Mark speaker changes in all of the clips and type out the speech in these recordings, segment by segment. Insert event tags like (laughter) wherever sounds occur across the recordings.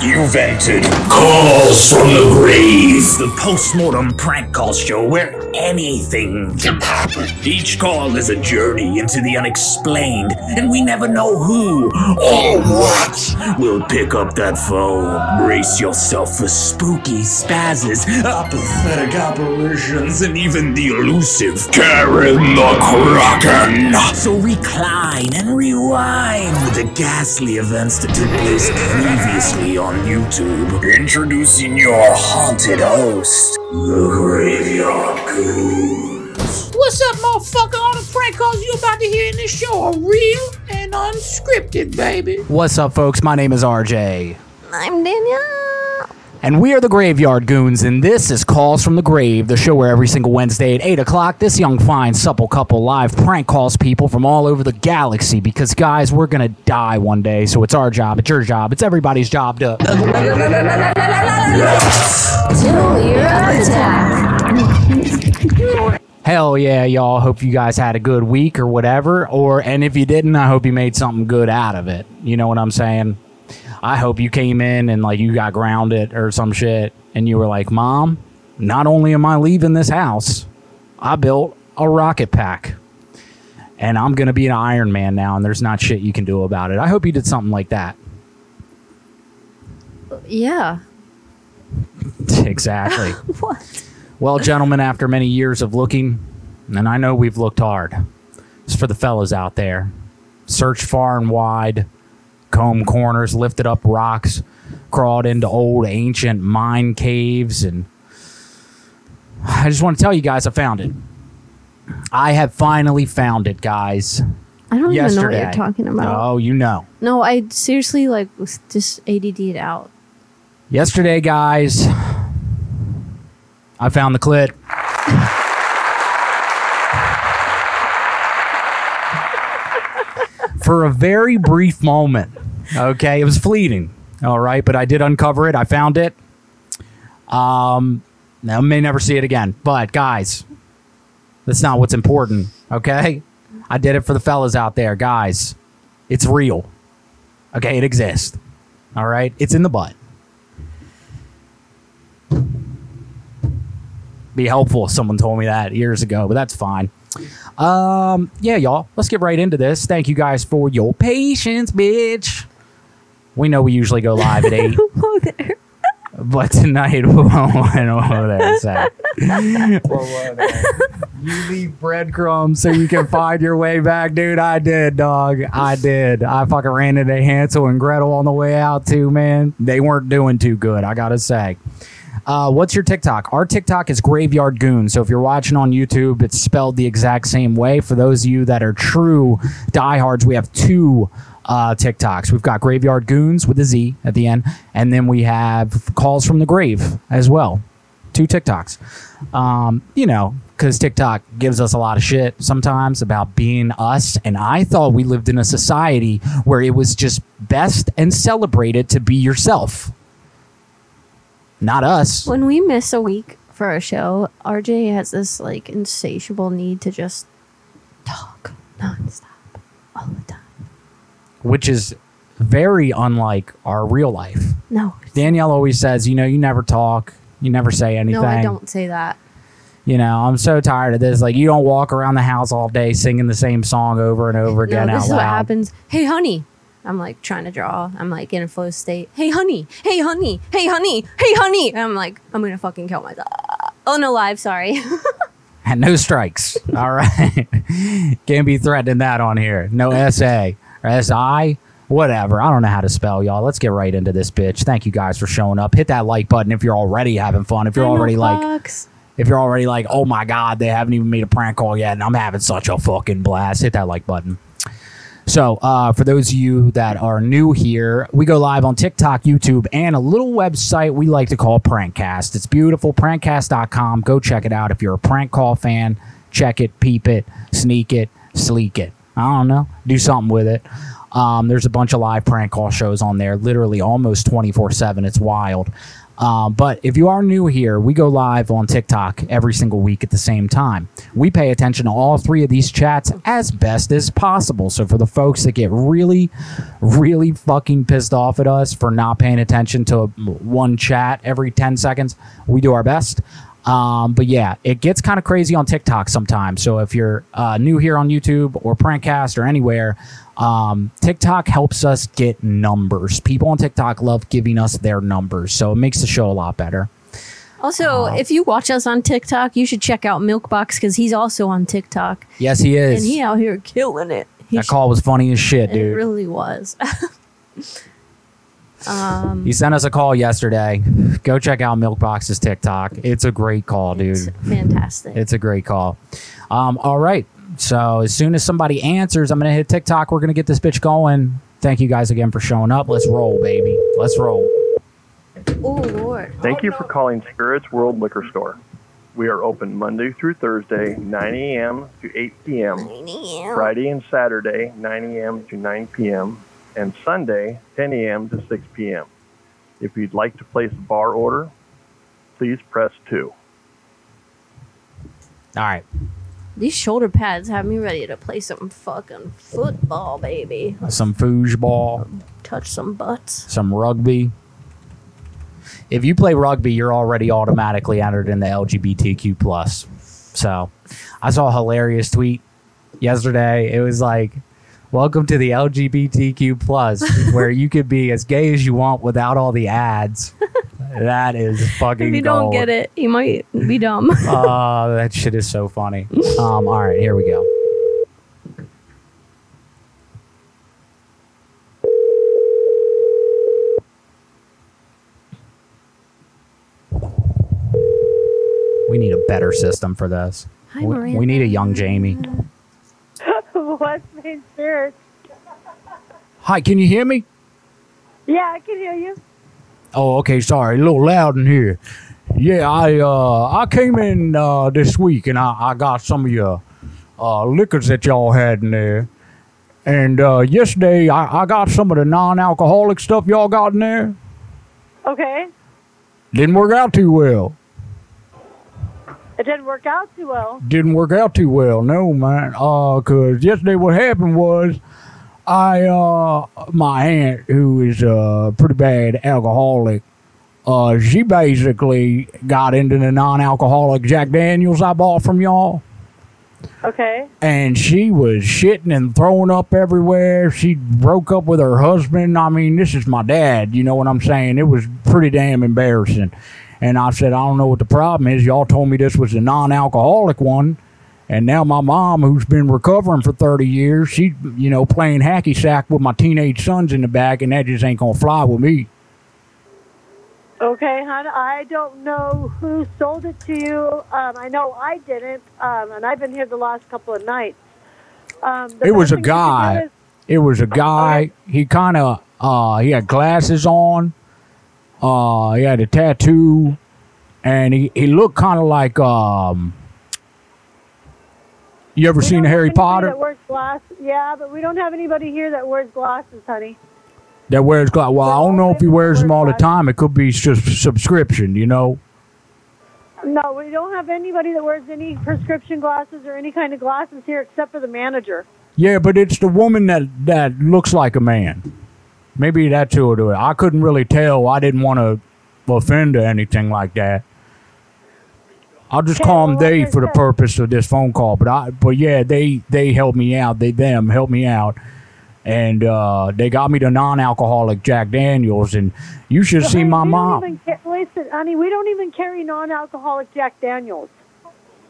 Speaker 1: You vented.
Speaker 2: Calls from the grave.
Speaker 1: The post-mortem prank call show where anything can happen. Each call is a journey into the unexplained, and we never know who or what will pick up that phone. Brace yourself for spooky spasms, apathetic apparitions, and even the elusive
Speaker 2: Karen the Kraken.
Speaker 1: So recline and rewind with the ghastly events that took place previously on YouTube. Introducing your haunted host, the Graveyard Goons.
Speaker 3: What's up, motherfucker? All the prank calls you about to hear in this show are real and unscripted, baby.
Speaker 4: What's up, folks? My name is RJ.
Speaker 5: I'm Danielle.
Speaker 4: And we are the Graveyard Goons, and this is Calls from the Grave, the show where every single Wednesday at 8 o'clock, this young, fine, supple couple live prank calls people from all over the galaxy because, guys, we're going to die one day. So it's our job, it's your job, it's everybody's job to. Hell yeah, y'all. Hope you guys had a good week or whatever. Or, and if you didn't, I hope you made something good out of it. You know what I'm saying? I hope you came in and like you got grounded or some shit and you were like, Mom, not only am I leaving this house, I built a rocket pack and I'm going to be an Iron Man now and there's not shit you can do about it. I hope you did something like that.
Speaker 5: Yeah.
Speaker 4: (laughs) Exactly.
Speaker 5: (laughs) What?
Speaker 4: Well, gentlemen, after many years of looking, and I know we've looked hard, it's for the fellas out there. Searched far and wide, combed corners, lifted up rocks, crawled into old ancient mine caves, and I just want to tell you guys I found it. I have finally found it, guys.
Speaker 5: I don't even know
Speaker 4: Yesterday.
Speaker 5: what you're talking about.
Speaker 4: Oh, you know.
Speaker 5: No, I seriously like was just ADD'd out.
Speaker 4: Yesterday, guys, I found the clit. For a very brief moment, okay, it was fleeting, all right, but I did uncover it. I found it. Um, I may never see it again, but guys, that's not what's important, okay? I did it for the fellas out there, guys. It's real, okay? It exists, all right? It's in the butt. be helpful if someone told me that years ago, but that's fine. Um, yeah, y'all, let's get right into this. Thank you guys for your patience, bitch. We know we usually go live at eight,
Speaker 5: Hello there.
Speaker 4: but tonight (laughs) we won't go there. So.
Speaker 6: uh,
Speaker 4: you leave breadcrumbs so you can find your way back, dude. I did, dog. I did. I fucking ran into Hansel and Gretel on the way out too, man. They weren't doing too good, I gotta say. Uh, what's your TikTok? Our TikTok is Graveyard Goon. So if you're watching on YouTube, it's spelled the exact same way. For those of you that are true diehards, we have two uh, TikToks. We've got Graveyard Goons with a Z at the end, and then we have Calls from the Grave as well. Two TikToks. Um, you know, because TikTok gives us a lot of shit sometimes about being us. And I thought we lived in a society where it was just best and celebrated to be yourself. Not us.
Speaker 5: When we miss a week for a show, RJ has this like insatiable need to just talk nonstop all the time.
Speaker 4: which is very unlike our real life.
Speaker 5: No.
Speaker 4: Danielle always says, you know, you never talk, you never say anything.
Speaker 5: No, I don't say that.
Speaker 4: You know, I'm so tired of this. Like, you don't walk around the house all day singing the same song over and over again
Speaker 5: no,
Speaker 4: out
Speaker 5: this is
Speaker 4: loud.
Speaker 5: what happens. Hey, honey. I'm like trying to draw. I'm like in a flow state. Hey, honey. Hey, honey. Hey, honey. Hey, honey. And I'm like, I'm gonna fucking kill myself. Oh no, live. Sorry.
Speaker 4: And (laughs) no strikes. all right. (laughs) Can't be threatening that on here. No SA or SI. Whatever. I don't know how to spell, y'all. Let's get right into this bitch. Thank you guys for showing up. Hit that like button if you're already having
Speaker 5: (laughs)
Speaker 4: fun. If you're already like
Speaker 5: Box.
Speaker 4: If you're already like, oh my God, they haven't even made a prank call yet, and I'm having such a fucking blast, hit that like button. So, uh, for those of you that are new here, we go live on TikTok, YouTube, and a little website we like to call Prankcast. It's beautiful, prankcast.com. Go check it out. If you're a prank call fan, check it, peep it, sneak it, sleek it. I don't know. Do something with it. Um, there's a bunch of live prank call shows on there, literally almost 24 7. It's wild.
Speaker 6: Uh, but if you are new here, we go live on TikTok every single week at the same time. We pay attention to all three of these chats as best as possible. So for the folks that get really, really fucking pissed off at us for not paying attention to one chat every 10 seconds, we do our best. Um, but yeah, it gets kind of crazy on TikTok sometimes. So if you're uh, new here on YouTube or Prankcast or anywhere, um, TikTok helps us get numbers. People on TikTok love giving us their numbers, so it makes the show a lot better.
Speaker 5: Also, if you watch us on TikTok, you should check out Milkbox because he's also on TikTok
Speaker 6: Yes, he is.
Speaker 5: and he out here killing it. He
Speaker 6: that
Speaker 5: sh-
Speaker 6: call was funny as shit,
Speaker 5: it
Speaker 6: dude.
Speaker 5: really was. (laughs) um,
Speaker 6: he sent us a call yesterday. Go check out Milkbox's TikTok. It's a great call, dude.
Speaker 5: it's fantastic.
Speaker 6: It's a great call. Um, all right. So as soon as somebody answers, I'm gonna hit TikTok. We're gonna get this bitch going. Thank you guys again for showing up. Let's roll, baby. Let's roll.
Speaker 5: oh Lord,
Speaker 7: Thank you for calling Spirits World Liquor Store. We are open Monday through Thursday, 9 a.m. to 8 p.m., Friday and Saturday, 9 a.m. to 9 p.m., and Sunday, 10 a.m. to 6 p.m. If you'd like to place a bar order, please press 2.
Speaker 6: All right.
Speaker 5: these shoulder pads have me ready to play some fucking football, baby.
Speaker 6: Some foosball.
Speaker 5: Touch some butts.
Speaker 6: some rugby. If you play rugby, you're already automatically entered in the LGBTQ plus. So, I saw a hilarious tweet yesterday. It was like, "Welcome to the LGBTQ plus, where you could be as gay as you want without all
Speaker 5: (laughs)
Speaker 6: the ads." that is fucking.
Speaker 5: If you don't
Speaker 6: gold.
Speaker 5: get it, you might be (laughs)
Speaker 4: (laughs)
Speaker 5: dumb.
Speaker 4: Uh,
Speaker 6: Oh, that shit is so funny. Um, all right, here we go. We need a better system for this.
Speaker 5: Hi,
Speaker 6: we,
Speaker 5: Miranda.
Speaker 6: we need a young Jamie.
Speaker 8: What's my spirit?
Speaker 6: Hi, can you hear me?
Speaker 8: Yeah, I can hear you.
Speaker 6: Oh, okay. Sorry, a little loud in here. Yeah, I uh, I came in uh, this week and I, I got some of your uh, liquors that y'all had in there. And uh, yesterday I, I got some of the non-alcoholic stuff y'all got in there.
Speaker 8: Okay.
Speaker 6: Didn't work out too well.
Speaker 8: It didn't work out too well.
Speaker 6: Didn't work out too well. No, man. Uh, cause yesterday what happened was I uh my aunt who is a pretty bad alcoholic. Uh, she basically got into the non-alcoholic Jack Daniels I bought from y'all.
Speaker 8: Okay.
Speaker 6: and she was shitting and throwing up everywhere. She broke up with her husband. I mean, this is my dad. You know what I'm saying? It was pretty damn embarrassing. And I said, I don't know what the problem is. Y'all told me this was a non-alcoholic one. And now my mom, who's been recovering for 30 years, she, you know, playing hacky sack with my teenage sons in the back, and that just ain't gonna fly with me.
Speaker 8: Okay, hon. I don't know who sold it to you. Um, I know I didn't, um, and I've been here the last couple of nights. Um, the
Speaker 6: It was
Speaker 8: best
Speaker 6: a
Speaker 8: thing you could do
Speaker 6: guy.
Speaker 8: is-
Speaker 6: It was
Speaker 8: Oh,
Speaker 6: a guy. He kind of uh, he had glasses on. Uh, he had a tattoo, and he he looked kind of like um. You ever
Speaker 8: we
Speaker 6: seen
Speaker 8: don't have
Speaker 6: Harry
Speaker 8: anybody
Speaker 6: Potter
Speaker 8: That wears glasses. Yeah, but we don't have anybody here that wears glasses, honey.
Speaker 6: that wears glasses? Well, I
Speaker 8: No,
Speaker 6: don't know if he
Speaker 8: they
Speaker 6: wears them
Speaker 8: wear
Speaker 6: all the
Speaker 8: glasses.
Speaker 6: time. It could be just subscription, you know.
Speaker 8: No, we don't have anybody that wears any prescription glasses or any kind of glasses here except for the manager.
Speaker 6: Yeah, but it's the woman that that looks like a man. Maybe that's who do it. I couldn't really tell. I didn't want to offend or anything like that. I'll just
Speaker 8: Okay,
Speaker 6: call them
Speaker 8: well,
Speaker 6: they
Speaker 8: like I
Speaker 6: for the
Speaker 8: said-
Speaker 6: purpose of this phone call. But I, but yeah, they they helped me out. They them helped me out, and uh, they got me the non-alcoholic Jack Daniels. And you should see
Speaker 8: Honey,
Speaker 6: my
Speaker 8: we
Speaker 6: mom.
Speaker 8: Don't even ca- listen, honey, we don't even carry non-alcoholic Jack Daniels.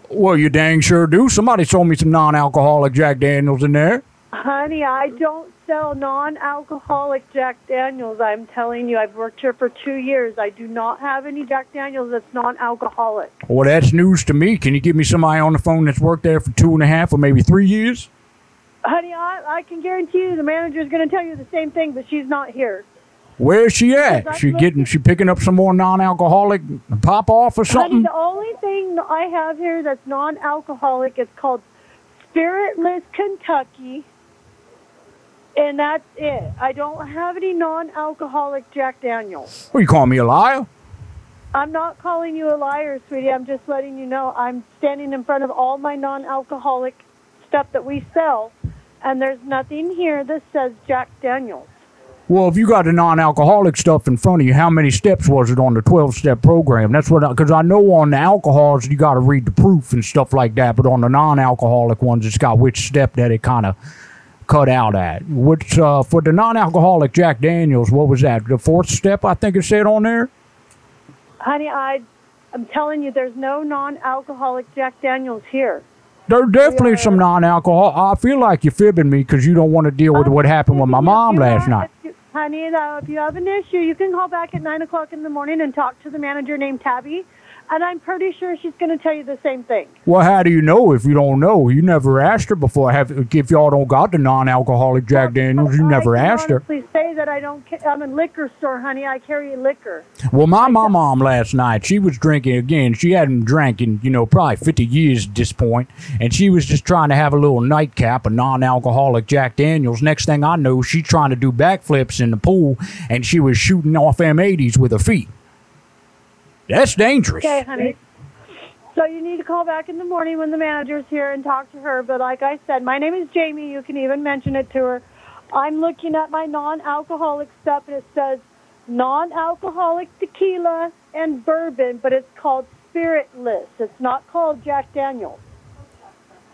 Speaker 6: well, you dang sure do. Somebody sold me some non-alcoholic Jack Daniels in there.
Speaker 8: Honey, I don't sell non-alcoholic Jack Daniels. I'm telling you, I've worked here for two years. I do not have any Jack Daniels that's non-alcoholic.
Speaker 6: Well, that's news to me. Can you give me somebody on the phone that's worked there for two and a half or maybe three years?
Speaker 8: Honey, I, I can guarantee you, the manager's going to tell you the same thing, but she's not here.
Speaker 6: Where's she at?
Speaker 8: Because
Speaker 6: She
Speaker 8: I'm
Speaker 6: getting?
Speaker 8: looking-
Speaker 6: She picking up some more non-alcoholic pop off or
Speaker 8: Honey,
Speaker 6: something?
Speaker 8: the only thing that I have here that's non-alcoholic is called Spiritless Kentucky, and that's it. I don't have any non-alcoholic Jack Daniels.
Speaker 6: Well, you call me a liar?
Speaker 8: I'm not calling you a liar, sweetie. I'm just letting you know I'm standing in front of all my non alcoholic stuff that we sell, and there's nothing here that says Jack Daniels.
Speaker 4: Well, if you got the non-alcoholic stuff in front of you, how many steps was it on the twelve-step program? That's what, because I know on the alcohols you got to read the proof and stuff like that, but on the non-alcoholic ones, it's got which step that it kind of cut out at. Which uh, for the non-alcoholic Jack Daniels, what was that? The fourth step, I think it said on there.
Speaker 8: Honey, I, I'm telling you, there's no non alcoholic Jack Daniels here.
Speaker 4: There definitely some non-alcohol. I feel like you're fibbing me because you don't want to deal with what happened with my mom
Speaker 8: You
Speaker 4: last
Speaker 8: have-
Speaker 4: night.
Speaker 8: if you- Honey, though, if you have an issue, you can call back at 9 o'clock in the morning and talk to the manager named Tabby, and I'm pretty sure she's going to tell you the same thing.
Speaker 4: Well, how do you know if you don't know? You never asked her before. Have if y'all don't got the non-alcoholic Jack Daniels, you never
Speaker 8: I can
Speaker 4: asked her.
Speaker 8: honestly say that I don't. Ca- I'm a liquor store, honey. I carry liquor.
Speaker 4: Well, my my mom last night, she was drinking again. She hadn't drank in you know probably fifty years at this point, and she was just trying to have a little nightcap, a non-alcoholic Jack Daniels. Next thing I know, she trying to do backflips in the pool, and she was shooting off M80s with her feet. That's dangerous.
Speaker 8: Okay, honey. So you need to call back in the morning when the manager's here and talk to her. But like I said, my name is Jamie. You can even mention it to her. I'm looking at my non-alcoholic stuff, and it says non-alcoholic tequila and bourbon, but it's called spiritless. It's not called Jack Daniels.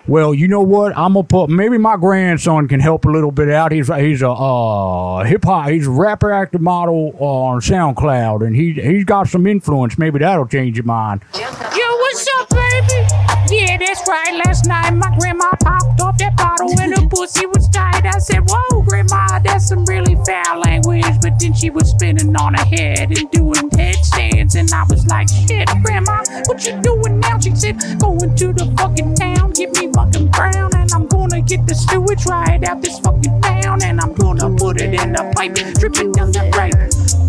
Speaker 4: Well, you know what? I'm gonna put maybe my grandson can help a little bit out. He's he's a uh, hip hop, he's a rapper, actor, model on SoundCloud, and he he's got some influence. Maybe that'll change your mind.
Speaker 3: Yo, what's up, baby? Yeah, that's right. Last night my grandma popped off that bottle and her pussy was tight. I said, Whoa, grandma, that's some really foul language. But then she was spinning on her head and doing headstands. And I was like, Shit, grandma, what you doing now? She said, Going to the fucking town, get me fucking brown. And I'm gonna get the sewage right out this fucking town. And I'm gonna put it in the pipe, dripping down the right.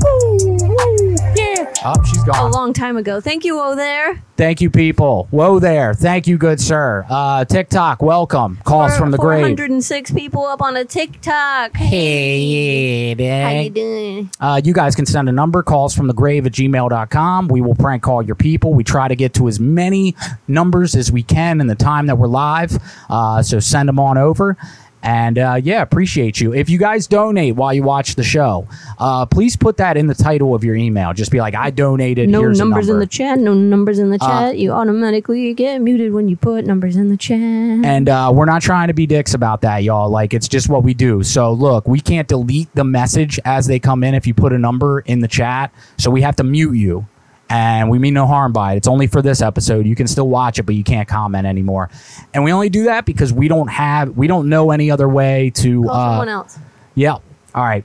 Speaker 3: Woo, woo, yeah.
Speaker 6: Oh,
Speaker 4: Up, she's
Speaker 5: A
Speaker 4: gone.
Speaker 5: long time ago. Thank you, oh there.
Speaker 4: Thank you, people. Whoa there. Thank you, good sir. Uh, TikTok, welcome. Calls
Speaker 5: Four-
Speaker 4: from the grave.
Speaker 5: 406 people up on a TikTok.
Speaker 4: Hey,
Speaker 5: How you
Speaker 4: baby.
Speaker 5: doing?
Speaker 4: Uh, you guys can send a number, calls from the grave at gmail.com. We will prank call your people. We try to get to as many numbers as we can in the time that we're live. Uh, so send them on over. And uh, yeah, appreciate you. If you guys donate while you watch the show, uh, please put that in the title of your email. Just be like, I donated.
Speaker 5: No
Speaker 4: here's a
Speaker 5: numbers in
Speaker 4: number.
Speaker 5: the chat. No numbers in the
Speaker 4: Uh,
Speaker 5: chat. You automatically get muted when you put numbers in the chat.
Speaker 4: And uh, we're not trying to be dicks about that, y'all. Like, it's just what we do. So, look, we can't delete the message as they come in if you put a number in the chat. So, we have to mute you. And we mean no harm by it. It's only for this episode. You can still watch it, but you can't comment anymore. And we only do that because we don't have, we don't know any other way to.
Speaker 5: Call
Speaker 4: uh,
Speaker 5: someone else.
Speaker 4: Yeah. All right.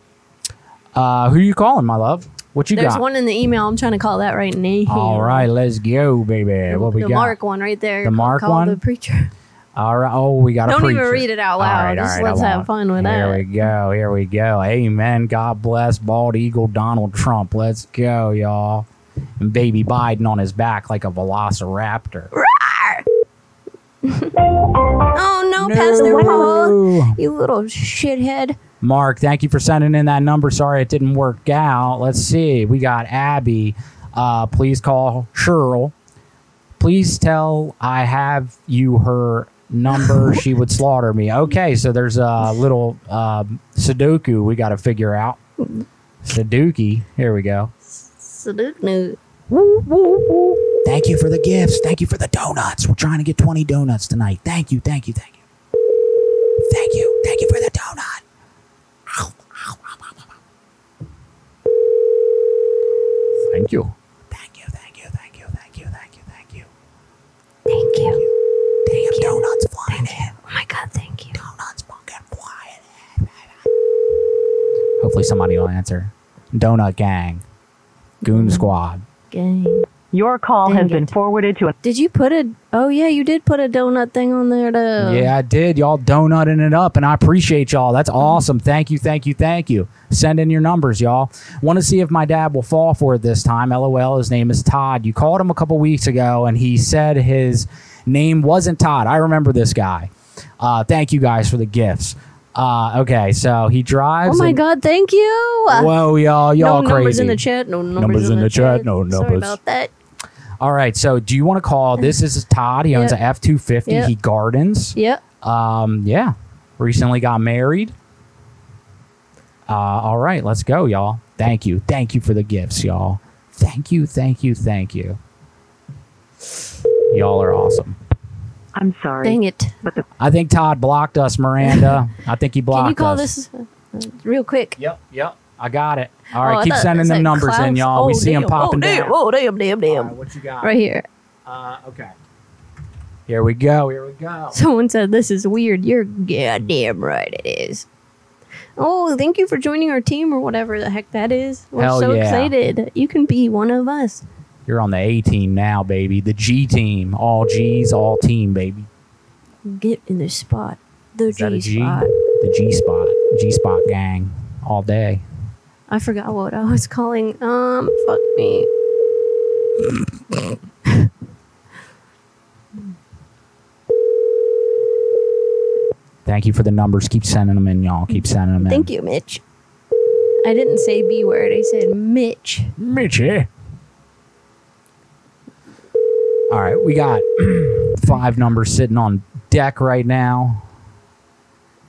Speaker 4: Uh, who you calling, my love? What you
Speaker 5: There's
Speaker 4: got?
Speaker 5: one in the email. I'm trying to call that right now.
Speaker 4: All right, let's go, baby.
Speaker 5: The,
Speaker 4: What we
Speaker 5: the
Speaker 4: got?
Speaker 5: Mark one right there.
Speaker 4: The Mark
Speaker 5: call
Speaker 4: one?
Speaker 5: The preacher.
Speaker 4: All right. Oh, we got. a
Speaker 5: Don't even
Speaker 4: preacher.
Speaker 5: read it out loud. Just
Speaker 4: I
Speaker 5: let's have
Speaker 4: won't.
Speaker 5: fun with
Speaker 4: Here
Speaker 5: that.
Speaker 4: we go. Here we go. Amen. God bless bald eagle Donald Trump. Let's go, y'all. And baby Biden on his back like a velociraptor.
Speaker 5: Oh no, Pastor Paul, you little shithead.
Speaker 4: Mark, thank you for sending in that number. Sorry it didn't work out. Let's see. We got Abby. Uh, please call Cheryl. Please tell I have you her number. she
Speaker 5: (laughs)
Speaker 4: would slaughter me. Okay, so there's a little um, Sudoku we got to figure out. Sudoku. Here we go.
Speaker 5: Salute no.
Speaker 4: Thank you for the gifts. Thank you for the donuts. We're trying to get 20 donuts tonight. Thank you. Thank you. Thank you. Thank you. Thank you for the donut. Ow, ow, ow, ow, ow, ow. Thank you. Thank you. Thank you. Thank you. Thank you. Thank you. Thank you.
Speaker 5: Thank you.
Speaker 4: Damn donuts flying in.
Speaker 5: Oh my god, thank you.
Speaker 4: Donuts fucking flying in. Hopefully somebody will answer. Donut gang.
Speaker 5: Mm-hmm.
Speaker 4: Goon squad.
Speaker 5: Gang.
Speaker 9: Your call
Speaker 5: Dang
Speaker 9: has been
Speaker 5: it.
Speaker 9: forwarded to an
Speaker 5: Did you put a oh yeah, you did put a donut thing on there though.
Speaker 4: Yeah, I did. Y'all donutting it up, and I appreciate y'all. That's
Speaker 5: Mm-hmm.
Speaker 4: awesome. Thank you, thank you, thank you. Send in your numbers, y'all. Want to see if my dad will fall for it this time? LOL. His name is Todd. You called him a couple weeks ago, and he said his name wasn't Todd. I remember this guy. Uh, thank you guys for the gifts. Uh, okay, so he
Speaker 5: Oh
Speaker 4: drives.
Speaker 5: my
Speaker 4: and-
Speaker 5: god, thank you.
Speaker 4: Whoa, y'all,
Speaker 5: no
Speaker 4: y'all crazy.
Speaker 5: numbers in the chat. No numbers,
Speaker 4: Numbers in the chat, no
Speaker 5: Sorry
Speaker 4: numbers.
Speaker 5: about that.
Speaker 4: All right, so do you want
Speaker 5: (laughs)
Speaker 4: to call? This is Todd. He owns
Speaker 5: Yep.
Speaker 4: a F two fifty.
Speaker 5: Yep.
Speaker 4: He gardens.
Speaker 5: Yep.
Speaker 4: Um, yeah, recently got married. Uh, all right, let's go, y'all. Thank you, thank you for the gifts, y'all. Thank you, thank you, thank you. Y'all are awesome.
Speaker 10: I'm sorry.
Speaker 5: Dang it.
Speaker 4: I think Todd blocked
Speaker 5: (laughs)
Speaker 4: us, Miranda. I think he blocked
Speaker 5: Can
Speaker 4: us.
Speaker 5: you call this uh, real quick?
Speaker 4: Yep, yep. I got it. All
Speaker 5: Oh,
Speaker 4: right,
Speaker 5: I
Speaker 4: keep
Speaker 5: thought
Speaker 4: sending
Speaker 5: it
Speaker 4: them
Speaker 5: said
Speaker 4: numbers in,
Speaker 5: clouds.
Speaker 4: y'all.
Speaker 5: Oh,
Speaker 4: we see
Speaker 5: damn.
Speaker 4: them
Speaker 5: oh,
Speaker 4: popping
Speaker 5: damn.
Speaker 4: down.
Speaker 5: Oh, damn, damn, damn.
Speaker 4: All right, what you got?
Speaker 5: Right here.
Speaker 4: Uh, okay. Here we go. Here we go.
Speaker 5: Someone said this is weird. You're goddamn right it is. Oh, thank you for joining our team or whatever the heck that is. We're
Speaker 4: Hell
Speaker 5: so
Speaker 4: yeah.
Speaker 5: excited. You can be one of us.
Speaker 4: You're on the A team now, baby. The G team. All G's, all team, baby.
Speaker 5: Get in the spot. The
Speaker 4: Is that a
Speaker 5: G
Speaker 4: G?
Speaker 5: spot.
Speaker 4: The G spot. G spot gang. All day.
Speaker 5: I forgot what I was calling. Um, fuck me.
Speaker 4: Thank you for the numbers. Keep sending them in, y'all. Keep sending them in.
Speaker 5: Thank you, Mitch. I didn't say B word. I said Mitch.
Speaker 4: Mitchie. All right, we got (clears throat) five numbers sitting on deck right now.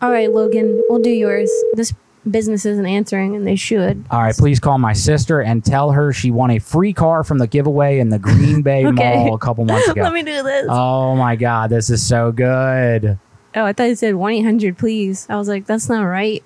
Speaker 5: All right, Logan, we'll do yours. This business isn't answering, and they should.
Speaker 4: All right, please call my sister and tell her she won a free car from the giveaway in the Green
Speaker 5: (laughs)
Speaker 4: Bay
Speaker 5: Okay.
Speaker 4: Mall a couple
Speaker 5: (laughs)
Speaker 4: months ago.
Speaker 5: Let me do this.
Speaker 4: oh my God, this is so good.
Speaker 5: oh, I thought you said 1 800, please. I was like, that's not right.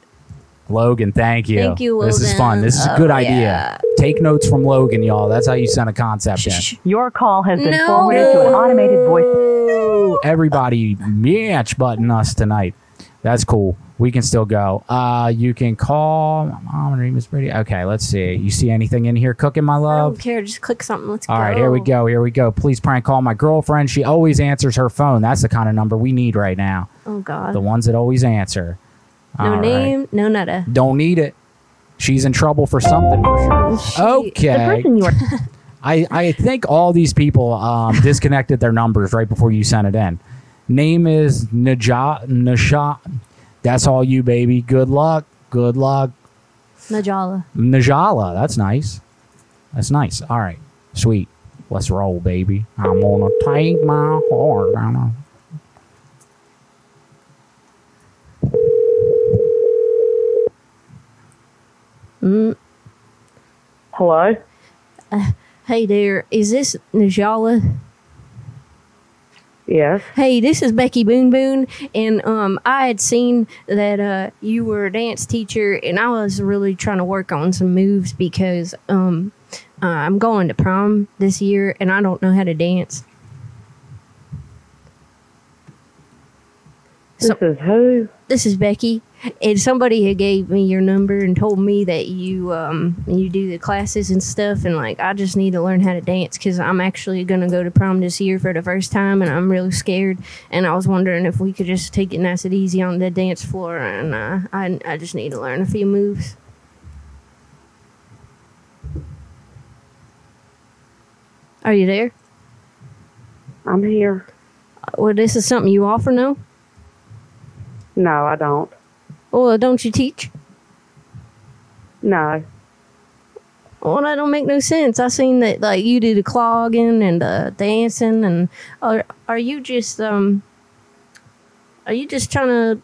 Speaker 4: Logan, thank you.
Speaker 5: Thank you,
Speaker 4: This is
Speaker 5: Logan.
Speaker 4: fun. This is a
Speaker 5: Oh,
Speaker 4: good idea.
Speaker 5: yeah.
Speaker 4: Take notes from Logan, y'all. That's how you send a concept in.
Speaker 5: Shh, shh.
Speaker 10: Your call has been
Speaker 5: No.
Speaker 10: forwarded to an automated voice.
Speaker 4: Everybody match button us tonight. That's cool. We can still go. Uh, you can call my mom. Her name is Brady. Okay, let's see. You see anything in here cooking, my
Speaker 5: I
Speaker 4: love?
Speaker 5: don't care. Just click something. Let's
Speaker 4: Uh, All
Speaker 5: go.
Speaker 4: right, here we go. Here we go. Please prank call my girlfriend. She always answers her phone. That's the kind of number we need right now.
Speaker 5: Oh, God.
Speaker 4: The ones that always answer. All
Speaker 5: No
Speaker 4: right.
Speaker 5: name, no nada.
Speaker 4: Don't need it. She's in trouble for something for
Speaker 5: She-
Speaker 4: sure.
Speaker 10: The
Speaker 4: Okay.
Speaker 10: person you are
Speaker 4: I, I think all these
Speaker 10: (laughs)
Speaker 4: people um, disconnected their numbers right before you sent it in. Name is Naja Nasha. That's all you, baby. Good luck. Good luck.
Speaker 5: (laughs) Najala.
Speaker 4: Najala. That's nice. That's nice. All right. Sweet. Let's roll, baby. I'm gonna take my heart. I'm gonna-
Speaker 10: Hello?
Speaker 5: Uh, Hey there, is this Najala?
Speaker 10: Yes.
Speaker 5: Hey, this is Becky Boon Boon, and um, I had seen that uh, you were a dance teacher, and I was really trying to work on some moves because um, uh, I'm going to prom this year, and I don't know how to dance. So-
Speaker 10: this is who?
Speaker 5: This is Becky, and somebody had gave me your number and told me that you um, you do the classes and stuff, and like I just need to learn how to dance because I'm actually gonna go to prom this year for the first time, and I'm really scared. And I was wondering if we could just take it nice and easy on the dance floor, and uh, I I just need to learn a few moves. Are you there?
Speaker 10: I'm here.
Speaker 5: Well, this is something you offer now.
Speaker 10: No, I don't.
Speaker 5: Well, don't you teach?
Speaker 10: No.
Speaker 5: Well, that don't make no sense. I seen that like you do the clogging and the dancing, and are are you just um, are you just trying to,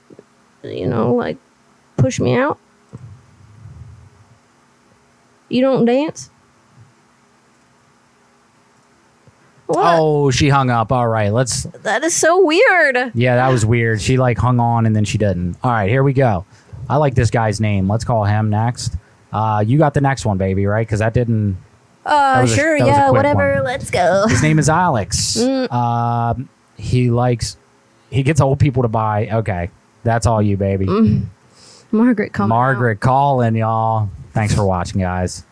Speaker 5: you know, like push me out? You don't dance. What?
Speaker 4: Oh, she hung up. All right. Let's.
Speaker 5: That is so weird.
Speaker 4: Yeah, that was weird. She like hung on and then she didn't. All right, here we go. I like this guy's name. Let's call him next. Uh, you got the next one, baby, right? Because that didn't.
Speaker 5: Uh,
Speaker 4: was a-
Speaker 5: sure,
Speaker 4: that was a
Speaker 5: yeah,
Speaker 4: quick
Speaker 5: whatever.
Speaker 4: one.
Speaker 5: Let's go.
Speaker 4: His name is Alex.
Speaker 5: (laughs) Mm.
Speaker 4: Um, he likes. He gets old people to buy. Okay, that's all you, baby.
Speaker 5: Mm. Margaret, come.
Speaker 4: Margaret calling y'all. Thanks for watching, guys.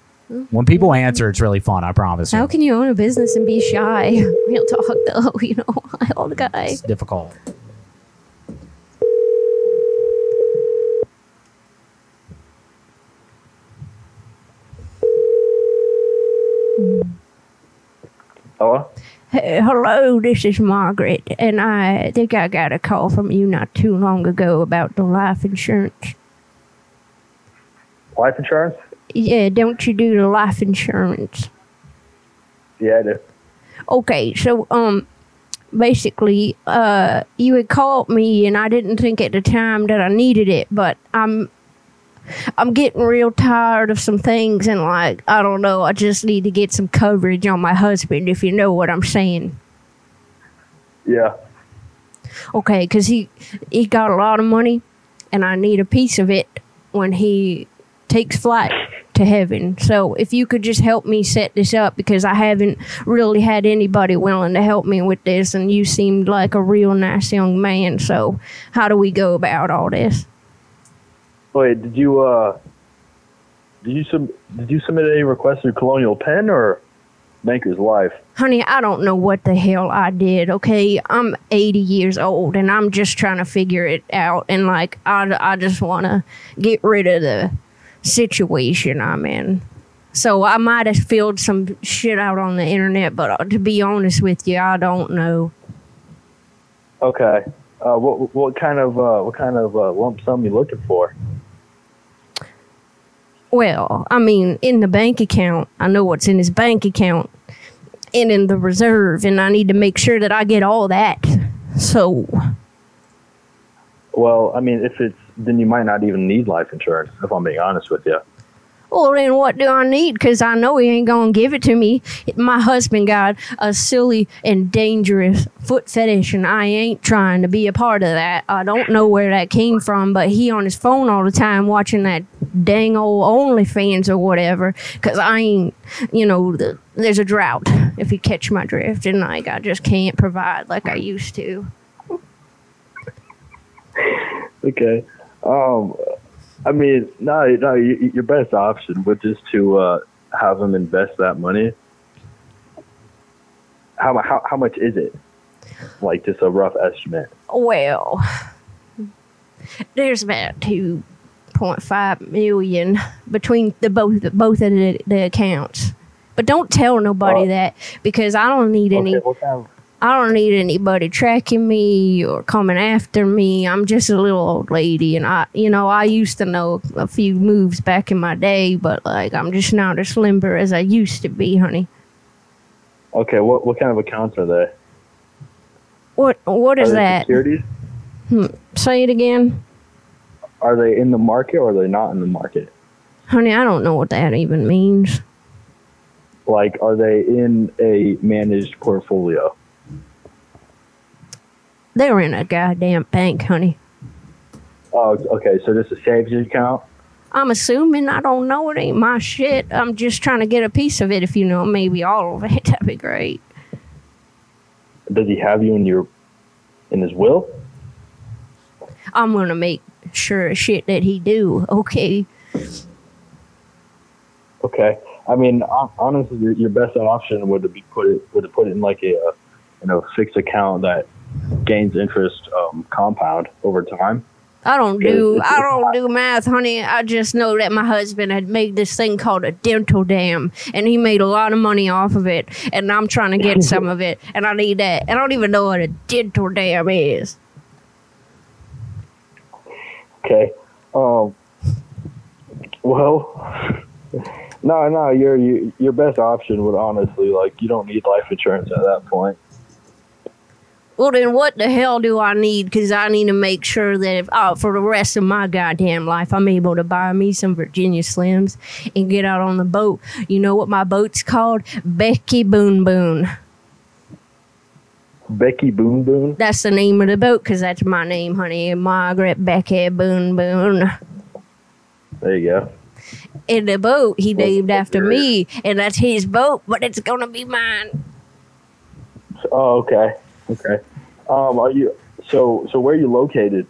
Speaker 4: When people answer, it's really fun. I promise you.
Speaker 5: How can you own a business and be shy? (laughs) Real talk, though. (laughs) You know, I old guy.
Speaker 4: It's difficult.
Speaker 7: Hello?
Speaker 5: "Hey, hello, this is Margaret, and I think I got a call from you not too long ago about the life insurance.
Speaker 11: Life insurance?
Speaker 5: Yeah, don't you do the life insurance?
Speaker 11: Yeah, I do.
Speaker 5: Okay, so um basically uh you had called me and I didn't think at the time that I needed it, but I'm I'm getting real tired of some things and like I don't know, I just need to get some coverage on my husband if you know what I'm saying.
Speaker 11: Yeah.
Speaker 5: Okay, cuz he he got a lot of money and I need a piece of it when he takes flight to heaven. So if you could just help me set this up because I haven't really had anybody willing to help me with this and you seemed like a real nice young man. So how do we go about all this?
Speaker 11: Wait, did you uh, did you sub- did you submit any request through Colonial Pen or Banker's Life?
Speaker 5: Honey, I don't know what the hell I did, okay? I'm 80 years old and I'm just trying to figure it out. And, like, I, I just want to get rid of the situation I'm in. So I might have filled some shit out on the internet, but uh, to be honest with you, I don't know.
Speaker 11: Okay. Uh, what what kind of uh, what kind of uh, lump sum you looking for?
Speaker 5: Well, I mean, in the bank account, I know what's in his bank account and in the reserve, and I need to make sure that I get all that. So,
Speaker 11: Well, I mean, if it's then you might not even need life insurance if I'm being honest with you.
Speaker 5: well, then what do I need? Because I know he ain't going to give it to me. My husband got a silly and dangerous foot fetish, and I ain't trying to be a part of that. I don't know where that came from, but he on his phone all the time watching that dang old OnlyFans or whatever. Because I ain't, you know, the, there's a drought, if you catch my drift, and like I just can't provide like I used to.
Speaker 11: Okay. Um, I mean, no, no. You, your best option would just to uh, have him invest that money. How mu- how how much is it? Like just a rough estimate.
Speaker 5: Well, there's about two point five million between the both both of the, the accounts. But don't tell nobody
Speaker 12: Well-
Speaker 5: that because I don't need any. I don't need anybody tracking me or coming after me. I'm just a little old lady, and I, you know, I used to know a few moves back in my day, but like I'm just not as limber as I used to be, honey.
Speaker 11: Okay. What what kind of accounts are they?
Speaker 5: What what
Speaker 11: are
Speaker 5: is
Speaker 11: they
Speaker 5: that?
Speaker 11: Securities?
Speaker 5: Hmm, Say it again.
Speaker 11: Are they in the market or are they not in the market?
Speaker 5: Honey, I don't know what that even means.
Speaker 11: Like, are they in a managed portfolio?
Speaker 5: They're in a goddamn bank, honey.
Speaker 11: Oh, okay. So just a savings account.
Speaker 5: I'm assuming I don't know. It ain't my shit. I'm just trying to get a piece of it. If you know, maybe all of it. (laughs) That'd be great.
Speaker 11: Does he have you in your in his will?
Speaker 5: I'm gonna make sure as shit that he do. Okay.
Speaker 11: Okay. I mean, hon- honestly, your, your best option would be put it would to put it in like a, uh, you know fixed account that gains interest um, compound over time.
Speaker 5: I don't do I don't do math, honey. I just know that my husband had made this thing called a dental dam, and he made a lot of money off of it. And I'm trying to get some of it, and I need that. I don't even know what a dental dam is.
Speaker 11: Okay. Um. Well, (laughs) no, no, your your your best option would honestly like you don't need life insurance at that point.
Speaker 5: Well, then what the hell do I need? Because I need to make sure that if, uh, for the rest of my goddamn life, I'm able to buy me some Virginia Slims and get out on the boat. You know what my boat's called? Becky Boon Boon.
Speaker 11: Becky Boom Boom.
Speaker 5: That's the name of the boat because that's my name, honey. Margaret Becky Boon Boon.
Speaker 11: There you go.
Speaker 5: And the boat he named after me, and that's his boat, but it's going to be mine.
Speaker 11: Oh, okay. Okay. Um, are you so so? Where are you located?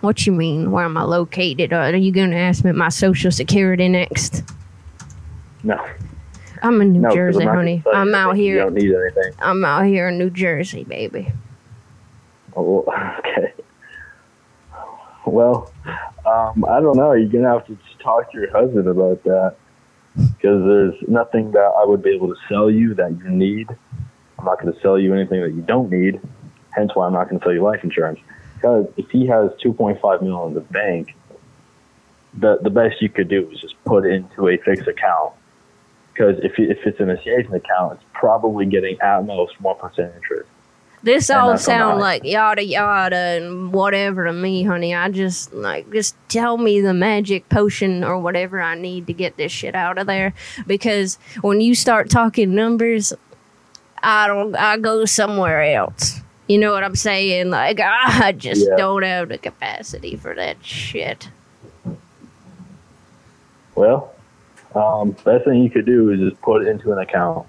Speaker 5: What you mean? Where am I located? Are you going to ask me my social security next?
Speaker 11: No.
Speaker 5: I'm in New
Speaker 11: No, 'cause I'm
Speaker 5: Jersey,
Speaker 11: not gonna
Speaker 5: honey.
Speaker 11: tell you
Speaker 5: I'm out
Speaker 11: anything. You
Speaker 5: here.
Speaker 11: don't need anything.
Speaker 5: I'm out here in New Jersey, baby.
Speaker 11: Oh, (laughs) well, okay. Well, um, I don't know. You're gonna have to just talk to your husband about that because there's nothing that I would be able to sell you that you need. I'm not going to sell you anything that you don't need. Hence why I'm not going to sell you life insurance. Because if he has 2.5 million in the bank, the the best you could do is just put it into a fixed account. Because if you- if it's in a savings account, it's probably getting at most one percent interest.
Speaker 5: This
Speaker 11: And
Speaker 5: all
Speaker 11: that's all
Speaker 5: sound
Speaker 11: right.
Speaker 5: like yada yada and whatever to me, honey. I just like just tell me the magic potion or whatever I need to get this shit out of there. Because when you start talking numbers, I don't. I go somewhere else. You know what I'm saying? Like (laughs) I just
Speaker 11: Yeah.
Speaker 5: don't have the capacity for that shit.
Speaker 11: Well, um, best thing you could do is just put it into an account.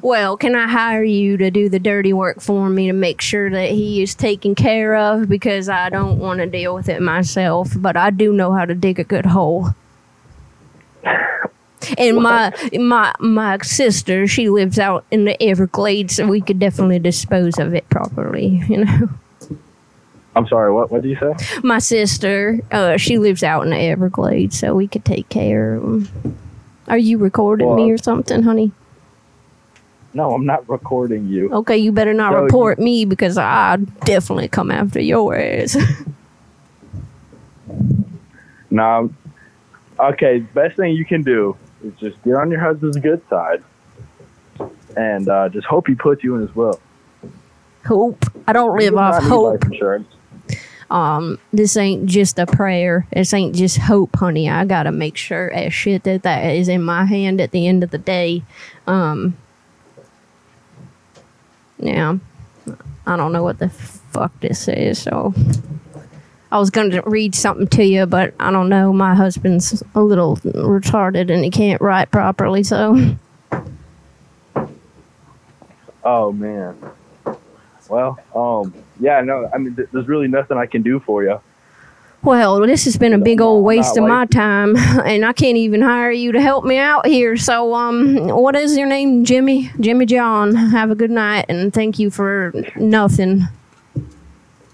Speaker 5: Well, can I hire you to do the dirty work for me to make sure that he is taken care of because I don't want to deal with it myself, but I do know how to dig a good hole. And my my my sister, she lives out in the Everglades, so we could definitely dispose of it properly, you know. (laughs)
Speaker 11: I'm sorry, what what do you say?
Speaker 5: My sister, uh, she lives out in the Everglades, so we could take care of 'em. Are you recording me
Speaker 11: Well,
Speaker 5: or something, honey?
Speaker 11: No, I'm not recording you.
Speaker 5: Okay, you better not
Speaker 11: So you-
Speaker 5: report me because I'll definitely come after your ass. (laughs)
Speaker 11: No. Okay, best thing you can do is just get on your husband's good side, and uh, just hope he puts you in as well.
Speaker 5: hope. I don't
Speaker 11: You
Speaker 5: live
Speaker 11: do not
Speaker 5: off
Speaker 11: need
Speaker 5: hope.
Speaker 11: life insurance.
Speaker 5: Um, this ain't just a prayer. This ain't just hope, honey. I gotta make sure as shit that that is in my hand at the end of the day. Um, yeah, I don't know what the fuck this is. So I was gonna read something to you, but I don't know. My husband's a little retarded and he can't write properly, so. (laughs)
Speaker 11: Oh man. Well, um, yeah, no, I mean, th- there's really nothing I can do for you.
Speaker 5: Well, this has been a big old waste of
Speaker 11: not
Speaker 5: my
Speaker 11: like-
Speaker 5: time, (laughs) and I can't even hire you to help me out here. So, um, what is your name, Jimmy? Jimmy John. Have a good night, and thank you for nothing.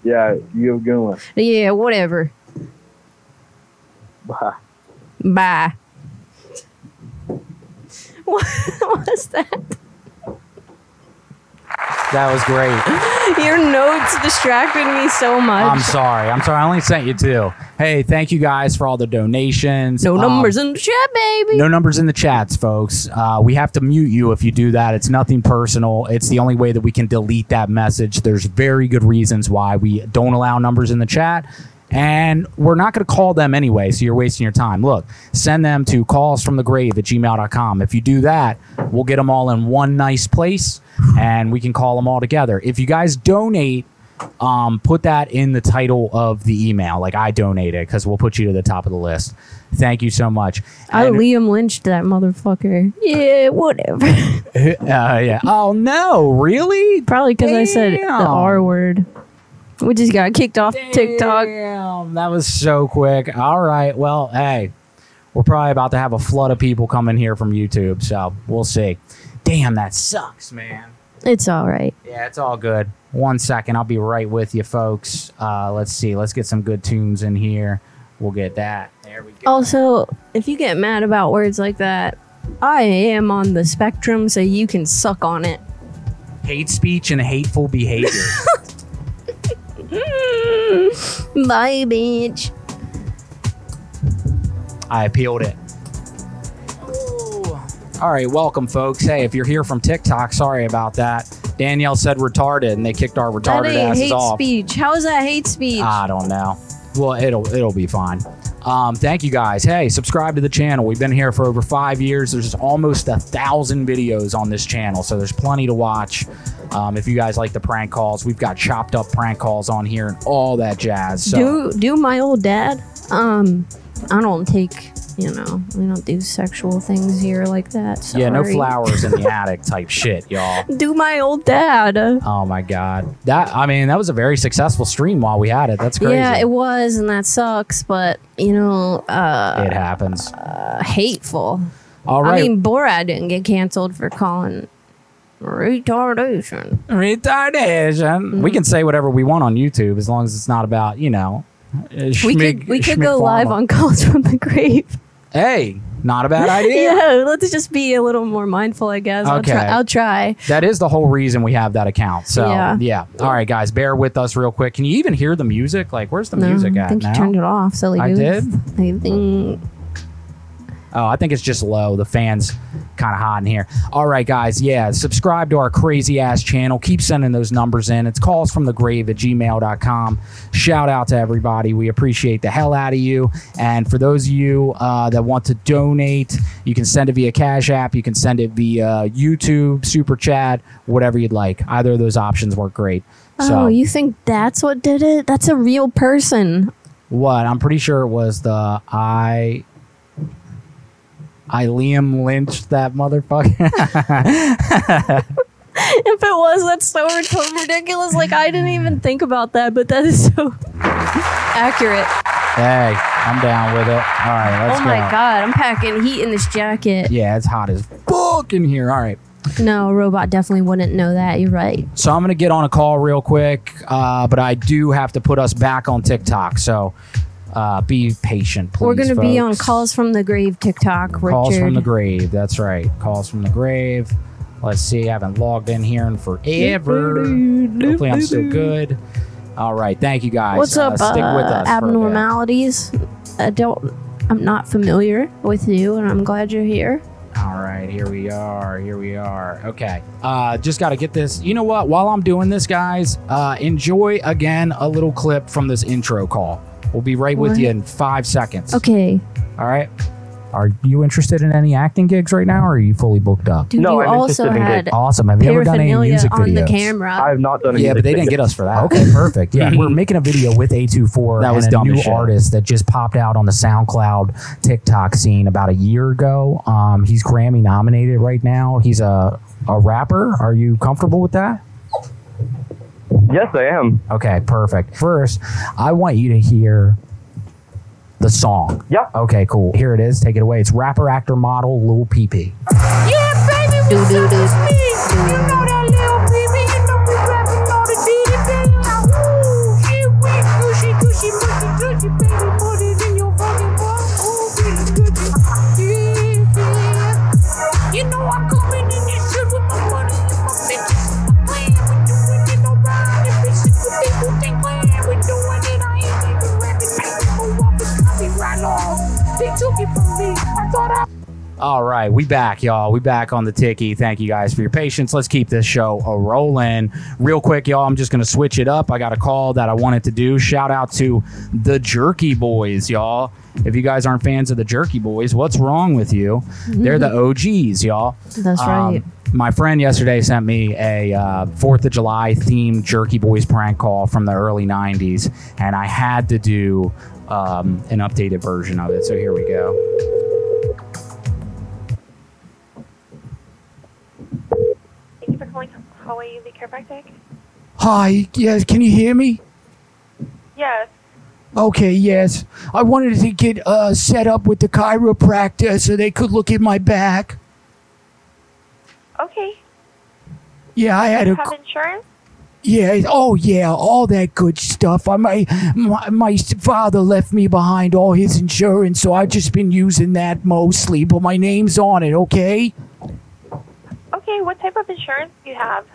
Speaker 11: Yeah, you have a good one.
Speaker 5: Yeah, whatever.
Speaker 11: Bye.
Speaker 5: Bye. (laughs) What was that?
Speaker 4: That was great.
Speaker 5: Your notes distracted me so much.
Speaker 4: I'm sorry. I'm sorry. I only sent you two. Hey, thank you guys for all the donations.
Speaker 5: no
Speaker 4: Um,
Speaker 5: numbers in the chat, baby.
Speaker 4: No numbers in the chats, folks. Uh, we have to mute you if you do that. It's nothing personal. It's the only way that we can delete that message. There's very good reasons why we don't allow numbers in the chat. And we're not going to call them anyway, so you're wasting your time. Look, send them to callsfromthegrave at gmail.com. If you do that, we'll get them all in one nice place and we can call them all together. If you guys donate, um, put that in the title of the email. Like I donated because we'll put you to the top of the list. Thank you so much.
Speaker 5: Oh,
Speaker 4: And-
Speaker 5: Liam lynched that motherfucker. Yeah, whatever.
Speaker 4: uh, yeah. Oh no, really?
Speaker 5: Probably because I said the
Speaker 4: Damn.
Speaker 5: R word. We just got kicked off TikTok.
Speaker 4: Damn, that was so quick. All right. Well, hey, we're probably about to have a flood of people coming here from YouTube, so we'll see. Damn, that sucks, man.
Speaker 5: It's all right.
Speaker 4: Yeah, it's all good. One second, I'll be right with you, folks. Uh, let's see. Let's get some good tunes in here. We'll get that. There we go.
Speaker 5: Also, if you get mad about words like that, I am on the spectrum, so you can suck on it.
Speaker 4: Hate speech and hateful behavior.
Speaker 5: Bye, bitch.
Speaker 4: I appealed it. All right, welcome, folks. Hey, if you're here from TikTok, sorry about that. Danielle said retarded, and they kicked our
Speaker 5: That
Speaker 4: retarded
Speaker 5: ain't
Speaker 4: asses
Speaker 5: hate
Speaker 4: off.
Speaker 5: speech. How is that hate speech?
Speaker 4: I don't know. Well, it'll it'll be fine. Um, thank you guys. Hey, subscribe to the channel. We've been here for over five years. There's almost a thousand videos on this channel, so there's plenty to watch. Um, if you guys like the prank calls, we've got chopped up prank calls on here and all that jazz. So
Speaker 5: Do do my old dad? Um, I don't take. You know, we don't do sexual things here like that. Sorry.
Speaker 4: yeah, no flowers in
Speaker 5: (laughs)
Speaker 4: the attic type shit, y'all.
Speaker 5: Do my old dad.
Speaker 4: Oh my god. That I mean, that was a very successful stream while we had it. That's crazy.
Speaker 5: Yeah, it
Speaker 4: it,
Speaker 5: was, and that sucks. But you know, uh,
Speaker 4: happens.
Speaker 5: hateful.
Speaker 4: All right.
Speaker 5: I mean, Borat didn't get canceled for calling retardation.
Speaker 4: retardation.
Speaker 5: Mm-hmm.
Speaker 4: We can say whatever we want on YouTube as long as it's not about, you know, uh,
Speaker 5: We
Speaker 4: schmig-
Speaker 5: could we could
Speaker 4: schmig
Speaker 5: go live
Speaker 4: pharma.
Speaker 5: on calls from the grave.
Speaker 4: Hey, Not a
Speaker 5: (laughs)
Speaker 4: bad idea.
Speaker 5: yeah, let's just be a little more mindful, I guess. I'll try.
Speaker 4: Okay.
Speaker 5: I'll try.
Speaker 4: That is the whole reason we have that account. So yeah.
Speaker 5: Yeah.
Speaker 4: All right, guys, bear with us real quick. Can you even hear the music? Like, where's the
Speaker 5: No,
Speaker 4: music
Speaker 5: I
Speaker 4: at
Speaker 5: think
Speaker 4: now?
Speaker 5: you turned it off, silly
Speaker 4: I
Speaker 5: goose.
Speaker 4: did?
Speaker 5: I think
Speaker 4: Oh, I think it's just low. The fans kind of hot in here. All right, guys. Yeah, subscribe to our crazy ass channel. Keep sending those numbers in. It's calls from the grave at gmail.com. Shout out to everybody. We appreciate the hell out of you. And for those of you uh, that want to donate, you can send it via Cash App. You can send it via YouTube, Super Chat, whatever you'd like. Either of those options work great. So,
Speaker 5: Oh, you think that's what did it? That's a real person. (laughs)
Speaker 4: what? I'm pretty sure it was the I. I Liam lynched that motherfucker. (laughs)
Speaker 5: if it was, that's so rid- ridiculous. Like I didn't even think about that, but that is so (laughs) accurate.
Speaker 4: Hey, I'm down with it. All right, let's
Speaker 5: oh
Speaker 4: go.
Speaker 5: my god, I'm packing heat in this jacket.
Speaker 4: Yeah, it's hot as fuck in here. All right.
Speaker 5: No, a robot definitely wouldn't know that. You're right.
Speaker 4: So I'm going to get on a call real quick, uh, but I do have to put us back on TikTok. So uh, be patient, please.
Speaker 5: We're gonna
Speaker 4: folks.
Speaker 5: be on calls from the grave TikTok, Richard.
Speaker 4: Calls from the grave. That's right. Calls from the grave. Let's see. I haven't logged in here in forever. Hopefully, I'm still good. All right. Thank you guys.
Speaker 5: What's
Speaker 4: Uh,
Speaker 5: up,
Speaker 4: Stick with
Speaker 5: uh,
Speaker 4: us. for a bit.
Speaker 5: abnormalities? I don't. I'm not familiar with you, and I'm glad you're here.
Speaker 4: All right, here we are. Here we are. Okay. Uh, just got to get this. You know what? While I'm doing this, guys, uh, enjoy again a little clip from this intro call. We'll be right with
Speaker 5: What?
Speaker 4: you in five seconds.
Speaker 5: Okay.
Speaker 4: All right. Are you interested in any acting gigs right now, or are you fully booked up?
Speaker 5: Dude,
Speaker 11: No,
Speaker 5: you
Speaker 11: I'm
Speaker 5: also
Speaker 11: interested in
Speaker 5: had
Speaker 4: Awesome. Have you ever done any
Speaker 5: paraphernalia
Speaker 4: music
Speaker 5: on
Speaker 4: videos?
Speaker 5: the camera.
Speaker 11: I have not done. a
Speaker 4: Yeah, but
Speaker 11: music
Speaker 4: they didn't
Speaker 11: video.
Speaker 4: get us for that. Okay, perfect. Yeah, we're making a video with A24
Speaker 11: That
Speaker 4: and
Speaker 11: was
Speaker 4: a
Speaker 11: dumb
Speaker 4: new
Speaker 11: as shit.
Speaker 4: artist that just popped out on the SoundCloud TikTok scene about a year ago. Um, he's Grammy nominated right now. He's a a rapper. Are you comfortable with that?
Speaker 11: Yes, I am.
Speaker 4: Okay, perfect. First, I want you to hear the song.
Speaker 11: Yeah.
Speaker 4: Okay, cool. Here it is. Take it away. It's rapper, actor, model, Lil PP.
Speaker 3: Yeah, baby, what's up with me? You know that little baby, you know we rapping all the ditty bitty. Now, ooh, shit, we Gucci, Gucci, Gucci, Gucci, baby, put it in your fucking butt. Ooh, feeling good, yeah, yeah. You know I'm coming in this shit with my money and my bitches. I'm playing with you, we get no ride. If it's if you people think playing, we're doing it. I ain't even rapping, baby, move off the copyright law. They took it from me. I thought I
Speaker 4: All right, we back, y'all. We back on the ticky. Thank you guys for your patience. Let's keep this show a rolling. Real quick, y'all, I'm just going to switch it up. I got a call that I wanted to do. Shout out to the Jerky Boys, y'all. If you guys aren't fans of the Jerky Boys, what's wrong with you? They're the OGs, y'all.
Speaker 5: Mm-hmm. That's
Speaker 4: Um,
Speaker 5: right.
Speaker 4: My friend yesterday sent me a uh, Fourth of July themed Jerky Boys prank call from the early '90s, and I had to do um, an updated version of it. So here we go.
Speaker 12: Thank you for calling Hawaii Elite Chiropractic.
Speaker 2: Hi, yes, can you hear me?
Speaker 12: Yes.
Speaker 2: Okay, yes. I wanted to get uh, set up with the chiropractor so they could look at my back.
Speaker 12: Okay.
Speaker 2: Yeah, I had
Speaker 12: You
Speaker 2: a.
Speaker 12: have insurance?
Speaker 2: Yeah, oh yeah, all that good stuff. I, my, my my father left me behind all his insurance, so I've just been using that mostly, but my name's on it, okay?
Speaker 12: Okay. What type of insurance do you have?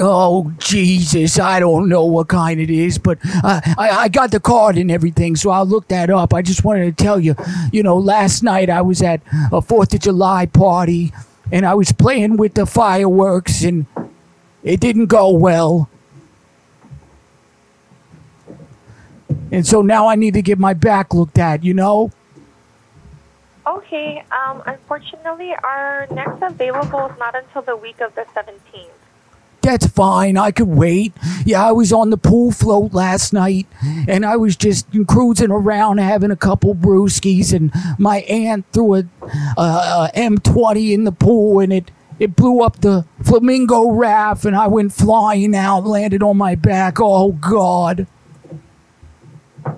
Speaker 2: Oh Jesus! I don't know what kind it is, but uh, I I got the card and everything, so I'll look that up. I just wanted to tell you, you know, last night I was at a Fourth of July party, and I was playing with the fireworks, and it didn't go well. And so now I need to get my back looked at, you know.
Speaker 12: Okay. Um, unfortunately, our next available is not until the week of the 17th.
Speaker 2: That's fine. I could wait. Yeah, I was on the pool float last night and I was just cruising around having a couple brewskis and my aunt threw a uh, M M20 in the pool and it it blew up the flamingo raft and I went flying out, landed on my back. Oh god.
Speaker 12: Oh,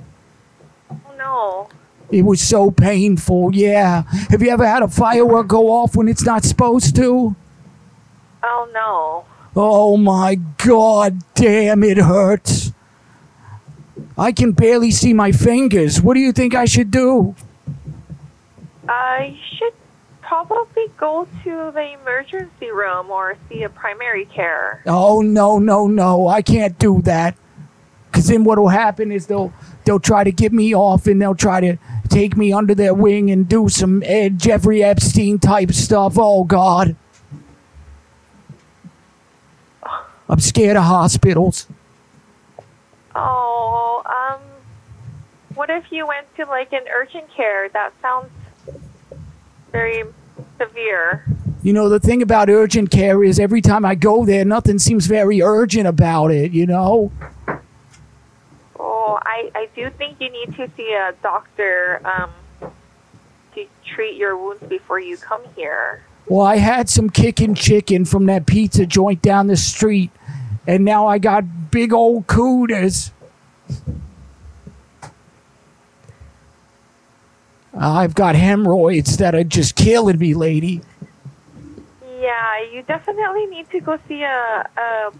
Speaker 12: no.
Speaker 2: It was so painful. Yeah. Have you ever had a firework go off when it's not supposed to?
Speaker 12: Oh, no.
Speaker 2: Oh my god, damn, it hurts. I can barely see my fingers. What do you think I should do?
Speaker 12: Uh, you should probably go to the emergency room or see a primary care.
Speaker 2: Oh no, no, no! I can't do that. Cause then what'll happen is they'll they'll try to get me off, and they'll try to take me under their wing and do some Ed Jeffrey Epstein type stuff. Oh God, I'm scared of hospitals.
Speaker 12: Oh, um, what if you went to like an urgent care? That sounds very severe.
Speaker 2: You know the thing about urgent care is every time I go there, nothing seems very urgent about it. You know.
Speaker 12: Oh, I, I do think you need to see a doctor um, to treat your wounds before you come here.
Speaker 2: Well, I had some kicking chicken from that pizza joint down the street, and now I got big old cooters. I've got hemorrhoids that are just killing me, lady.
Speaker 12: Yeah, you definitely need to go see a, a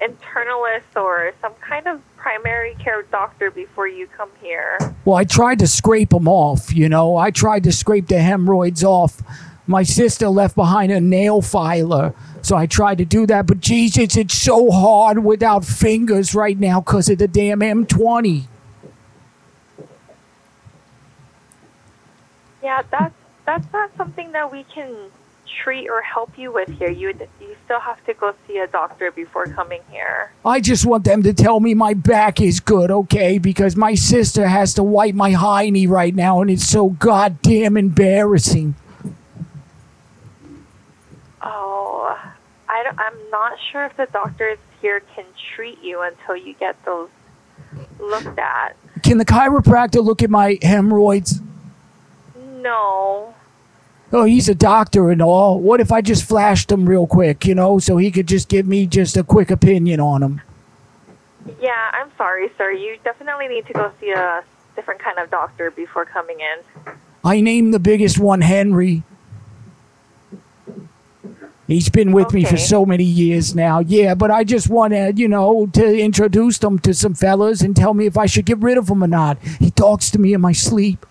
Speaker 12: internalist or some kind of primary care doctor before you come here.
Speaker 2: Well, I tried to scrape them off, you know. I tried to scrape the hemorrhoids off. My sister left behind a nail filer, so I tried to do that. But Jesus, it's so hard without fingers right now because of the damn M20.
Speaker 12: Yeah, that's that's not something that we can treat or help you with here. You you still have to go see a doctor before coming here.
Speaker 2: I just want them to tell me my back is good, okay? Because my sister has to wipe my hiney right now, and it's so goddamn embarrassing.
Speaker 12: Oh, I don't- I'm not sure if the doctors here can treat you until you get those looked at.
Speaker 2: Can the chiropractor look at my hemorrhoids?
Speaker 12: No.
Speaker 2: Oh, he's a doctor and all. What if I just flashed them real quick, you know, so he could just give me just a quick opinion on them?
Speaker 12: Yeah, I'm sorry, sir. You definitely need to go see a different kind of doctor before coming in.
Speaker 2: I named the biggest one Henry. He's been with me for
Speaker 12: Okay.
Speaker 2: so many years now. Yeah, but I just want to, you know, to introduce them to some fellas and tell me if I should get rid of him or not. He talks to me in my sleep.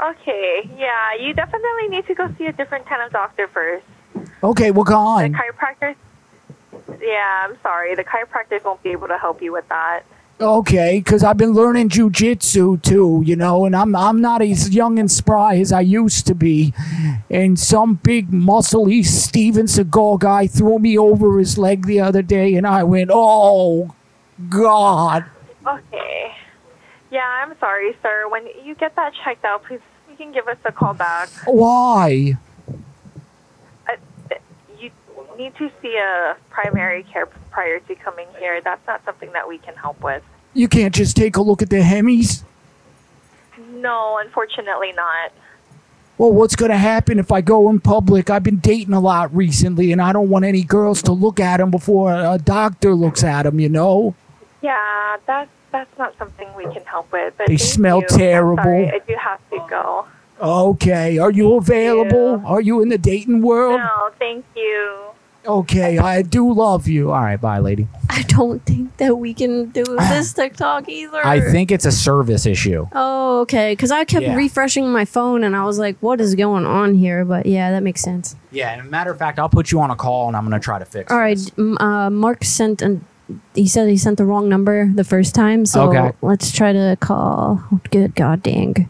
Speaker 12: Okay, yeah, you definitely need to go see a different kind of doctor first.
Speaker 2: Okay, well, go
Speaker 12: The
Speaker 2: on.
Speaker 12: chiropractor. Yeah, I'm sorry. The chiropractors won't be able to help you with that.
Speaker 2: Okay, because I've been learning jujitsu too, you know, and I'm I'm not as young and spry as I used to be. And some big muscly Steven Seagal guy threw me over his leg the other day, and I went, "Oh, God."
Speaker 12: Okay. Yeah, I'm sorry, sir. When you get that checked out, please you can give us a call back.
Speaker 2: Why?
Speaker 12: Uh, th- you need to see a primary care prior to coming here. That's not something that we can help with.
Speaker 2: You can't just take a look at the Hemis?
Speaker 12: No, unfortunately not.
Speaker 2: Well, what's going to happen if I go in public? I've been dating a lot recently, and I don't want any girls to look at them before a a doctor looks at them, you know?
Speaker 12: Yeah, that's that's not something we can help with. But
Speaker 2: They
Speaker 12: thank
Speaker 2: smell
Speaker 12: you. I'm
Speaker 2: terrible.
Speaker 12: sorry, I do have to go.
Speaker 2: Okay. Are you available? Are you in the dating world?
Speaker 12: No, thank you.
Speaker 2: Okay. I do love you. All right. Bye, lady.
Speaker 5: I don't think that we can do
Speaker 4: (sighs)
Speaker 5: this TikTok either.
Speaker 4: I think it's a service issue.
Speaker 5: Oh, okay. Because I kept
Speaker 4: Yeah.
Speaker 5: refreshing my phone and I was like, what is going on here? But yeah, that makes sense.
Speaker 4: Yeah, and matter of fact, I'll put you on a call and I'm gonna try to fix.
Speaker 5: All right. m- Uh, Mark sent an. He said he sent the wrong number the first time. So
Speaker 4: Okay.
Speaker 5: let's try to call. Good God dang.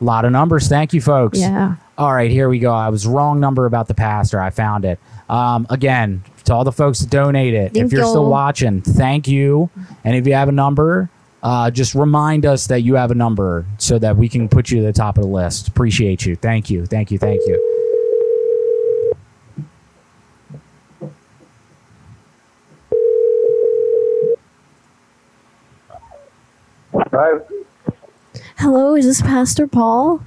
Speaker 4: A lot of numbers. Thank you, folks.
Speaker 5: Yeah.
Speaker 4: All right, here we go. I was wrong number about the pastor. I found it. Um, again, to all the folks that donated, if
Speaker 5: Thank
Speaker 4: you're still
Speaker 5: you.
Speaker 4: watching, thank you. And if you have a number, uh, just remind us that you have a number so that we can put you to the top of the list. Appreciate you. Thank you. Thank you. Thank you.
Speaker 13: Hi,
Speaker 5: Hello, is this Pastor Paul?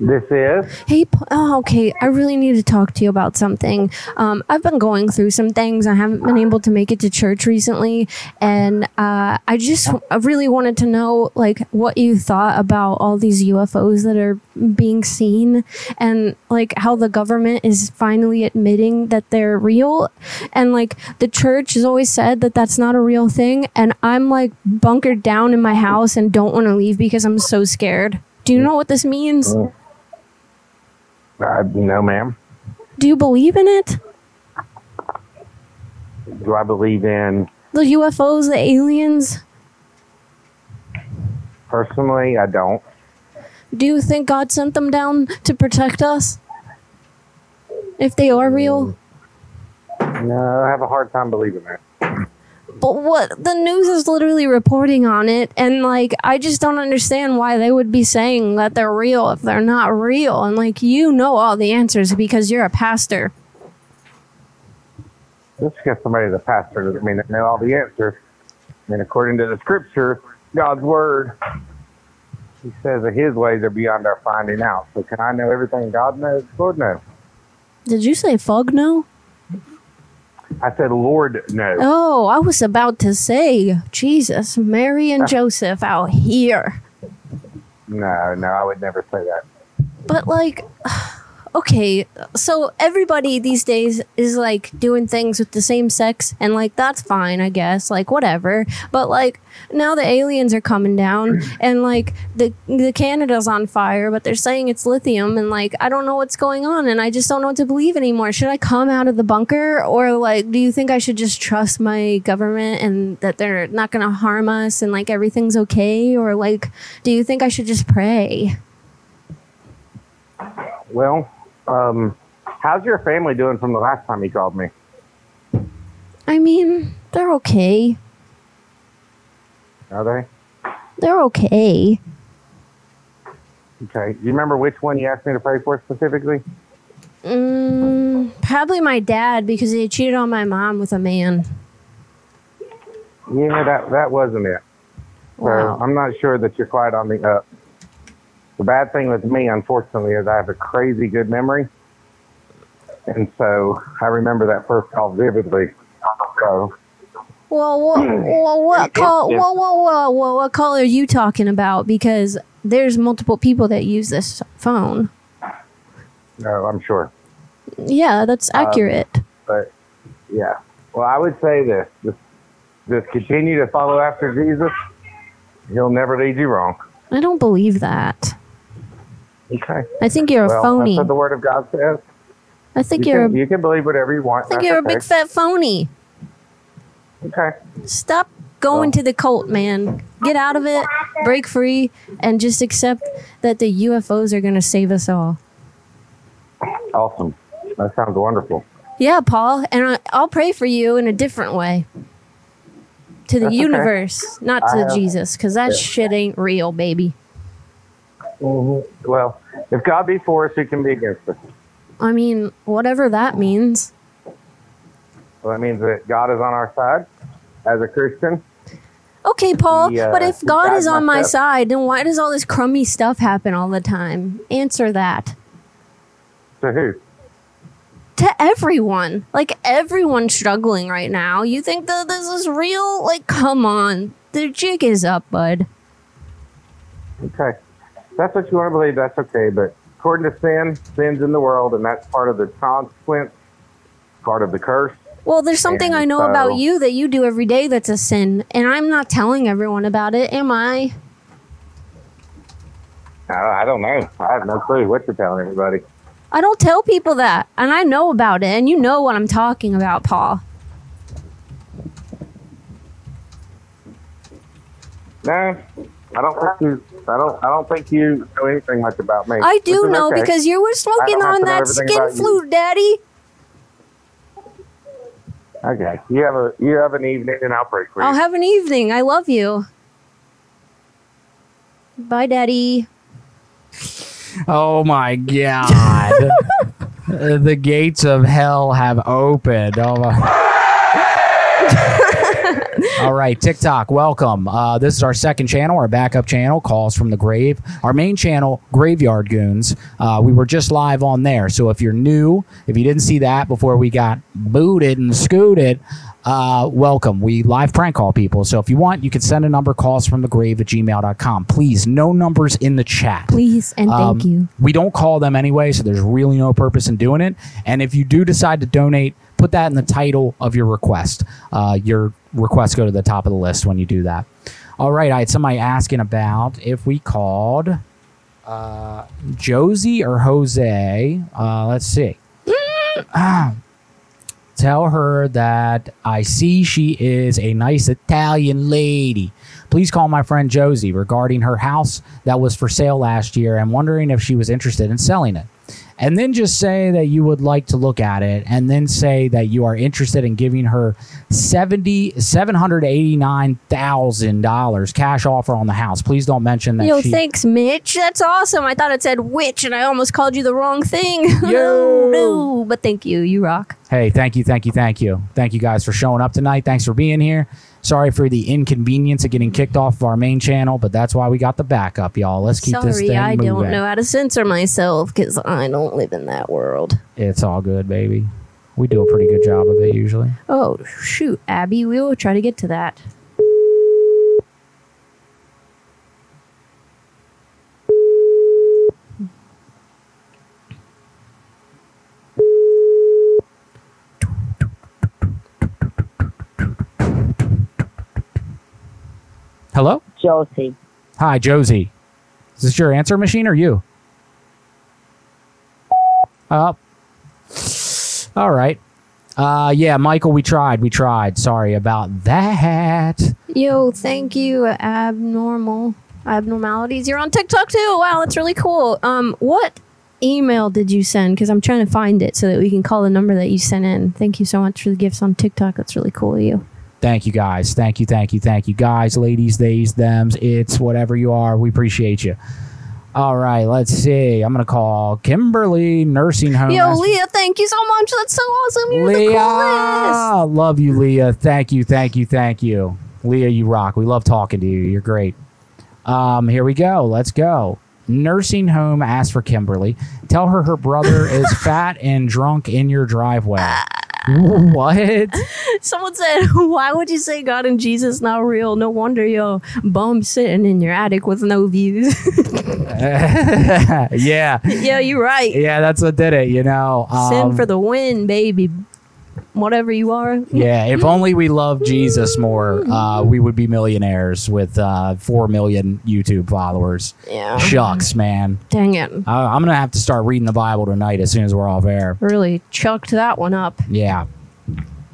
Speaker 13: this is.
Speaker 5: Hey, Pa- oh, okay. I really need to talk to you about something. Um, I've been going through some things. I haven't been able to make it to church recently, and uh, I just I really wanted to know like what you thought about all these UFOs that are being seen, and like how the government is finally admitting that they're real, and like the church has always said that that's not a real thing, and I'm like bunkered down in my house and don't want to leave because I'm so scared. Do you know what this means?
Speaker 13: Mm. Uh, no, ma'am.
Speaker 5: Do you believe in it?
Speaker 13: Do I believe in
Speaker 5: The UFOs, the aliens?
Speaker 13: personally? I don't.
Speaker 5: Do you think God sent them down to protect us? If they are real?
Speaker 13: No, I have a hard time believing that.
Speaker 5: But what the news is literally reporting on it, and like I just don't understand why they would be saying that they're real if they're not real. And like you know all the answers because you're a pastor.
Speaker 13: Just because somebody's a pastor doesn't mean they know all the answers. And according to the scripture, God's word, He says that His ways are beyond our finding out. So can I know everything God knows? Lord knows.
Speaker 5: Did you say fog no?
Speaker 13: I said, Lord knows.
Speaker 5: Oh, I was about to say Jesus, Mary, and Joseph out here.
Speaker 13: No, no, I would never say that.
Speaker 5: But like, (sighs) okay, so everybody these days is like doing things with the same sex, and like that's fine, I guess, like whatever. But like now the aliens are coming down, and like the the Canada's on fire, but they're saying it's lithium, and like I don't know what's going on, and I just don't know what to believe anymore. Should I come out of the bunker, or like do you think I should just trust my government and that they're not gonna harm us, and like everything's okay, or like do you think I should just pray?
Speaker 13: Well, um, how's your family doing from the last time you called me?
Speaker 5: I mean, they're okay.
Speaker 13: Are they?
Speaker 5: They're okay.
Speaker 13: Okay. Do you remember which one you asked me to pray for specifically?
Speaker 5: Mm, probably my dad because he cheated on my mom with a man.
Speaker 13: Yeah, that that wasn't it. So
Speaker 5: Wow.
Speaker 13: I'm not sure that you're quite on the up. The bad thing with me, unfortunately, is I have a crazy good memory, and so I remember that first call vividly. So
Speaker 5: Well, what, well, what call? Whoa, whoa, whoa, whoa! What call are you talking about? Because there's multiple people that use this phone.
Speaker 13: no, I'm sure.
Speaker 5: Yeah, that's
Speaker 13: Um,
Speaker 5: accurate.
Speaker 13: But yeah, well, I would say this: just, just continue to follow after Jesus. He'll never lead you wrong.
Speaker 5: I don't believe that.
Speaker 13: Okay.
Speaker 5: I think you're a
Speaker 13: well,
Speaker 5: phony.
Speaker 13: That's what the Word of God says.
Speaker 5: I think
Speaker 13: you
Speaker 5: you're.
Speaker 13: Can,
Speaker 5: a,
Speaker 13: you can believe whatever you want.
Speaker 5: I think
Speaker 13: That's
Speaker 5: you're a
Speaker 13: okay.
Speaker 5: big fat phony.
Speaker 13: Okay.
Speaker 5: Stop going to the cult, man. Get out of it. Break free and just accept that the UFOs are gonna save us all.
Speaker 13: Awesome. That sounds wonderful.
Speaker 5: Yeah, Paul, and I, I'll pray for you in a different way. To the
Speaker 13: That's okay.
Speaker 5: universe, not
Speaker 13: I
Speaker 5: to
Speaker 13: have-
Speaker 5: Jesus, because that
Speaker 13: Yeah.
Speaker 5: shit ain't real, baby.
Speaker 13: Well, if God be for us, who can be against us?
Speaker 5: I mean, whatever that means.
Speaker 13: Well, that means that God is on our side as a Christian.
Speaker 5: Okay, Paul,
Speaker 13: Yeah,
Speaker 5: but if
Speaker 13: you
Speaker 5: God
Speaker 13: guide
Speaker 5: is on
Speaker 13: my
Speaker 5: my
Speaker 13: steps.
Speaker 5: side, then why does all this crummy stuff happen all the time? Answer that.
Speaker 13: To who?
Speaker 5: To everyone. Like, everyone's struggling right now. You think that this is real? Like, come on. The jig is up, bud.
Speaker 13: Okay. If That's what you want to believe. That's okay. But according to sin, sin's in the world, and that's part of the consequence, part of the curse.
Speaker 5: Well, there's something
Speaker 13: And
Speaker 5: I know
Speaker 13: so-
Speaker 5: about you that you do every day that's a sin, and I'm not telling everyone about it, am I?
Speaker 13: I I don't know. I have no clue what you're telling everybody.
Speaker 5: I don't tell people that, and I know about it, and you know what I'm talking about, Paul.
Speaker 13: No, I don't think you. I don't. I don't think you know anything much about me.
Speaker 5: I do
Speaker 13: which is
Speaker 5: know
Speaker 13: okay.
Speaker 5: because you were
Speaker 13: I
Speaker 5: smoking
Speaker 13: don't have
Speaker 5: on
Speaker 13: to know
Speaker 5: that
Speaker 13: everything
Speaker 5: skin
Speaker 13: about you.
Speaker 5: flute, Daddy.
Speaker 13: Okay, you have a you have an evening, and I'll pray for you. (laughs)
Speaker 5: I'll have an evening. I love you. Bye, Daddy.
Speaker 4: Oh my god. Uh, the gates of hell have opened. Oh my- All right, TikTok, welcome. Uh, this is our second channel, our backup channel, Calls from the Grave. Our main channel, Graveyard Goons. Uh, we were just live on there. So if you're new, if you didn't see that before we got booted and scooted, uh, welcome. We live prank call people. So if you want, you can send a number, calls from the grave at gmail.com. Please, no numbers in the chat.
Speaker 5: Please and
Speaker 4: Um,
Speaker 5: thank you.
Speaker 4: We don't call them anyway, so there's really no purpose in doing it. And if you do decide to donate, put that in the title of your request. Uh, your requests go to the top of the list when you do that. All right, I had somebody asking about if we called Uh, Josie or Jose? Uh, let's see. Ah. Tell her that I see she is a nice Italian lady. Please call my friend Josie regarding her house that was for sale last year and wondering if she was interested in selling it. And then just say that you would like to look at it and then say that you are interested in giving her 70 $789,000 cash offer on the house. Please don't mention that
Speaker 5: Yo,
Speaker 4: she
Speaker 5: thanks, Mitch. That's awesome. I thought it said witch, and I almost called you the wrong thing. (laughs) Yo, no, but thank you. You rock.
Speaker 4: Hey, thank you, thank you, thank you. Thank you guys for showing up tonight. Thanks for being here. Sorry for the inconvenience of getting kicked off of our main channel, but that's why we got the backup, y'all. Let's keep this
Speaker 5: Sorry,
Speaker 4: thing
Speaker 5: I
Speaker 4: moving.
Speaker 5: don't know how to censor myself because I don't live in that world.
Speaker 4: It's all good, baby. We do a pretty good job of it usually.
Speaker 5: Oh shoot, Abby, we will try to get to that.
Speaker 4: Hello?
Speaker 14: Josie.
Speaker 4: Hi, Josie. Is this your answer machine or you? Up. all right. Uh yeah, Michael, we tried. We tried. Sorry about that.
Speaker 5: Yo, thank you, abnormal abnormalities. You're on TikTok too. Wow, that's really cool. Um, what email did you send? Because I'm trying to find it so that we can call the number that you sent in. Thank you so much for the gifts on TikTok. That's really cool of you.
Speaker 4: Thank you guys. Thank you, thank you, thank you. Guys, ladies, theys, thems, it's whatever you are. We appreciate you. All right, let's see. I'm gonna call Kimberly Nursing Home.
Speaker 5: Yo,
Speaker 4: That's-
Speaker 5: Leah, thank you so much. That's so awesome. You're the coolest.
Speaker 4: Leah, love you, Leah. Thank you, thank you, thank you, Leah. You rock. We love talking to you. You're great. Um, here we go. Let's go. Nursing home. Ask for Kimberly. Tell her
Speaker 5: (laughs)
Speaker 4: her brother is fat and drunk in your driveway. what? (laughs)
Speaker 5: (laughs) Someone said, Why would you say God and Jesus not real? No wonder your bum sitting in your attic with no views. (laughs)
Speaker 4: yeah.
Speaker 5: yeah, you're right.
Speaker 4: Yeah, that's what did it. You know.
Speaker 5: Sin
Speaker 4: Um,
Speaker 5: for the win, baby. Whatever you are. (laughs)
Speaker 4: yeah, if only we loved Jesus more, uh, we would be millionaires with uh, four million YouTube followers.
Speaker 5: Yeah.
Speaker 4: Shucks, man.
Speaker 5: Dang it.
Speaker 4: I I'm gonna have to start reading the Bible tonight as soon as we're off air.
Speaker 5: Really chucked that one up. (laughs)
Speaker 4: Yeah.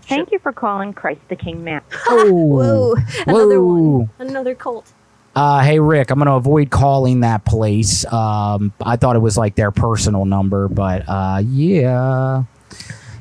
Speaker 14: Thank you for calling Christ the King Matt.
Speaker 4: Whoa.
Speaker 5: Another
Speaker 4: Whoa.
Speaker 5: one. Another cult.
Speaker 4: Uh, hey Rick, I'm gonna avoid calling that place. Um, I thought it was like their personal number, but uh, yeah.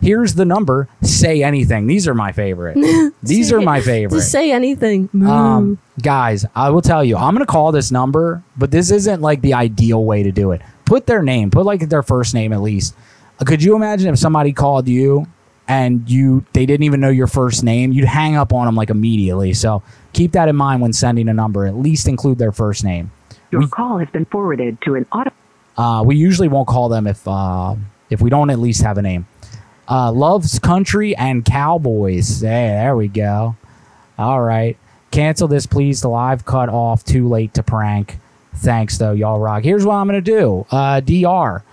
Speaker 4: Here's the number. Say anything. These are
Speaker 5: (laughs)
Speaker 4: my favorite. These are my favorite.
Speaker 5: Just say anything.
Speaker 4: Um, guys, I will tell you, I'm going to call this number, but this isn't like the ideal way to do it. Put their name, put like their first name at least. Uh, Could you imagine if somebody called you and you they didn't even know your first name? You'd hang up on them like immediately. So keep that in mind when sending a number. At least include their first name.
Speaker 15: Your call has been forwarded to an auto.
Speaker 4: Uh, we usually won't call them if uh, if we don't at least have a name. Uh, loves country and cowboys. Hey, there we go. All right, cancel this, please. The live cut off. Too late to prank. Thanks though, y'all rock. Here's what I'm gonna do. Uh, Dr.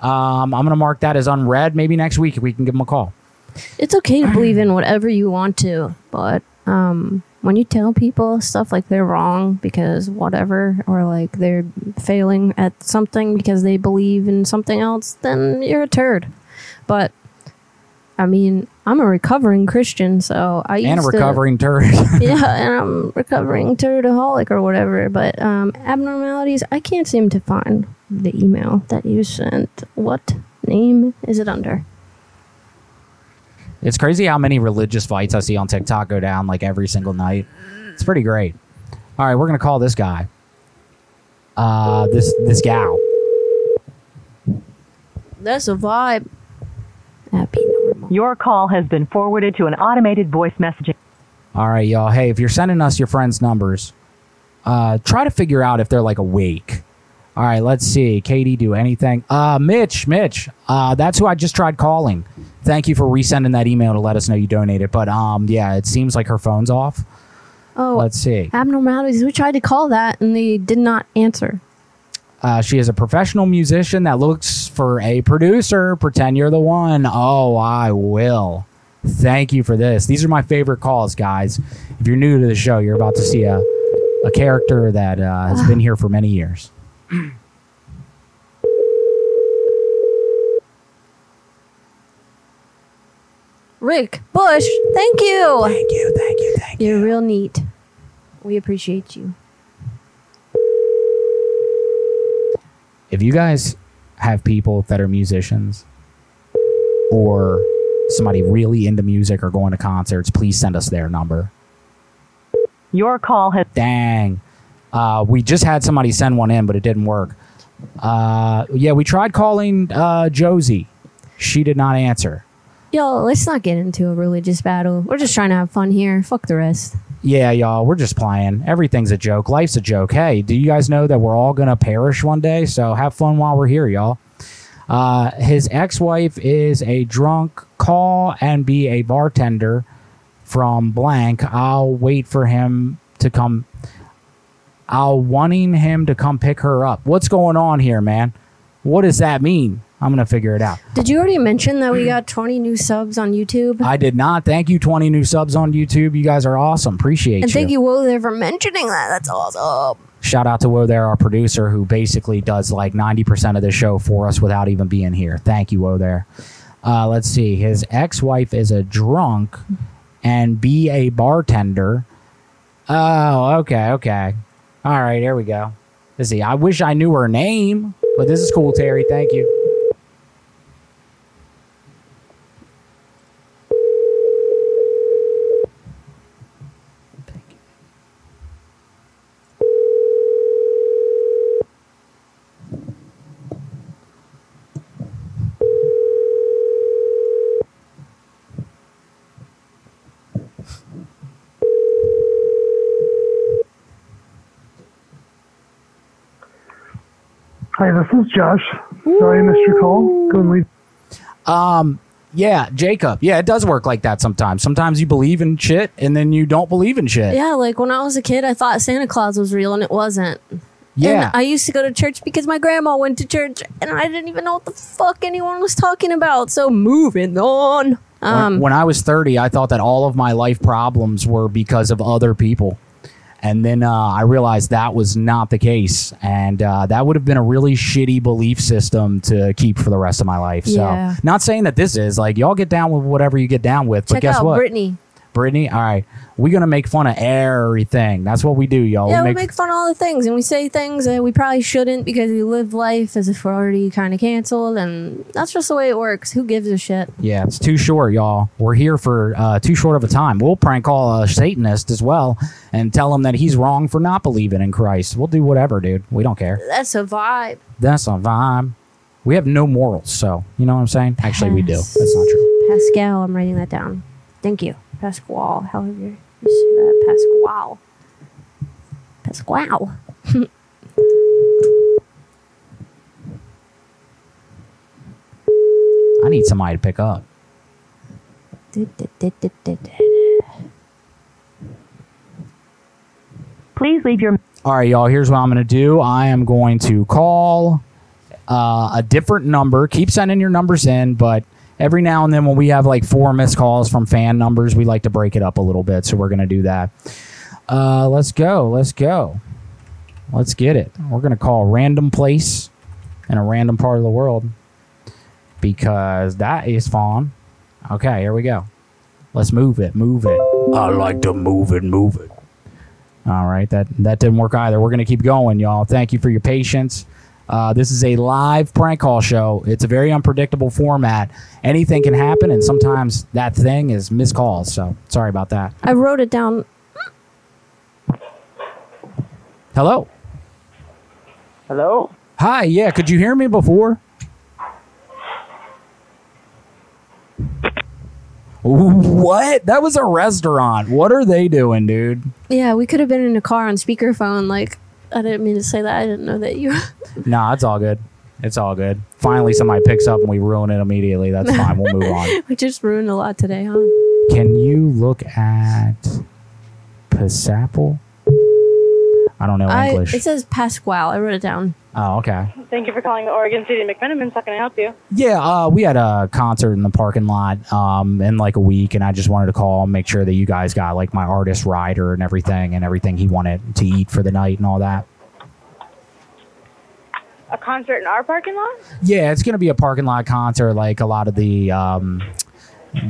Speaker 4: Um, I'm gonna mark that as unread. Maybe next week we can give them a call.
Speaker 5: It's okay to believe
Speaker 4: (clears throat)
Speaker 5: in whatever you want to, but um, when you tell people stuff like they're wrong because whatever, or like they're failing at something because they believe in something else, then you're a turd. But I mean, I'm a recovering Christian, so I used
Speaker 4: and a
Speaker 5: to-
Speaker 4: recovering (laughs) turd.
Speaker 5: (laughs) yeah, and I'm recovering turdaholic or whatever. But um, abnormalities, I can't seem to find the email that you sent. What name is it under?
Speaker 4: It's crazy how many religious fights I see on TikTok go down like every single night. It's pretty great. All right, we're gonna call this guy. Uh, this this gal.
Speaker 5: That's a vibe.
Speaker 15: Your call has been forwarded to an automated voice messaging.
Speaker 4: All right, y'all. Hey, if you're sending us your friends' numbers, uh, try to figure out if they're like awake. All right, let's see. Katie, do anything? Uh, Mitch, Mitch. Uh, that's who I just tried calling. Thank you for resending that email to let us know you donated. But um, yeah, it seems like her phone's off.
Speaker 5: Oh,
Speaker 4: Let's see.
Speaker 5: abnormalities. We tried to call that and they did not answer.
Speaker 4: Uh, she is a professional musician that looks for a producer. Pretend you're the one. Oh, I will. Thank you for this. These are my favorite calls, guys. If you're new to the show, you're about to see a, a character that uh, has been here for many years.
Speaker 5: Rick Bush, thank you. Thank you, thank you, thank you. You're real neat. We appreciate you.
Speaker 4: if you guys have people that are musicians or somebody really into music or going to concerts, please send us their number.
Speaker 15: Your call has.
Speaker 4: Dang. Uh, we just had somebody send one in, but it didn't work. Uh, yeah, we tried calling uh, Josie. She did not answer.
Speaker 5: Yo, let's not get into a religious battle. We're just trying to have fun here. Fuck the rest.
Speaker 4: Yeah, y'all, we're just playing. Everything's a joke. Life's a joke. Hey, do you guys know that we're all going to perish one day? So have fun while we're here, y'all. Uh, his ex wife is a drunk call and be a bartender from blank. I'll wait for him to come. I'll wanting him to come pick her up. What's going on here, man? What does that mean? I'm going to figure it out.
Speaker 5: Did you already mention that we got 20 new subs on YouTube?
Speaker 4: I did not. Thank you, 20 new subs on YouTube. You guys are awesome. Appreciate
Speaker 5: and
Speaker 4: you.
Speaker 5: thank you, Will, there for mentioning that. That's awesome.
Speaker 4: Shout out to Woe There, our producer, who basically does like 90% of the show for us without even being here. Thank you, Woe There. Uh, let's see. His ex wife is a drunk and be a bartender. Oh, okay, okay. All right, here we go. Let's see. I wish I knew her name, but this is cool, Terry. Thank you.
Speaker 16: Hi, this is Josh. Sorry, I missed your call. Go and leave.
Speaker 4: Um, yeah, Jacob. Yeah, it does work like that sometimes. Sometimes you believe in shit and then you don't believe in shit.
Speaker 5: Yeah, like when I was a kid, I thought Santa Claus was real and it wasn't.
Speaker 4: Yeah.
Speaker 5: And I used to go to church because my grandma went to church and I didn't even know what the fuck anyone was talking about. So moving on.
Speaker 4: When-
Speaker 5: Um,
Speaker 4: when, I was 30, I thought that all of my life problems were because of other people. And then uh, I realized that was not the case. And uh, that would have been a really shitty belief system to keep for the rest of my life.
Speaker 5: Yeah.
Speaker 4: So, not saying that this is like, y'all get down with whatever you get down with. but
Speaker 5: check
Speaker 4: guess
Speaker 5: out
Speaker 4: what?
Speaker 5: Brittany.
Speaker 4: Brittany, all right. We're going to make fun of everything. That's what Oh, we do, y'all.
Speaker 5: yeah, we make fun of all the things and we say things that we probably shouldn't because we live life as if we're already kind of canceled. And that's just the way it works. Who gives a shit?
Speaker 4: Yeah, it's too short, y'all. We're here for uh, too short of a time. We'll prank call a Satanist as well and tell him that he's wrong for not believing in Christ. We'll do whatever, dude. We don't care.
Speaker 5: That's a vibe.
Speaker 4: That's a vibe. We have no morals, so you know what I'm saying. Actually, we do.
Speaker 5: Pass.
Speaker 4: That's not true.
Speaker 5: Pascal, I'm writing that down. Thank you. Pasquale, however you say that. Pasquale. Pasquale. (laughs)
Speaker 4: I need somebody to pick up.
Speaker 15: Please leave your.
Speaker 4: All right, y'all. Here's what I'm gonna do. I am going to call uh, a different number. Keep sending your numbers in, but every now and then when we have like four missed calls from fan numbers, we like to break it up a little bit. So we're gonna do that. Uh, let's go. Let's go. Let's get it. We're gonna call a random place in a random part of the world because that is fun. Okay, here we go. Let's move it. Move it. I like to move it. Move it. All right, that that didn't work either. We're gonna keep going, y'all. Thank you for your patience. Uh, this is a live prank call show. It's a very unpredictable format. Anything can happen, and sometimes that thing is missed calls. So sorry about that.
Speaker 5: I wrote it down.
Speaker 4: Hello.
Speaker 8: Hello.
Speaker 4: Hi. Yeah. Could you hear me before? What? That was a restaurant. What are they doing, dude?
Speaker 5: Yeah, we could have been in a car on speakerphone. Like, I didn't mean to say that. I didn't know that you. (laughs)
Speaker 4: Nah, it's all good. It's all good. Finally, somebody picks up and we ruin it
Speaker 5: (laughs)
Speaker 4: immediately. That's fine. We'll move on.
Speaker 5: we just ruined a lot today, huh?
Speaker 4: Can you look at Pisapple? I don't know
Speaker 5: I,
Speaker 4: English.
Speaker 5: it says Pasquale. I wrote it down.
Speaker 4: oh, okay.
Speaker 8: Thank you for calling the Oregon City McMenamin. How can I help you?
Speaker 4: Yeah, uh, we had a concert in the parking lot um, in like a week, and I just wanted to call and make sure that you guys got like my artist rider and everything, and everything he wanted to eat for the night and all that.
Speaker 8: A concert in our parking lot?
Speaker 4: Yeah, it's gonna be a parking lot concert, like a lot of the um,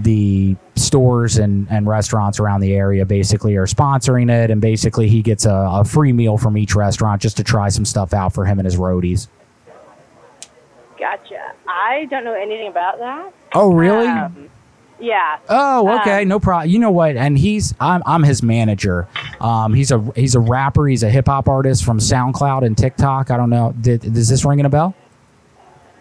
Speaker 4: the stores and, and restaurants around the area basically are sponsoring it. And basically, he gets a, a free meal from each restaurant just to try some stuff out for him and his roadies.
Speaker 8: Gotcha. I don't know anything about that.
Speaker 4: Oh, really?
Speaker 8: Yeah. Um,
Speaker 4: Oh, okay, no problem. You know what? And he's I'm I'm his manager. Um, he's a he's a rapper. He's a hip hop artist from SoundCloud and TikTok. I don't know. Did, is this ringing a bell?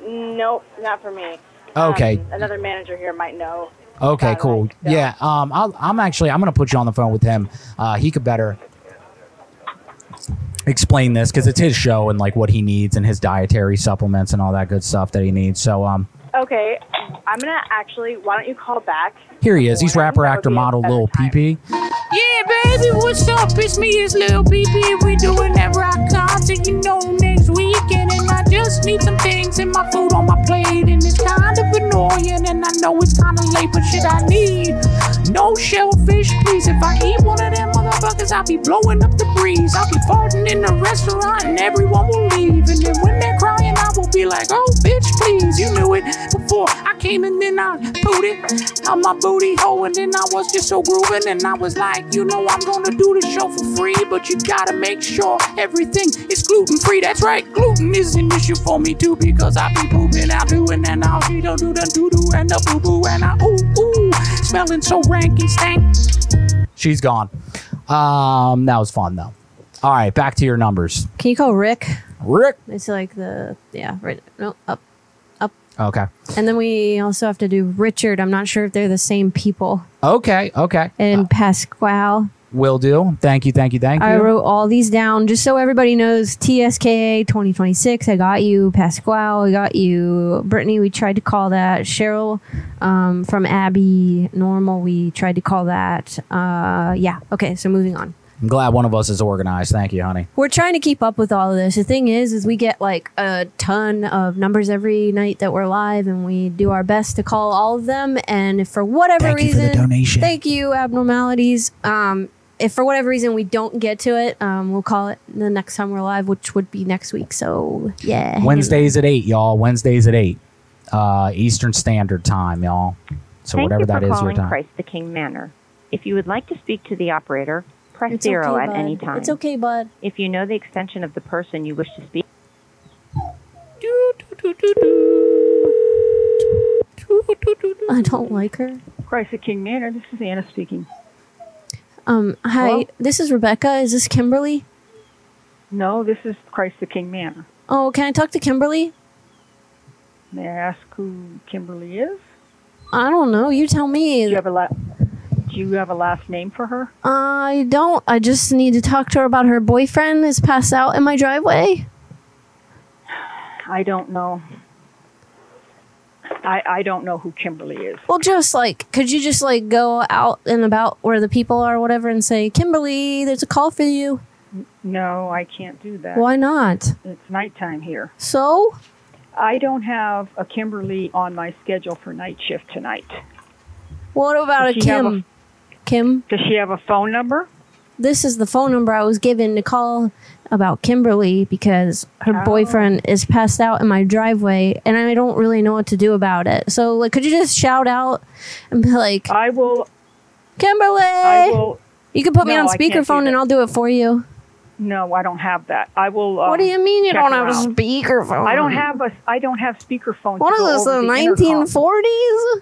Speaker 8: Nope, not for me.
Speaker 4: Okay.
Speaker 8: Um, another manager here might know.
Speaker 4: Okay, cool. Yeah. Um, I'll, I'm actually I'm gonna put you on the phone with him. Uh, he could better explain this because it's his show and like what he needs and his dietary supplements and all that good stuff that he needs. So um,
Speaker 8: Okay, I'm gonna actually. Why don't you call back?
Speaker 4: here he is. He's rapper, actor, model, Lil PP.
Speaker 3: Yeah, baby, what's up? It's me, it's Lil BB. We doing that rock concert, you know, next weekend. And I just need some things in my food on my plate. And it's kind of annoying, and I know it's kind of late, but shit, I need no shellfish, please. If I eat one of them motherfuckers, I'll be blowing up the breeze. I'll be farting in the restaurant, and everyone will leave. And then when they're crying, I will be like, oh, bitch, please, you knew it before I came and then I pooed it on my booty hole. And then I was just so grooving, and I was like, you know, I'm gonna do this show for free, but you gotta make sure everything is gluten free. That's right, gluten is an issue for me too, because I be pooping out too, and then I'll be the doo doo doo and the boo boo, and I ooh ooh, smelling so rank and stank.
Speaker 4: She's gone. Um, that was fun though. All right, back to your numbers.
Speaker 5: Can you call Rick?
Speaker 4: Rick.
Speaker 5: It's like the yeah right no up up,
Speaker 4: Okay.
Speaker 5: and then we also have to do Richard. I'm not sure if they're the same people.
Speaker 4: Okay. Okay.
Speaker 5: And Pasquale.
Speaker 4: Will do. Thank you. Thank you. Thank you.
Speaker 5: I wrote all these down just so everybody knows. TSKA 2026. I got you, Pasquale. I got you, Brittany. We tried to call that Cheryl um, from Abby Normal. We tried to call that. Uh, yeah. Okay. So moving on.
Speaker 4: I'm glad one of us is organized. Thank you, honey.
Speaker 5: We're trying to keep up with all of this. The thing is, is we get like a ton of numbers every night that we're live, and we do our best to call all of them. And if for whatever
Speaker 4: Thank you for
Speaker 5: reason,
Speaker 4: the donation.
Speaker 5: thank you, abnormalities. Um, if for whatever reason we don't get to it, um, we'll call it the next time we're live, which would be next week. So yeah, hang in
Speaker 4: Wednesdays at eight, y'all. Wednesdays at eight, uh, Eastern Standard Time, y'all. So
Speaker 14: Thank
Speaker 4: whatever
Speaker 14: you for
Speaker 4: that is, your
Speaker 14: calling
Speaker 4: time.
Speaker 14: Christ the King Manor. If you would like to speak to the operator, press
Speaker 5: It's
Speaker 14: zero
Speaker 5: okay,
Speaker 14: at
Speaker 5: bud.
Speaker 14: any time.
Speaker 5: It's okay, bud.
Speaker 14: If you know the extension of the person you wish to speak.
Speaker 5: I don't like her.
Speaker 17: Christ at King Manor. This is Anna speaking.
Speaker 5: Um, hi,
Speaker 17: Hello?
Speaker 5: this is Rebecca. Is this Kimberly?
Speaker 17: No, this is Christ the King Manor.
Speaker 5: Oh, can I talk to Kimberly?
Speaker 17: May I ask who Kimberly is?
Speaker 5: I don't know. You tell me.
Speaker 17: Do you have a la- Do you have a last name for her?
Speaker 5: I don't. I just need to talk to her about her boyfriend is passed out in my driveway.
Speaker 17: I don't know. I I don't know who Kimberly is.
Speaker 5: Well, just like, could you just like go out and about where the people are, or whatever, and say, Kimberly, there's a call for you.
Speaker 17: No, I can't do that.
Speaker 5: Why not?
Speaker 17: It's nighttime here.
Speaker 5: So,
Speaker 17: I don't have a Kimberly on my schedule for night shift tonight.
Speaker 5: what about a
Speaker 17: Does she have a-
Speaker 5: Kim? Kim?
Speaker 17: Does she have a phone number?
Speaker 5: This is the phone number I was given to call about Kimberly because her
Speaker 17: Oh.
Speaker 5: boyfriend is passed out in my driveway, and I don't really know what to do about it. So, like, could you just shout out and be like,
Speaker 17: "I will,
Speaker 5: Kimberly."
Speaker 17: I will-
Speaker 5: You can put me
Speaker 17: No,
Speaker 5: on
Speaker 17: I can't do
Speaker 5: speakerphone, and
Speaker 17: that.
Speaker 5: I'll do it for you.
Speaker 17: No, I don't have that. I will. Um,
Speaker 5: What do you mean you
Speaker 17: check
Speaker 5: don't have a
Speaker 17: around.
Speaker 5: speakerphone?
Speaker 17: I don't have a. I don't have speakerphone.
Speaker 5: What
Speaker 17: to
Speaker 5: is
Speaker 17: go
Speaker 5: this,
Speaker 17: over
Speaker 5: the
Speaker 17: the intercom.
Speaker 5: 1940s?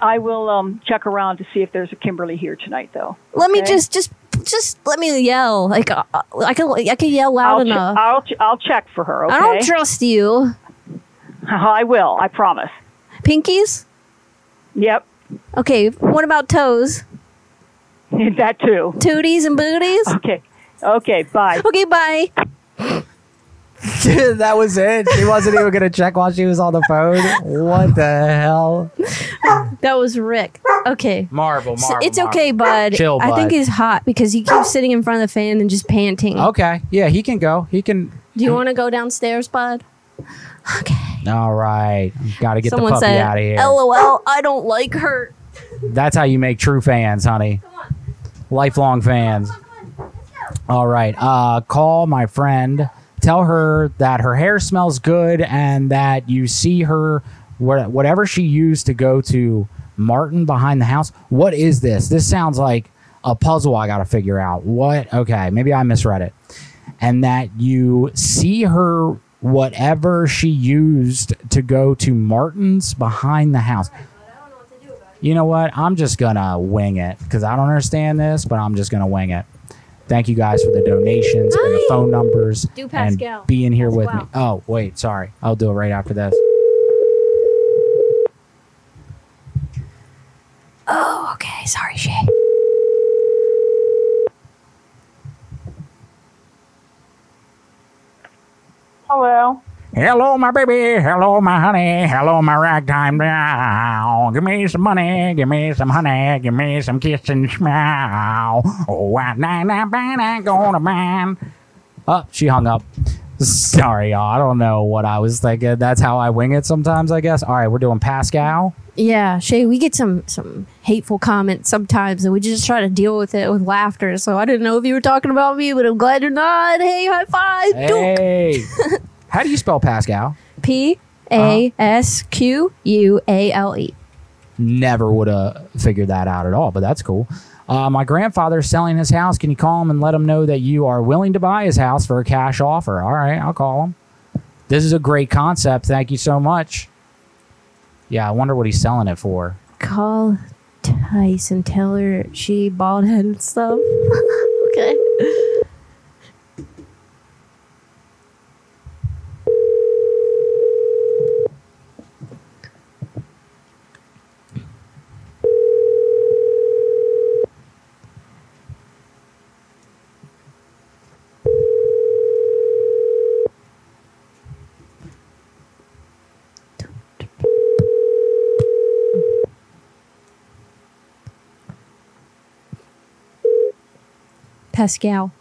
Speaker 17: I will um, check around to see if there's a Kimberly here tonight, though.
Speaker 5: Let me
Speaker 17: Okay?
Speaker 5: just, just, just let me yell. Like uh, uh, I can, I can yell loud
Speaker 17: I'll, che-
Speaker 5: enough.
Speaker 17: I'll ch- I'll check for her. Okay. Uh-huh,
Speaker 5: I don't trust you.
Speaker 17: I will. I promise.
Speaker 5: Pinkies.
Speaker 17: Yep.
Speaker 5: Okay. What about toes?
Speaker 17: (laughs) that too.
Speaker 5: Tooties and booties.
Speaker 17: Okay. Okay. Bye.
Speaker 5: Okay. Bye.
Speaker 4: (laughs) that was it. She wasn't even gonna check while she was on the phone. What the hell?
Speaker 5: That was Rick. Okay.
Speaker 4: Marvel,
Speaker 5: So
Speaker 4: Marvel,
Speaker 5: it's okay,
Speaker 4: Marvel.
Speaker 5: bud.
Speaker 4: Chill,
Speaker 5: I think
Speaker 4: bud.
Speaker 5: he's hot because he keeps sitting in front of the fan and just panting.
Speaker 4: Okay. Yeah, he can go. He can.
Speaker 5: Do you want to go downstairs, bud?
Speaker 4: All right. Got to get
Speaker 5: Someone
Speaker 4: the puppy
Speaker 5: said,
Speaker 4: out of here.
Speaker 5: "LOL, I don't like her."
Speaker 4: That's how you make true fans, honey. Lifelong fans. All right. Uh, call my friend. Tell her that her hair smells good and that you see her wha- whatever she used to go to Martin behind the house. What is this? This sounds like a puzzle I got to figure out. What? Okay, maybe I misread it. And that you see her whatever she used to go to Martin's behind the house. You know what? I'm just gonna wing it because I don't understand this, but I'm just gonna wing it. Thank you guys for the donations and the phone numbers
Speaker 5: Do Pascal
Speaker 4: and being here
Speaker 5: as
Speaker 4: with me.
Speaker 5: well.
Speaker 4: Oh, wait, sorry. I'll do it right after this.
Speaker 5: Oh, okay. Sorry, Shay.
Speaker 18: Hello.
Speaker 4: Hello, my baby. Hello, my honey. Hello, my ragtime doll. Give me some money. Give me some honey. Give me some kiss and smile. Oh, what night I been I gonna man. Oh, she hung up. Sorry, y'all. I don't know what I was thinking. That's how I wing it sometimes, I guess. All right, we're doing Pascal.
Speaker 5: Yeah, Shay, we get some some hateful comments sometimes, and we just try to deal with it with laughter. So I didn't know if you were talking about me, but I'm glad you're not. Hey, high five.
Speaker 4: Hey. (laughs) how do you spell Pascal?
Speaker 5: P A S Q U A L E.
Speaker 4: Never would have figured that out at all, but that's cool. Uh, my grandfather's selling his house. Can you call him and let him know that you are willing to buy his house for a cash offer? All right, I'll call him. This is a great concept. Thank you so much. Yeah, I wonder what he's selling
Speaker 5: (laughs)
Speaker 4: it for.
Speaker 5: Call Tice and tell her she bald head and stuff. (laughs) okay. Pascal.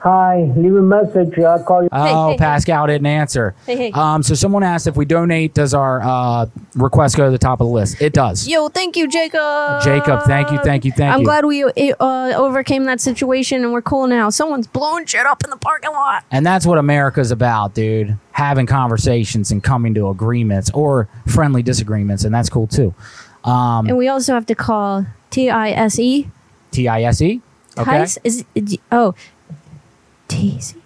Speaker 19: Hi, leave a message. I'll call you.
Speaker 4: Oh, Pascal didn't answer.
Speaker 5: Hey, hey.
Speaker 4: Um, so someone asked if we donate, does our uh, request go to the top of the list? It does.
Speaker 5: Yo, thank you, Jacob.
Speaker 4: Jacob, thank you, thank you, thank
Speaker 5: I'm
Speaker 4: you.
Speaker 5: glad we uh, overcame that situation and we're cool now. Someone's blowing shit up in the parking lot.
Speaker 4: And that's what America's about, dude. Having conversations and coming to agreements or friendly disagreements, and that's cool too.
Speaker 5: and
Speaker 4: Um,
Speaker 5: we also have to call T I S E.
Speaker 4: T I S E. Okay.
Speaker 5: Tice is is- oh Daisy.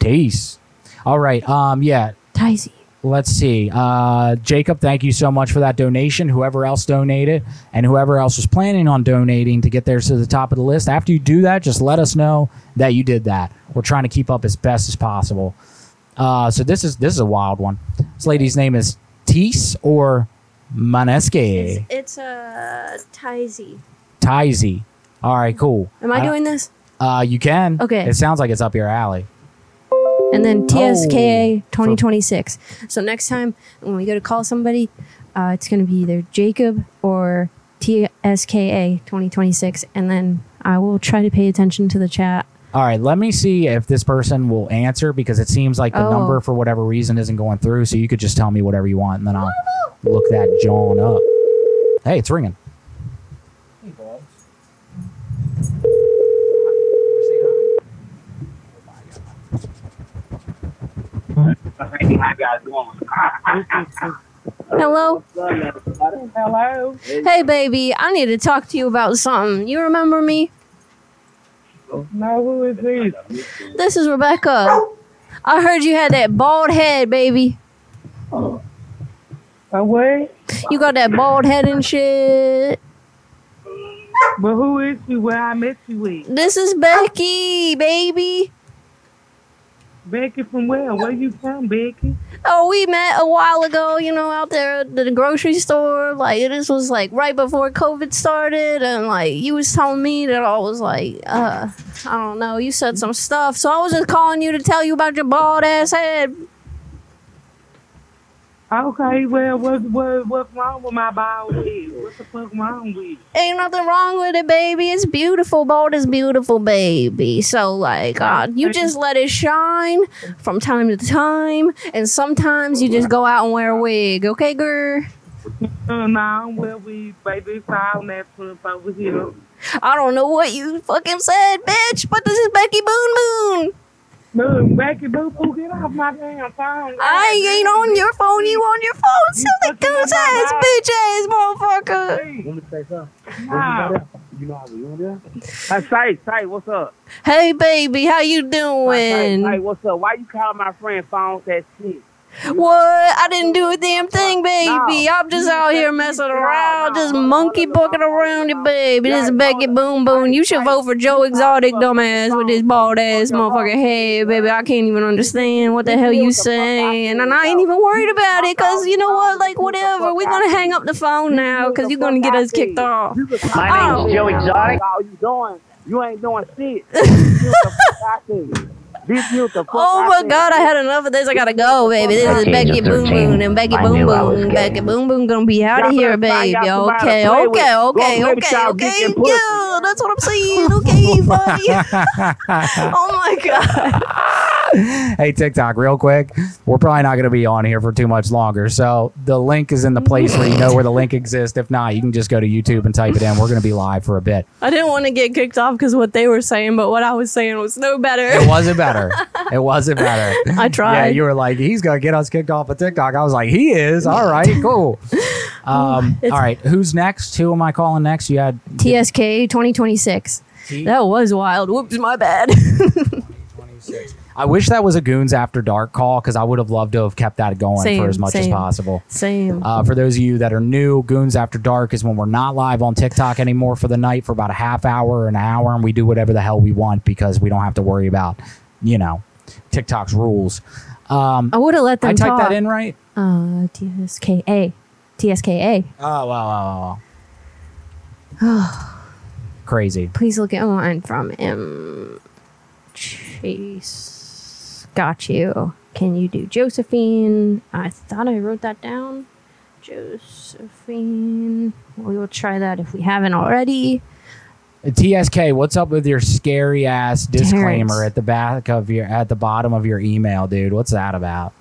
Speaker 4: Tace. All right. Um. Yeah.
Speaker 5: Taisy.
Speaker 4: Let's see. Uh, Jacob, thank you so much for that donation. Whoever else donated and whoever else was planning on donating to get theirs to the top of the list. After you do that, just let us know that you did that. We're trying to keep up as best as possible. Uh, so this is this is a wild one. This lady's name is Tease or Maneske
Speaker 5: It's a uh, Tizy.
Speaker 4: Tizy. All right, cool.
Speaker 5: Am I doing this?
Speaker 4: Uh, you can.
Speaker 5: Okay.
Speaker 4: It sounds like it's up your alley.
Speaker 5: And then TSKA
Speaker 4: Oh.
Speaker 5: 2026. So next time when we go to call somebody, uh, it's going to be either Jacob or TSKA 2026. And then I will try to pay attention to the chat.
Speaker 4: All right, let me see if this person will answer because it seems like the
Speaker 5: Oh.
Speaker 4: number for whatever reason isn't going through. So you could just tell me whatever you want, and then I'll look that John up. Hey, it's ringing.
Speaker 18: Hi, guys.
Speaker 5: Hello.
Speaker 18: Hello.
Speaker 5: Hey, baby, I need to talk to you about something. You remember me?
Speaker 18: No, who is this?
Speaker 5: This is Rebecca. I heard you had that bald head, baby.
Speaker 18: A what?
Speaker 5: You got that bald head and shit.
Speaker 18: But who is you? Where I met you with?
Speaker 5: This is Becky, baby.
Speaker 18: Becky from where? Where you from, Becky?
Speaker 5: Oh, we met a while ago, you know, out there at the grocery store. Like, this was like right before COVID started. And like, you was telling me that I was like, uh, I don't know, you said some stuff. So I was just calling you to tell you about your bald ass head.
Speaker 18: Okay, well, what, what, what's wrong with my bald head? What the fuck wrong with it?
Speaker 5: Ain't nothing wrong with it, baby. It's beautiful. Bald is beautiful, baby. So, like, uh, you just let it shine from time to time. And sometimes you just go out and wear a wig. Okay, girl?
Speaker 18: Uh, now, where we, baby, it's all natural over here.
Speaker 5: I don't know what you fucking said, bitch, but this is Becky Boon Boon.
Speaker 18: Boom, Becky Boo Boo, get off my damn phone.
Speaker 5: I ain't on your phone. You on your phone, silly goose ass, bitch ass motherfucker.
Speaker 18: Let me say something.
Speaker 5: Nah.
Speaker 18: You know how we doing there? Hey, say, say, what's up?
Speaker 5: Hey, baby, how you doing?
Speaker 18: Say, say, what's up? Why you call my friend phone that shit?
Speaker 5: What? I didn't do a damn thing, baby. I'm just out here messing around, just monkey bucking around it, baby. This is Becky Boom Boom. You should vote for Joe Exotic, dumbass, with this bald ass motherfucking head, baby. I can't even understand what the hell you saying, and I ain't even worried about it, cause you know what? Like whatever, we're gonna hang up the phone now, cause you're gonna get us kicked off.
Speaker 18: My
Speaker 5: Oh.
Speaker 18: name's Joe Exotic. How you doing? You ain't doing
Speaker 5: (laughs)
Speaker 18: shit. This you the fuck I see. This you the fuck
Speaker 5: Oh my god, I had enough of this. I gotta go, baby. This is Becky Boom Boom and Becky Boom Boom. Becky Boom Boom gonna be out of here, baby. Okay, okay, okay, okay, okay. Yeah, Oh, that's what I'm saying. Okay, buddy. (laughs) Oh my god.
Speaker 4: hey TikTok, real quick. We're probably not going to be on here for too much longer. So the link is in the place where you know where the link exists. If not, you can just go to YouTube and type it in. We're going to be live for a bit.
Speaker 5: I didn't want to get kicked off because what they were saying, but what I was saying was no better.
Speaker 4: It wasn't better. It wasn't better.
Speaker 5: I
Speaker 4: Yeah,
Speaker 5: tried.
Speaker 4: you were like, he's going to get us kicked off of TikTok. I was like, he is. All right,
Speaker 5: (laughs)
Speaker 4: cool.
Speaker 5: Oh,
Speaker 4: Um, all right, who's next? Who am I calling next? You had
Speaker 5: TSK 2026. That was wild. Whoops, my
Speaker 4: (laughs)
Speaker 5: bad.
Speaker 4: I wish that was a Goons After Dark call because I would have loved to have kept that going
Speaker 5: Same,
Speaker 4: for as much as
Speaker 5: same.
Speaker 4: possible.
Speaker 5: Same.
Speaker 4: Uh, for those of you that are new, Goons After Dark is when we're not live on TikTok anymore for the night for about a half hour, an hour, and we do whatever the hell we want because we don't have to worry about, you know, TikTok's rules. Um,
Speaker 5: I would have let them
Speaker 4: I typed
Speaker 5: talk.
Speaker 4: that in right.
Speaker 5: Uh, TSKA. TSKA.
Speaker 4: Oh, wow, wow, wow,
Speaker 5: (sighs)
Speaker 4: (sighs) wow. Crazy.
Speaker 5: Please look at one from him. Chase. Got you. Can you do Josephine? I thought I wrote that down. Josephine. We will try that if we haven't already.
Speaker 4: TSK, what's up with your scary ass disclaimer
Speaker 5: Terrence.
Speaker 4: at the back of your at the bottom of your email, dude? What's that about?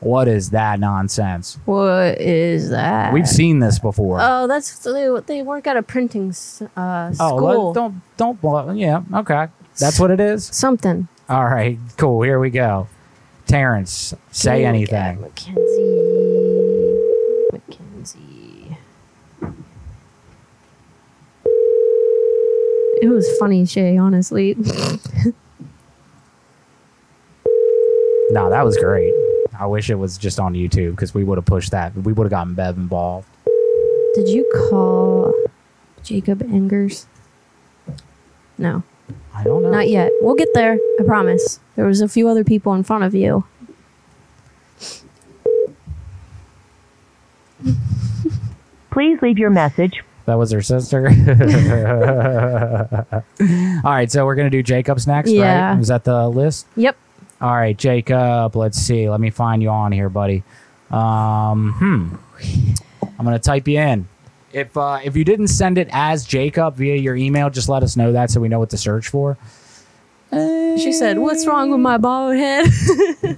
Speaker 4: What is that nonsense?
Speaker 5: What is that?
Speaker 4: We've seen this before.
Speaker 5: Oh, that's they, they work at a printing s- uh,
Speaker 4: Oh,
Speaker 5: school.
Speaker 4: let- don't don't blow. Yeah, okay, that's what it is.
Speaker 5: Something.
Speaker 4: All right, cool. Here we go. Terrence, say
Speaker 5: Look
Speaker 4: anything.
Speaker 5: Mackenzie. Mackenzie. It was funny, Shay, honestly. (laughs)
Speaker 4: No, that was great. I wish it was just on YouTube because we would have pushed that. We would have gotten Bev involved.
Speaker 5: Did you call Jacob Engers? No.
Speaker 4: I don't know.
Speaker 5: Not yet. We'll get there. I promise. There was a few other people in front of you.
Speaker 15: Please leave your message.
Speaker 4: That was her sister. (laughs) All right, so we're gonna do Jacob's next,
Speaker 5: Yeah.
Speaker 4: right? Is that the list?
Speaker 5: Yep.
Speaker 4: All right, Jacob. Let's see. Let me find you on here, buddy. Um, hmm. I'm gonna type you in. If uh, if you didn't send it as Jacob via your email, just let us know that so we know what to search for.
Speaker 5: She said, What's wrong with my bald head? (laughs)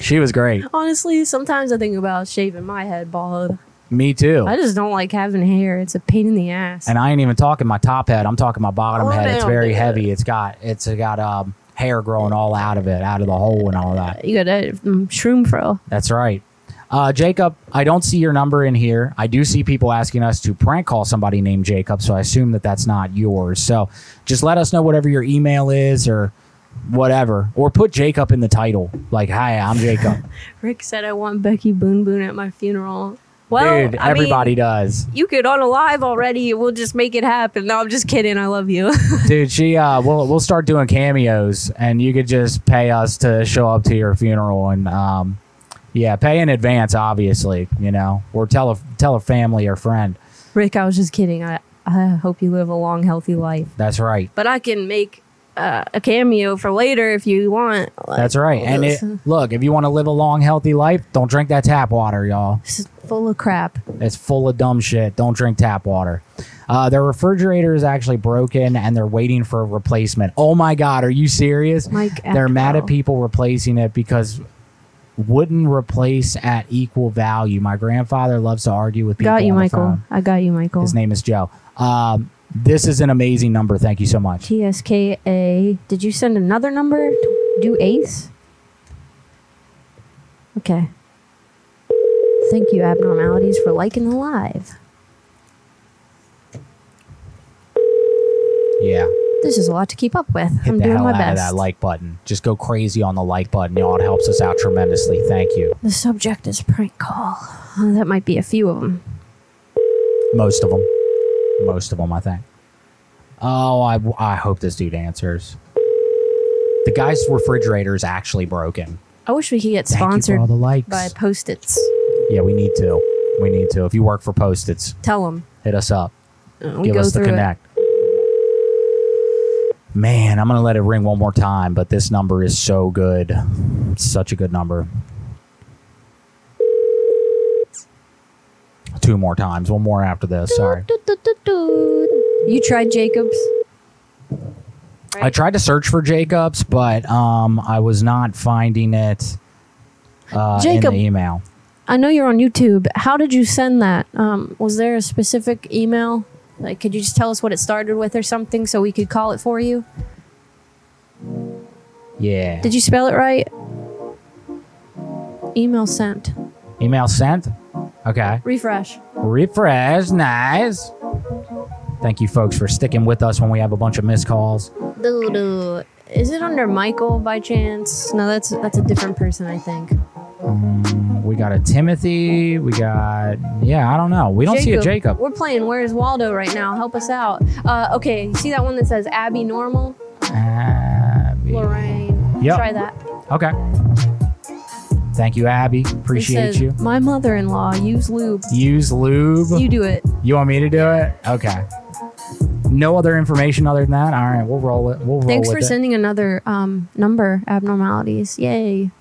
Speaker 4: She was great.
Speaker 5: Honestly, sometimes I think about shaving my head bald.
Speaker 4: Me too.
Speaker 5: I just don't like having hair. It's a pain in the ass.
Speaker 4: and I ain't even talking my top head. I'm talking my bottom
Speaker 5: Oh,
Speaker 4: head. It's
Speaker 5: damn,
Speaker 4: very
Speaker 5: dude.
Speaker 4: heavy. It's got it's got um, hair growing all out of it, out of the hole and all that.
Speaker 5: You got a mm, shroom fro.
Speaker 4: That's right. Uh, Jacob, I don't see your number in here. I do see people asking us to prank call somebody named Jacob, so I assume that that's not yours. So just let us know whatever your email is or whatever, or put Jacob in the title. Like, hi, I'm Jacob.
Speaker 5: Rick said I want Becky Boon Boon at my funeral. (laughs) Well,
Speaker 4: Dude,
Speaker 5: I
Speaker 4: everybody
Speaker 5: mean,
Speaker 4: does.
Speaker 5: you could on alive already. We'll just make it happen. No, I'm just kidding. I love you. (laughs)
Speaker 4: Dude, she uh, we'll we'll start doing cameos, and you could just pay us to show up to your funeral, and um, yeah, pay in advance, obviously, you know, or tell a tell a family or friend.
Speaker 5: Rick, I was just kidding. I, I hope you live a long, healthy life.
Speaker 4: That's right.
Speaker 5: But I can make uh, a cameo for later if you want.
Speaker 4: That's right. And it, look, if you want to live a long, healthy life, don't drink that tap water, y'all.
Speaker 5: Full of crap.
Speaker 4: It's full of dumb shit. Don't drink tap water. Uh, their refrigerator is actually broken and they're waiting for a replacement. Oh my God, are you serious?
Speaker 5: Mike
Speaker 4: they're mad
Speaker 5: Ackerall.
Speaker 4: at people replacing it because wouldn't replace at equal value. My grandfather loves to argue with people.
Speaker 5: Got you,
Speaker 4: on the
Speaker 5: Michael.
Speaker 4: phone.
Speaker 5: I got you, Michael.
Speaker 4: His name is Joe. Um, this is an amazing number. Thank you so much.
Speaker 5: TSKA. Did you send another number? do eighths? Okay. Thank you, abnormalities, for liking the live.
Speaker 4: Yeah.
Speaker 5: This is a lot to keep up with.
Speaker 4: Hit
Speaker 5: I'm
Speaker 4: the
Speaker 5: doing
Speaker 4: hell
Speaker 5: my
Speaker 4: out of
Speaker 5: best.
Speaker 4: that like button. Just go crazy on the like button, y'all. It helps us out tremendously. Thank you.
Speaker 5: The subject is prank call. Uh, That might be a few of them.
Speaker 4: Most of them. Most of them, I think. Oh, I, I hope this dude answers. The guy's refrigerator is actually broken.
Speaker 5: I wish we could get
Speaker 4: Thank you for
Speaker 5: sponsored
Speaker 4: all the likes.
Speaker 5: by Post-its.
Speaker 4: Yeah, we need to. We need to. If you work for Post-its,
Speaker 5: Tell them.
Speaker 4: hit us up.
Speaker 5: Uh, we
Speaker 4: Give
Speaker 5: go
Speaker 4: us the
Speaker 5: through it.
Speaker 4: connect. Man, I'm going to let it ring one more time, but this number is so good. Such a good number. Two more times. One more after this. Sorry.
Speaker 5: You tried Jacobs?
Speaker 4: I tried to search for Jacobs, but um, I was not finding it uh,
Speaker 5: Jacob-
Speaker 4: in the email.
Speaker 5: I know you're on YouTube. How did you send that? Um, was there a specific email? Like, could you just tell us what it started with or something so we could call it for you?
Speaker 4: Yeah.
Speaker 5: Did you spell it right? Email sent.
Speaker 4: Email sent. Okay.
Speaker 5: Refresh.
Speaker 4: Refresh. Nice. Thank you, folks, for sticking with us when we have a bunch of missed calls.
Speaker 5: Doo-doo. Is it under Michael by chance? No, that's that's a different person, I think.
Speaker 4: Mm, we got a Timothy. We got yeah. I don't know. We don't see a Jacob.
Speaker 5: We're playing Where's Waldo right now. Help us out. Uh, okay, you see that one that says Abby Normal?
Speaker 4: Abby.
Speaker 5: Lorraine.
Speaker 4: Yep.
Speaker 5: Try that.
Speaker 4: Okay. Thank you, Abby.
Speaker 5: It
Speaker 4: Appreciate
Speaker 5: says,
Speaker 4: you.
Speaker 5: My mother-in-law used lube.
Speaker 4: Use lube.
Speaker 5: You do it.
Speaker 4: You want me to do it? Okay. No other information other than that. All right, we'll roll it. We'll roll
Speaker 5: Thanks
Speaker 4: with
Speaker 5: for
Speaker 4: it.
Speaker 5: sending another um, number abnormalities. Yay.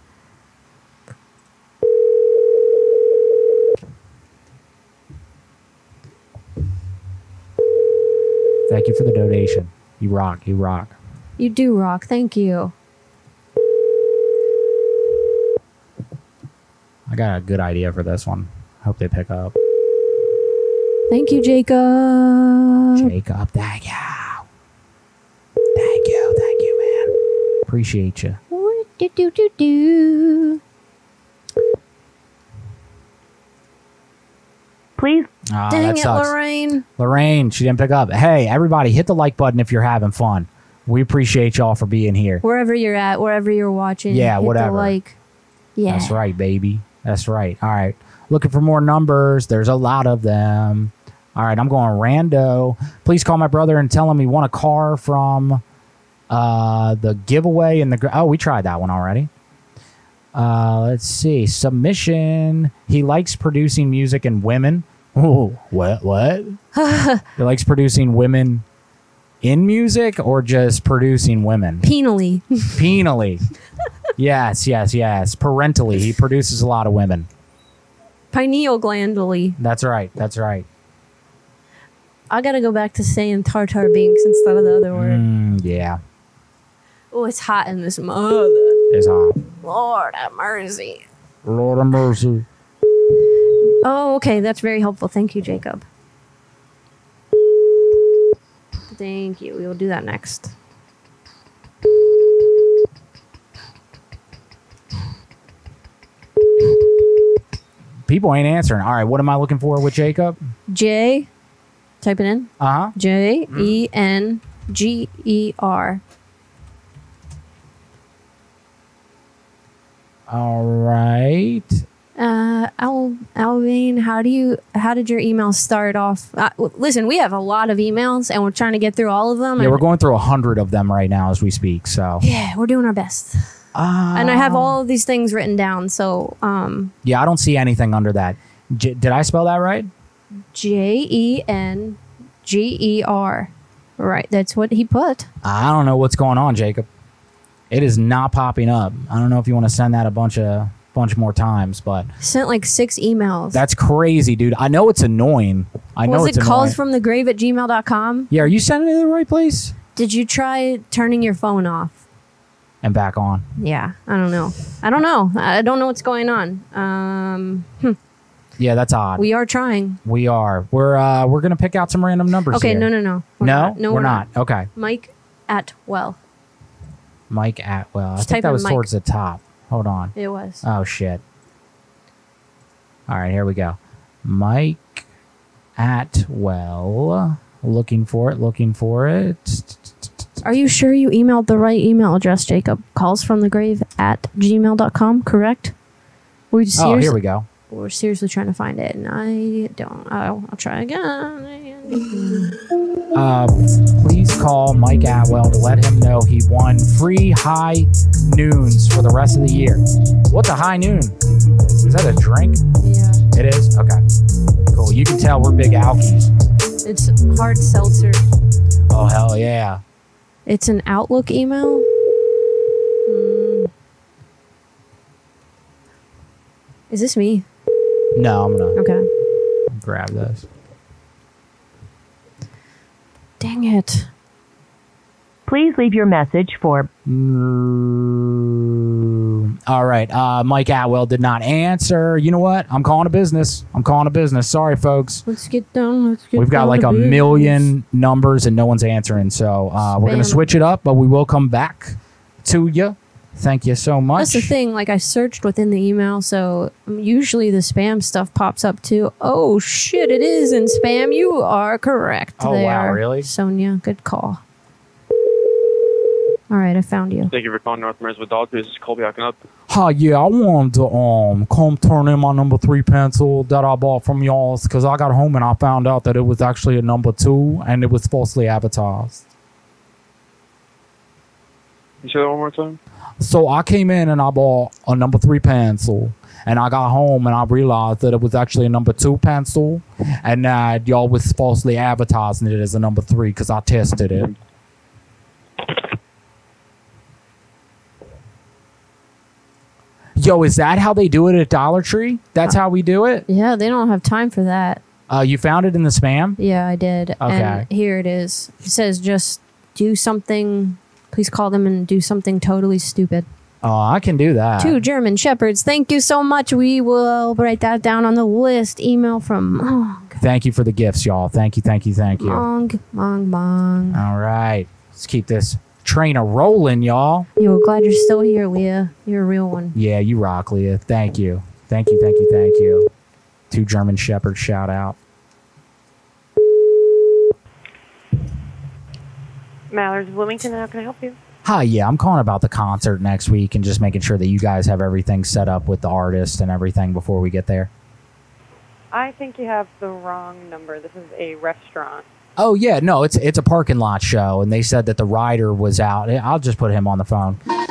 Speaker 4: Thank you for the donation. You rock. You rock.
Speaker 5: You do rock. Thank you.
Speaker 4: I got a good idea for this one. Hope they pick up.
Speaker 5: Thank you, Jacob.
Speaker 4: Jacob, thank you. Thank you. Thank you, man. Appreciate you.
Speaker 5: Do, do, do, do.
Speaker 15: Please.
Speaker 4: Ah,
Speaker 5: Dang
Speaker 4: that
Speaker 5: it,
Speaker 4: sucks.
Speaker 5: Lorraine.
Speaker 4: Lorraine, she didn't pick up. Hey, everybody, hit the like button if you're having fun. We appreciate y'all for being here.
Speaker 5: Wherever you're at, wherever you're watching.
Speaker 4: Yeah,
Speaker 5: hit the
Speaker 4: whatever.
Speaker 5: like. Yeah.
Speaker 4: That's right, baby. That's right. All right. Looking for more numbers. There's a lot of them. All right, I'm going rando. Please call my brother and tell him he won a car from uh, the giveaway and the. gr- Oh, we tried that one already. Uh, let's see. Submission. He likes producing music and (laughs) women. Oh, what? What? he likes producing women in music or just producing women?
Speaker 5: Penally.
Speaker 4: penally. yes, yes, yes. Parentally, he produces a lot of women.
Speaker 5: (laughs) Pineal glandally.
Speaker 4: That's right. That's right.
Speaker 5: I gotta go back to saying tartar binks instead of the other word.
Speaker 4: Mm, yeah,
Speaker 5: Oh, it's hot in this mother.
Speaker 4: it's hot.
Speaker 5: Lord have mercy.
Speaker 4: Lord of mercy.
Speaker 5: Oh, okay. That's very helpful. Thank you, Jacob. Thank you. We will do that next.
Speaker 4: People ain't answering. All right, what am I looking for with Jacob?
Speaker 5: J, type it in.
Speaker 4: Uh huh.
Speaker 5: J E N G E R.
Speaker 4: All right.
Speaker 5: Uh, Al Alvin, how do you? How did your email start off? Uh, w- listen, we have a lot of emails, and we're trying to get through all of them.
Speaker 4: Yeah,
Speaker 5: and-
Speaker 4: we're going through a hundred of them right now as we speak. So
Speaker 5: yeah, we're doing our best.
Speaker 4: Ah.
Speaker 5: and I have all of these things written down. So, um,
Speaker 4: yeah, I don't see anything under that. J- did I spell that right?
Speaker 5: J E N G E R. Right, that's what he put.
Speaker 4: I don't know what's going on, Jacob. It is not popping up. I don't know if you want to send that a bunch of bunch more times, but
Speaker 5: Sent like six emails.
Speaker 4: That's crazy, dude. I know it's annoying. I know
Speaker 5: was
Speaker 4: it's
Speaker 5: it calls
Speaker 4: annoying.
Speaker 5: from the grave at gmail.com?
Speaker 4: yeah, are you sending it to the right place?
Speaker 5: Did you try turning your phone off?
Speaker 4: And back on.
Speaker 5: Yeah, I don't know. I don't know. I don't know what's going on. Um, hmm.
Speaker 4: Yeah, that's odd.
Speaker 5: We are trying.
Speaker 4: We are. We're uh we're gonna pick out some random numbers.
Speaker 5: Okay,
Speaker 4: here.
Speaker 5: no, no, no.
Speaker 4: no,
Speaker 5: not. No,
Speaker 4: we're
Speaker 5: we're not.
Speaker 4: not. Okay.
Speaker 5: Mike at well.
Speaker 4: Mike Atwell. I
Speaker 5: Just
Speaker 4: think
Speaker 5: type
Speaker 4: that
Speaker 5: in
Speaker 4: was
Speaker 5: Mike.
Speaker 4: towards the top. Hold on.
Speaker 5: It was.
Speaker 4: Oh shit. All right, here we go. Mike Atwell. Looking for it. Looking for it.
Speaker 5: Are you sure you emailed the right email address, Jacob? Calls from the grave at gmail.com, correct? We're just
Speaker 4: Oh, here
Speaker 5: serious-
Speaker 4: we go.
Speaker 5: We're seriously trying to find it, and I don't. I'll, I'll try again.
Speaker 4: Uh, please call Mike Atwell to let him know he won free high noons for the rest of the year. What's a high noon? Is that a drink? Yeah. It is? Okay. Cool. You can tell we're big alkies.
Speaker 5: It's hard seltzer.
Speaker 4: Oh, hell yeah.
Speaker 5: It's an Outlook email. Hmm. Is this me?
Speaker 4: No, I'm going to
Speaker 5: Okay.
Speaker 4: grab this.
Speaker 5: Dang it.
Speaker 15: Please leave your message for
Speaker 4: Mm, All right. Uh, Mike Atwell did not answer. You know what? I'm calling a business. I'm calling a business. Sorry, folks.
Speaker 5: Let's get down. Let's get
Speaker 4: We've got
Speaker 5: down
Speaker 4: like
Speaker 5: to
Speaker 4: a
Speaker 5: business.
Speaker 4: million numbers and no one's answering. So uh, we're going to
Speaker 5: Spam.
Speaker 4: switch it up, but we will come back to you. Thank you so
Speaker 5: That's
Speaker 4: much.
Speaker 5: the thing. Like I searched within the email, so usually the spam stuff pops up too. Oh shit! It is in spam. You are correct.
Speaker 4: Oh,
Speaker 5: They
Speaker 4: wow,
Speaker 5: are.
Speaker 4: really?
Speaker 5: Sonia, good call. All right, I found you.
Speaker 20: Thank you for calling North Mares with Dogs. This is Colby. I can up.
Speaker 4: Hi, yeah, I wanted to um come turn in my number three pencil that I bought from y'all's because I got home and I found out that it was actually a number two and it was falsely advertised.
Speaker 20: You say that one more time?
Speaker 4: So I came in and I bought a number three pencil, and I got home and I realized that it was actually a number two pencil, and that y'all was falsely advertising it as a number three because I tested it. Yo, is that how they do it at Dollar Tree? That's how we do it.
Speaker 5: Yeah, they don't have time for that.
Speaker 4: Uh, you found it in the spam.
Speaker 5: Yeah, I did.
Speaker 4: Okay.
Speaker 5: And here it is. It says just do something. Please call them and do something totally stupid.
Speaker 4: Oh, I can do that.
Speaker 5: Two German shepherds. Thank you so much. We will write that down on the list. Email from Mong,
Speaker 4: Thank you for the gifts, y'all. Thank you, thank you, thank you.
Speaker 5: Mong, Mong, Mong.
Speaker 4: All right, let's keep this train a rolling, y'all.
Speaker 5: Yo, glad you're still here, Leah. You're a real one.
Speaker 4: Yeah, you rock, Leah. Thank you. Thank you, thank you, thank you. Two German Shepherds shout out.
Speaker 12: Mallard's Bloomington, how can I help you?
Speaker 4: Hi, yeah, I'm calling about the concert next week and just making sure that you guys have everything set up with the artist and everything before we get there.
Speaker 21: I think you have the wrong number. This is a restaurant.
Speaker 4: Oh yeah, no, it's it's a parking lot show and they said that the rider was out. I'll just put him on the phone.
Speaker 3: Yeah,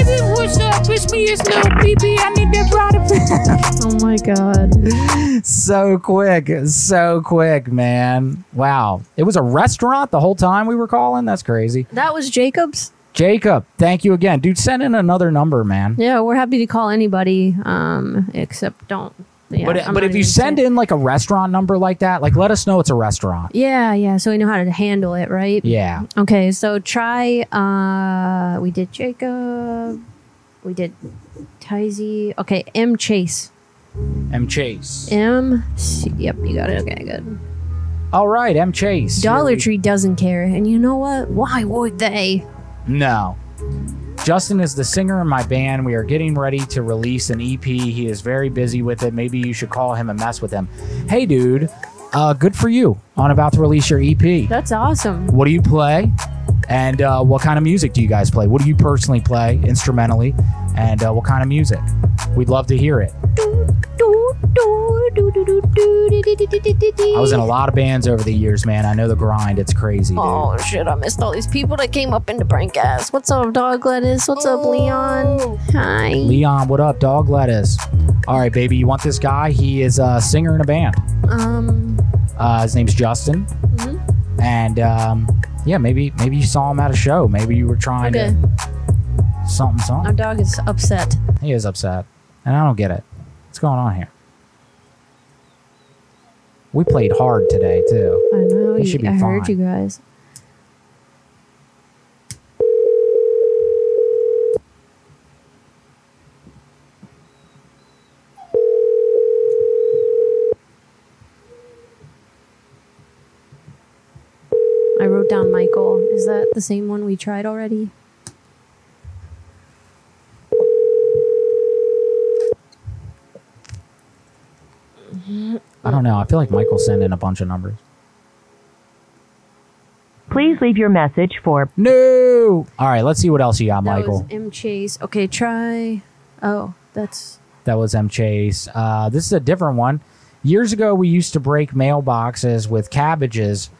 Speaker 3: baby, what's up? It's me, it's Lil BB. I need that ride.
Speaker 5: oh my god.
Speaker 4: (laughs) So quick, so quick, man. Wow. It was a restaurant the whole time we were calling. That's crazy.
Speaker 5: That was Jacobs.
Speaker 4: Jacob, thank you again. Dude, send in another number, man.
Speaker 5: Yeah, we're happy to call anybody, um, except don't. Yeah,
Speaker 4: but
Speaker 5: I'm
Speaker 4: but
Speaker 5: not
Speaker 4: if you
Speaker 5: even-
Speaker 4: send in like a restaurant number like that, like let us know it's a restaurant.
Speaker 5: Yeah, yeah. So we know how to handle it, right?
Speaker 4: Yeah.
Speaker 5: Okay, so try. Uh, we did Jacob. We did Tizey. Okay, M Chase.
Speaker 4: M Chase.
Speaker 5: M. C- yep, you got it. Okay, good.
Speaker 4: All right, M Chase. Here
Speaker 5: Dollar
Speaker 4: we-
Speaker 5: Tree doesn't care, and you know what? Why would they?
Speaker 4: No. Justin is the singer in my band. We are getting ready to release an EP. He is very busy with it. Maybe you should call him and mess with him. Hey, dude, uh, good for you on about to release your E EP.
Speaker 5: That's awesome.
Speaker 4: What do you play? And uh, what kind of music do you guys play? What do you personally play instrumentally? And uh, what kind of music? We'd love to hear it. I was in a lot of bands over the years, man. I know the grind. It's crazy. Dude. (laughs)
Speaker 5: Oh shit! I missed all these people that came up into Brancast. What's up, Dog Lettuce? What's up,
Speaker 4: Oh.
Speaker 5: Leon? Hi.
Speaker 4: Leon, what up, dog? Lettuce. All right, baby. You want this guy? He is a singer in a band.
Speaker 5: Um.
Speaker 4: Uh, his name's Justin.
Speaker 5: Mm-hmm.
Speaker 4: And um, yeah, maybe maybe you saw him at a show. Maybe you were trying
Speaker 5: Okay.
Speaker 4: to something
Speaker 5: Our
Speaker 4: something.
Speaker 5: dog is upset.
Speaker 4: He is upset, and I don't get it. What's going on here? We played hard today too.
Speaker 5: I know.
Speaker 4: It
Speaker 5: You,
Speaker 4: should be
Speaker 5: I heard
Speaker 4: fine.
Speaker 5: you guys. I wrote down Michael. Is that the same one we tried already?
Speaker 4: I don't know. I feel like Michael sent in a bunch of numbers.
Speaker 15: Please leave your message for
Speaker 4: No. All right, let's see what else you got, Michael.
Speaker 5: was M Chase. Okay, try. Oh, that's
Speaker 4: That was M Chase. Uh, this is a different one. Years ago, we used to break mailboxes with cabbages.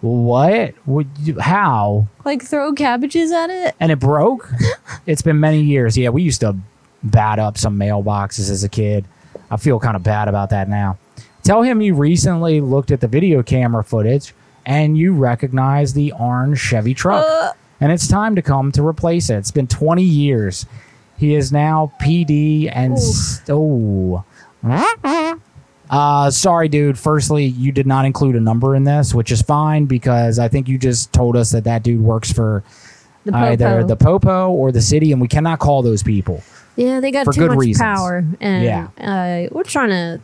Speaker 4: What? Would you, how?
Speaker 5: like throw cabbages at it.
Speaker 4: And it broke. it's been many years. Yeah, we used to bat up some mailboxes as a kid. I feel kind of bad about that now. Tell him you recently looked at the video camera footage and you recognize the orange Chevy truck. And it's time to come to replace it. It's been 20 years. He is now PD and s- oh. Uh, sorry, dude. Firstly, you did not include a number in this, which is fine because I think you just told us that that dude works for
Speaker 5: The
Speaker 4: either
Speaker 5: Popo.
Speaker 4: the Popo or the city, and we cannot call those people.
Speaker 5: Yeah, they got
Speaker 4: For
Speaker 5: too
Speaker 4: good
Speaker 5: much
Speaker 4: reasons.
Speaker 5: power, and uh, we're trying to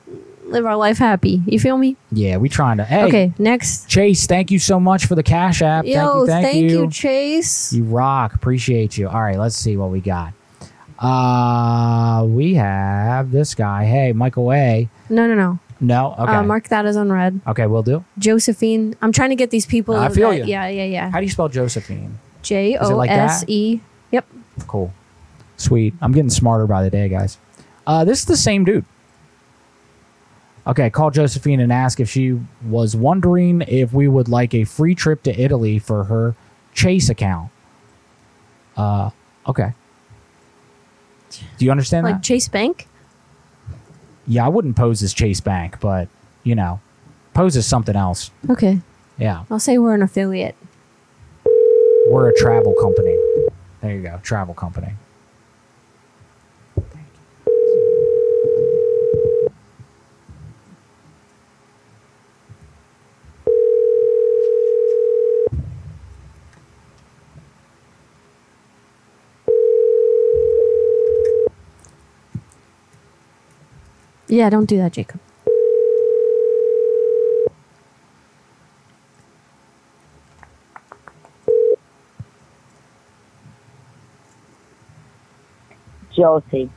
Speaker 5: live our life happy. You feel me?
Speaker 4: Yeah, we trying to. Hey,
Speaker 5: Okay, next.
Speaker 4: Chase, thank you so much for the cash app.
Speaker 5: Yo,
Speaker 4: thank you, thank,
Speaker 5: you.
Speaker 4: you.
Speaker 5: Chase.
Speaker 4: You rock. Appreciate you. All right, let's see what we got. Uh, we have this guy. Hey, Michael A.
Speaker 5: No, no, no.
Speaker 4: No, okay,
Speaker 5: Uh, mark that as unread.
Speaker 4: okay, we'll do.
Speaker 5: Josephine. I'm trying to get these people.
Speaker 4: I feel
Speaker 5: that-
Speaker 4: you.
Speaker 5: Yeah, yeah, yeah.
Speaker 4: How do you spell Josephine?
Speaker 5: J
Speaker 4: Is it
Speaker 5: O
Speaker 4: like that?
Speaker 5: S E. Yep.
Speaker 4: Cool. Sweet. I'm getting smarter by the day, guys. Uh, this is the same dude. Okay, call Josephine and ask if she was wondering if we would like a free trip to Italy for her Chase account. Uh, okay. Do you understand
Speaker 5: Like
Speaker 4: that?
Speaker 5: Chase Bank.
Speaker 4: Yeah, I wouldn't pose as Chase Bank, but you know, pose as something else.
Speaker 5: Okay.
Speaker 4: Yeah,
Speaker 5: I'll say we're an affiliate.
Speaker 4: we're a travel company. There you go, travel company.
Speaker 5: Yeah, don't do that, Jacob.
Speaker 22: Josie.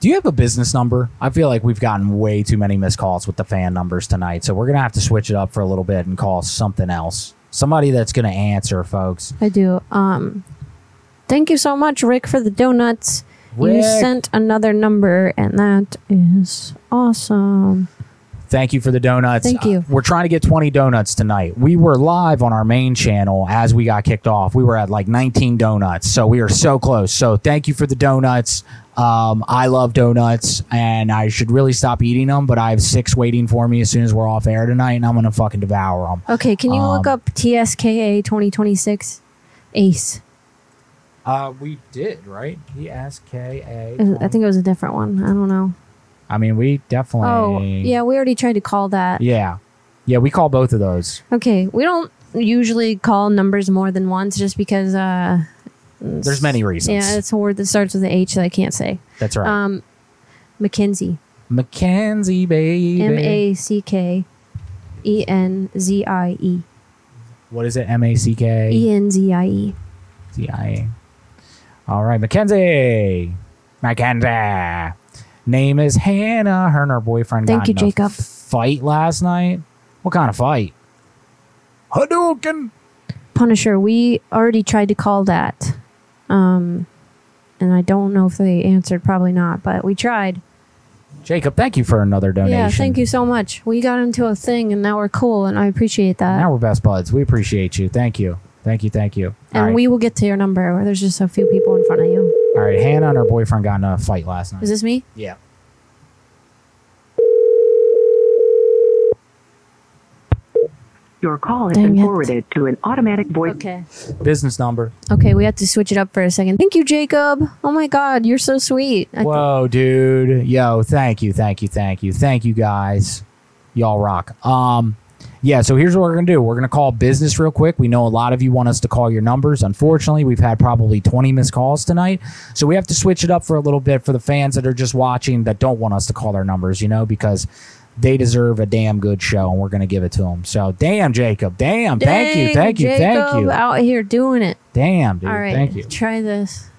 Speaker 4: Do you have a business number? I feel like we've gotten way too many missed calls with the fan numbers tonight, so we're gonna have to switch it up for a little bit and call something else. Somebody that's gonna answer, folks.
Speaker 5: I do. Um, thank you so much, Rick, for the donuts. You
Speaker 4: Rick.
Speaker 5: sent another number, and that is awesome.
Speaker 4: Thank you for the donuts.
Speaker 5: Thank you.
Speaker 4: Uh, we're trying to get 20 donuts tonight. We were live on our main channel as we got kicked off. We were at like 19 donuts, so we are so close. So thank you for the donuts. Um, I love donuts, and I should really stop eating them, but I have six waiting for me as soon as we're off air tonight, and I'm gonna fucking devour them.
Speaker 5: Okay, can you look
Speaker 4: Um,
Speaker 5: up TSKA 2026 ACE?
Speaker 4: Uh, we did, right? E S K
Speaker 5: Uh, I think it was a different one. I don't know.
Speaker 4: I mean, we definitely.
Speaker 5: Oh, yeah, we already tried to call that.
Speaker 4: Yeah. Yeah, we call both of those.
Speaker 5: Okay, we don't usually call numbers more than once just because uh,
Speaker 4: There's many reasons.
Speaker 5: Yeah, it's a word that starts with an H that I can't say.
Speaker 4: That's right.
Speaker 5: Um, McKenzie.
Speaker 4: Mackenzie, baby.
Speaker 5: M A C K E N Z I E.
Speaker 4: What is it? M A C K
Speaker 5: E N Z I E.
Speaker 4: C I A. All right, Mackenzie. Mackenzie. Name is Hannah. Her and her boyfriend
Speaker 5: Thank
Speaker 4: got
Speaker 5: you,
Speaker 4: in a
Speaker 5: Jacob.
Speaker 4: fight last night. What kind of fight? Hadouken.
Speaker 5: Punisher, we already tried to call that. Um, and I don't know if they answered, probably not, but we tried.
Speaker 4: Jacob, thank you for another donation.
Speaker 5: Yeah, thank you so much. We got into a thing and now we're cool and I appreciate that.
Speaker 4: Now we're best buds. We appreciate you. Thank you. Thank you. Thank you. All
Speaker 5: and
Speaker 4: right.
Speaker 5: we will get to your number where there's just a few people in front of you.
Speaker 4: All right, Hannah and her boyfriend got in a fight last night.
Speaker 5: Is this me?
Speaker 4: Yeah.
Speaker 23: Your call has been forwarded to an automatic voice.
Speaker 5: Okay.
Speaker 4: Business number.
Speaker 5: Okay, we have to switch it up for a second. Thank you, Jacob. Oh my God, you're so sweet. I-
Speaker 4: Whoa, dude. Yo, thank you, thank you, thank you, thank you, guys. Y'all rock. Um, yeah. So here's what we're gonna do. We're gonna call business real quick. We know a lot of you want us to call your numbers. Unfortunately, we've had probably 20 missed calls tonight, so we have to switch it up for a little bit for the fans that are just watching that don't want us to call their numbers. You know, because they deserve a damn good show, and we're gonna give it to them. So damn, Jacob. Damn. thank you.
Speaker 5: Dang,
Speaker 4: Thank you.
Speaker 5: Jacob
Speaker 4: Thank you.
Speaker 5: Out here doing it.
Speaker 4: Damn, dude.
Speaker 5: All right.
Speaker 4: Thank you.
Speaker 5: Try this.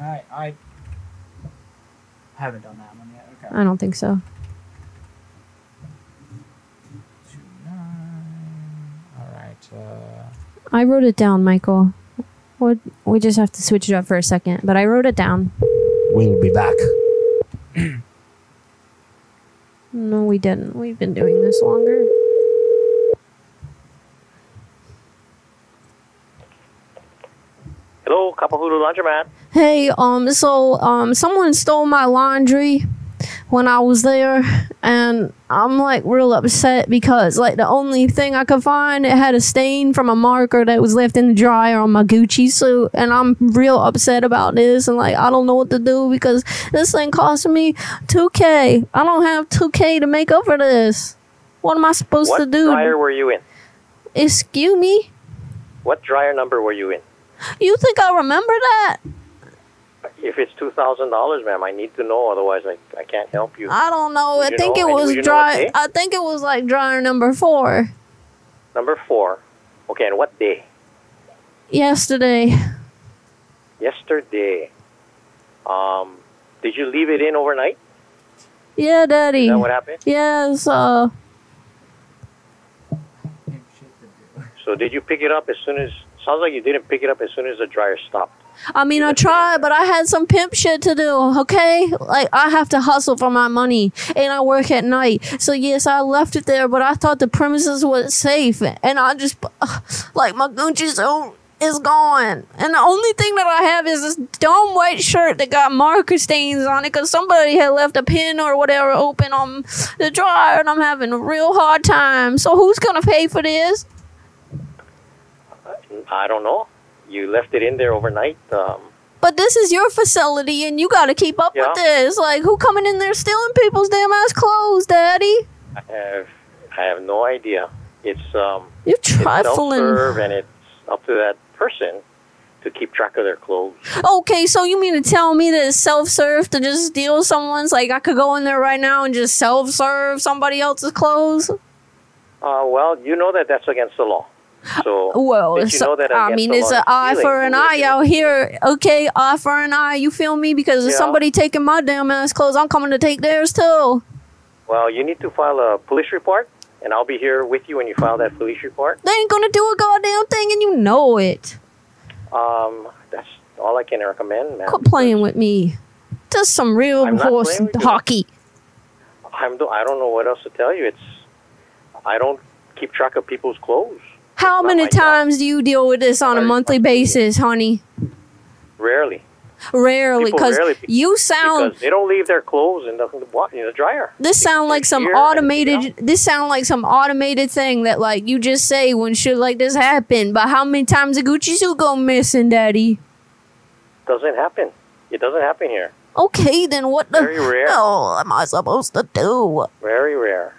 Speaker 4: All right. I Haven't done that one yet. Okay.
Speaker 5: I don't think so.
Speaker 4: All right. Uh,
Speaker 5: I wrote it down, Michael. What we just have to switch it up for a second, but I wrote it down.
Speaker 2: We'll be back.
Speaker 5: No, we didn't. We've been doing this longer.
Speaker 1: Hello, Couple Hulu Laundromat.
Speaker 5: Hey, um, so um, someone stole my laundry when I was there, and I'm like real upset because like the only thing I could find it had a stain from a marker that was left in the dryer on my Gucci suit, and I'm real upset about this, and like I don't know what to do because this thing cost me 2K. I don't have 2K to make up for this. What am I supposed
Speaker 1: what
Speaker 5: to do?
Speaker 1: dryer were you in?
Speaker 5: Excuse me.
Speaker 1: What dryer number were you in?
Speaker 5: You think I remember that?
Speaker 1: If it's two thousand dollars, ma'am, I need to know. Otherwise, I, I can't help you.
Speaker 5: I don't know.
Speaker 1: Would
Speaker 5: I
Speaker 1: you
Speaker 5: think
Speaker 1: know-
Speaker 5: it
Speaker 1: and
Speaker 5: was
Speaker 1: would you know what
Speaker 5: dry.
Speaker 1: day?
Speaker 5: I think it was like dryer number four
Speaker 1: Number four. Okay, and what day?
Speaker 5: yesterday.
Speaker 1: Yesterday. Um, did you leave it in overnight?
Speaker 5: Yeah, Daddy.
Speaker 1: Is that what happened?
Speaker 5: Yes. Uh,
Speaker 1: So did you pick it up as soon as? Sounds like you didn't pick it up as soon as the dryer stopped.
Speaker 5: I mean, I tried, but I had some pimp shit to do. Okay, like I have to hustle for my money, and I work at night. So yes, I left it there, but I thought the premises was safe, and I just (sighs) like my Gucci suit is gone, and the only thing that I have is this dumb white shirt that got marker stains on it because somebody had left a pin or whatever open on the dryer, and I'm having a real hard time. So who's gonna pay for this?
Speaker 1: I don't know. You left it in there overnight. Um,
Speaker 5: But this is your facility, and you got to keep up
Speaker 1: Yeah.
Speaker 5: with this. Like, who coming in there stealing people's damn ass clothes, Daddy?
Speaker 1: I have I have no idea. It's um.
Speaker 5: You're
Speaker 1: It's
Speaker 5: trifling.
Speaker 1: self-serve, and it's up to that person to keep track of their clothes.
Speaker 5: Okay, so you mean to tell me that it's self serve to just steal someone's? Like, I could go in there right now and just self serve somebody else's clothes?
Speaker 1: Uh, well, you know that that's against the law. So
Speaker 5: (gasps) Well,
Speaker 1: did you
Speaker 5: it's-
Speaker 1: know that
Speaker 5: I
Speaker 1: against
Speaker 5: mean,
Speaker 1: the
Speaker 5: it's an
Speaker 1: law is
Speaker 5: eye
Speaker 1: stealing?
Speaker 5: for an eye out here. Okay, eye for an eye. You feel me? Because if
Speaker 1: Yeah.
Speaker 5: somebody taking my damn ass clothes, I'm coming to take theirs too.
Speaker 1: Well, you need to file a police report, and I'll be here with you when you file that police report.
Speaker 5: They ain't gonna do a goddamn thing, and you know it.
Speaker 1: Um, that's all I can recommend, ma'am.
Speaker 5: Quit playing with me. Just some real
Speaker 1: I'm not
Speaker 5: horse
Speaker 1: playing with you.
Speaker 5: hockey.
Speaker 1: I'm do- I don't know what else to tell you. It's I don't keep track of people's clothes.
Speaker 5: How many times do you deal with this on a monthly basis, honey?
Speaker 1: Rarely.
Speaker 5: Rarely,
Speaker 1: People
Speaker 5: because
Speaker 1: rarely be-
Speaker 5: you sound.
Speaker 1: because they don't leave their clothes in the in the dryer.
Speaker 5: This sound like some
Speaker 1: here and
Speaker 5: automated. This sound like some automated thing that like you just say when shit like this happen. But how many times a Gucci suit go missing, Daddy?
Speaker 1: Doesn't happen. It doesn't happen here.
Speaker 5: Okay, then what the
Speaker 1: Very rare.
Speaker 5: hell am I supposed to do?
Speaker 1: Very rare.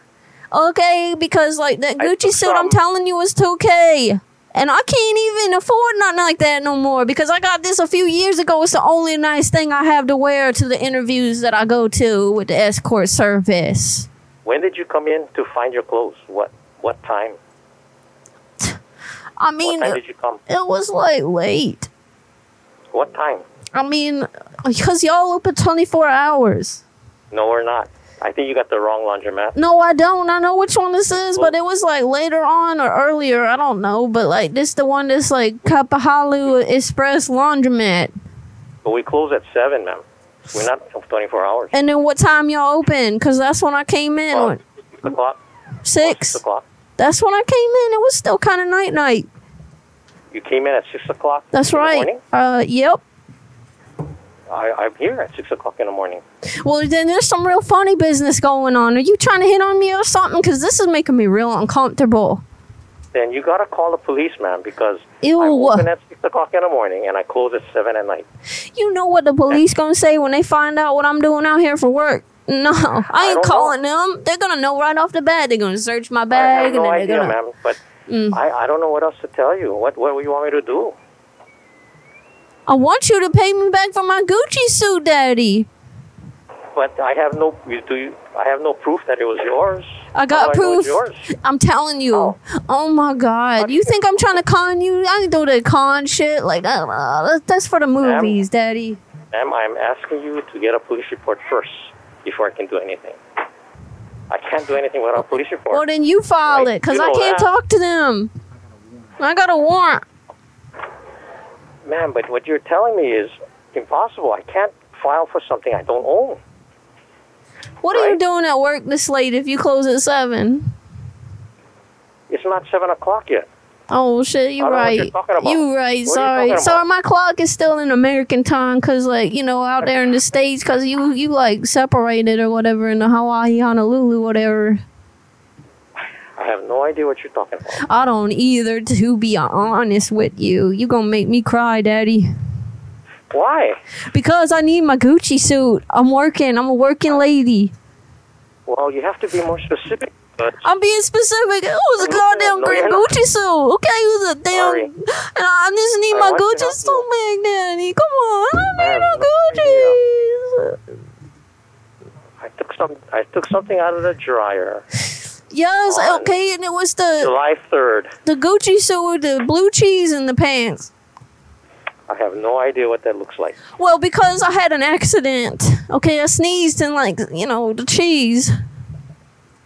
Speaker 5: Okay, because like that
Speaker 1: I
Speaker 5: Gucci
Speaker 1: took
Speaker 5: suit I'm
Speaker 1: some.
Speaker 5: telling you is 2K. And I can't even afford nothing like that no more because I got this a few years ago. It's the only nice thing I have to wear to the interviews that I go to with the escort service.
Speaker 1: When did you come in to find your clothes? What what time?
Speaker 5: I mean,
Speaker 1: what time
Speaker 5: it,
Speaker 1: did you come?
Speaker 5: it was like late.
Speaker 1: What time?
Speaker 5: I mean, because y'all open 24 hours.
Speaker 1: No, we're not. I think you got the wrong laundromat.
Speaker 5: No, I don't. I know which one this is, but it was like later on or earlier. I don't know, but like this the one that's like Kapahalu Express Laundromat.
Speaker 1: But we close at seven, ma'am. We're not twenty four hours.
Speaker 5: And then what time y'all open? Because that's when I came in. on
Speaker 1: Six o'clock.
Speaker 5: six.
Speaker 1: Six o'clock.
Speaker 5: That's when I came in. It was still kind of night night.
Speaker 1: You came in at six o'clock.
Speaker 5: That's
Speaker 1: in the
Speaker 5: right.
Speaker 1: morning?
Speaker 5: Uh, yep.
Speaker 1: I, I'm here at six o'clock in the morning.
Speaker 5: Well, then there's some real funny business going on. Are you trying to hit on me or something? Because this is making me real uncomfortable.
Speaker 1: Then you gotta call the police, ma'am, because
Speaker 5: Ew.
Speaker 1: I open at six o'clock in the morning and I close at seven at night.
Speaker 5: You know what the police gonna say when they find out what I'm doing out here for work? No, (laughs) I ain't
Speaker 1: don't
Speaker 5: calling them. They're gonna know right off the bat. They're gonna search my
Speaker 1: I
Speaker 5: bag
Speaker 1: have no
Speaker 5: and then
Speaker 1: idea,
Speaker 5: they're gonna.
Speaker 1: ma'am, but
Speaker 5: Mm.
Speaker 1: I, I don't know what else to tell you. What what do you want me to do?
Speaker 5: I want you to pay me back for my Gucci suit, Daddy.
Speaker 1: But I have no you do you, I have no proof that it was yours.
Speaker 5: I got
Speaker 1: How do Oh, I know
Speaker 5: proof.
Speaker 1: it's yours?
Speaker 5: I'm telling you. Oh, my God. You think I'm uh, trying to con you? I ain't do the con shit. Like, I don't know. That- That's for the movies, Daddy.
Speaker 1: Ma'am, I'm asking you to get a police report first before I can do anything. I can't do anything without a police report.
Speaker 5: Well, then you file it, cause
Speaker 1: You
Speaker 5: I
Speaker 1: know
Speaker 5: can't
Speaker 1: that.
Speaker 5: talk to them. I got a warrant.
Speaker 1: Ma'am, but what you're telling me is impossible. I can't file for something I don't own.
Speaker 5: What are you doing at work this late if you close at seven?
Speaker 1: It's not seven o'clock yet.
Speaker 5: Oh shit, you
Speaker 1: I don't know what
Speaker 5: right.
Speaker 1: you're talking about.
Speaker 5: You right.
Speaker 1: What are you
Speaker 5: Sorry,
Speaker 1: talking
Speaker 5: sorry.
Speaker 1: about?
Speaker 5: My clock is still in American time, cause like you know out there in the states, cause you you like separated or whatever in the Hawaii, Honolulu, whatever.
Speaker 1: I have no idea what you're talking about.
Speaker 5: I don't either. To be honest with you, you gonna make me cry, Daddy.
Speaker 1: Why?
Speaker 5: Because I need my Gucci suit. I'm working. I'm a working lady.
Speaker 1: Well, you have to be more specific. But
Speaker 5: I'm being specific. It was a
Speaker 1: No,
Speaker 5: goddamn
Speaker 1: no,
Speaker 5: green
Speaker 1: you're not.
Speaker 5: Gucci suit. Okay, it was a damn.
Speaker 1: Sorry.
Speaker 5: And I just need
Speaker 1: I
Speaker 5: my
Speaker 1: want to
Speaker 5: Gucci
Speaker 1: help
Speaker 5: suit back, Daddy. Come on. I
Speaker 1: I have
Speaker 5: don't
Speaker 1: no
Speaker 5: need no Gucci.
Speaker 1: I took some. I took something out of the
Speaker 5: (laughs)
Speaker 1: dryer.
Speaker 5: Yes, okay, and it was the
Speaker 1: July third.
Speaker 5: the Gucci suit with the blue cheese in the pants.
Speaker 1: I have no idea what that looks like.
Speaker 5: Well, because I had an accident. Okay, I sneezed and like you know the cheese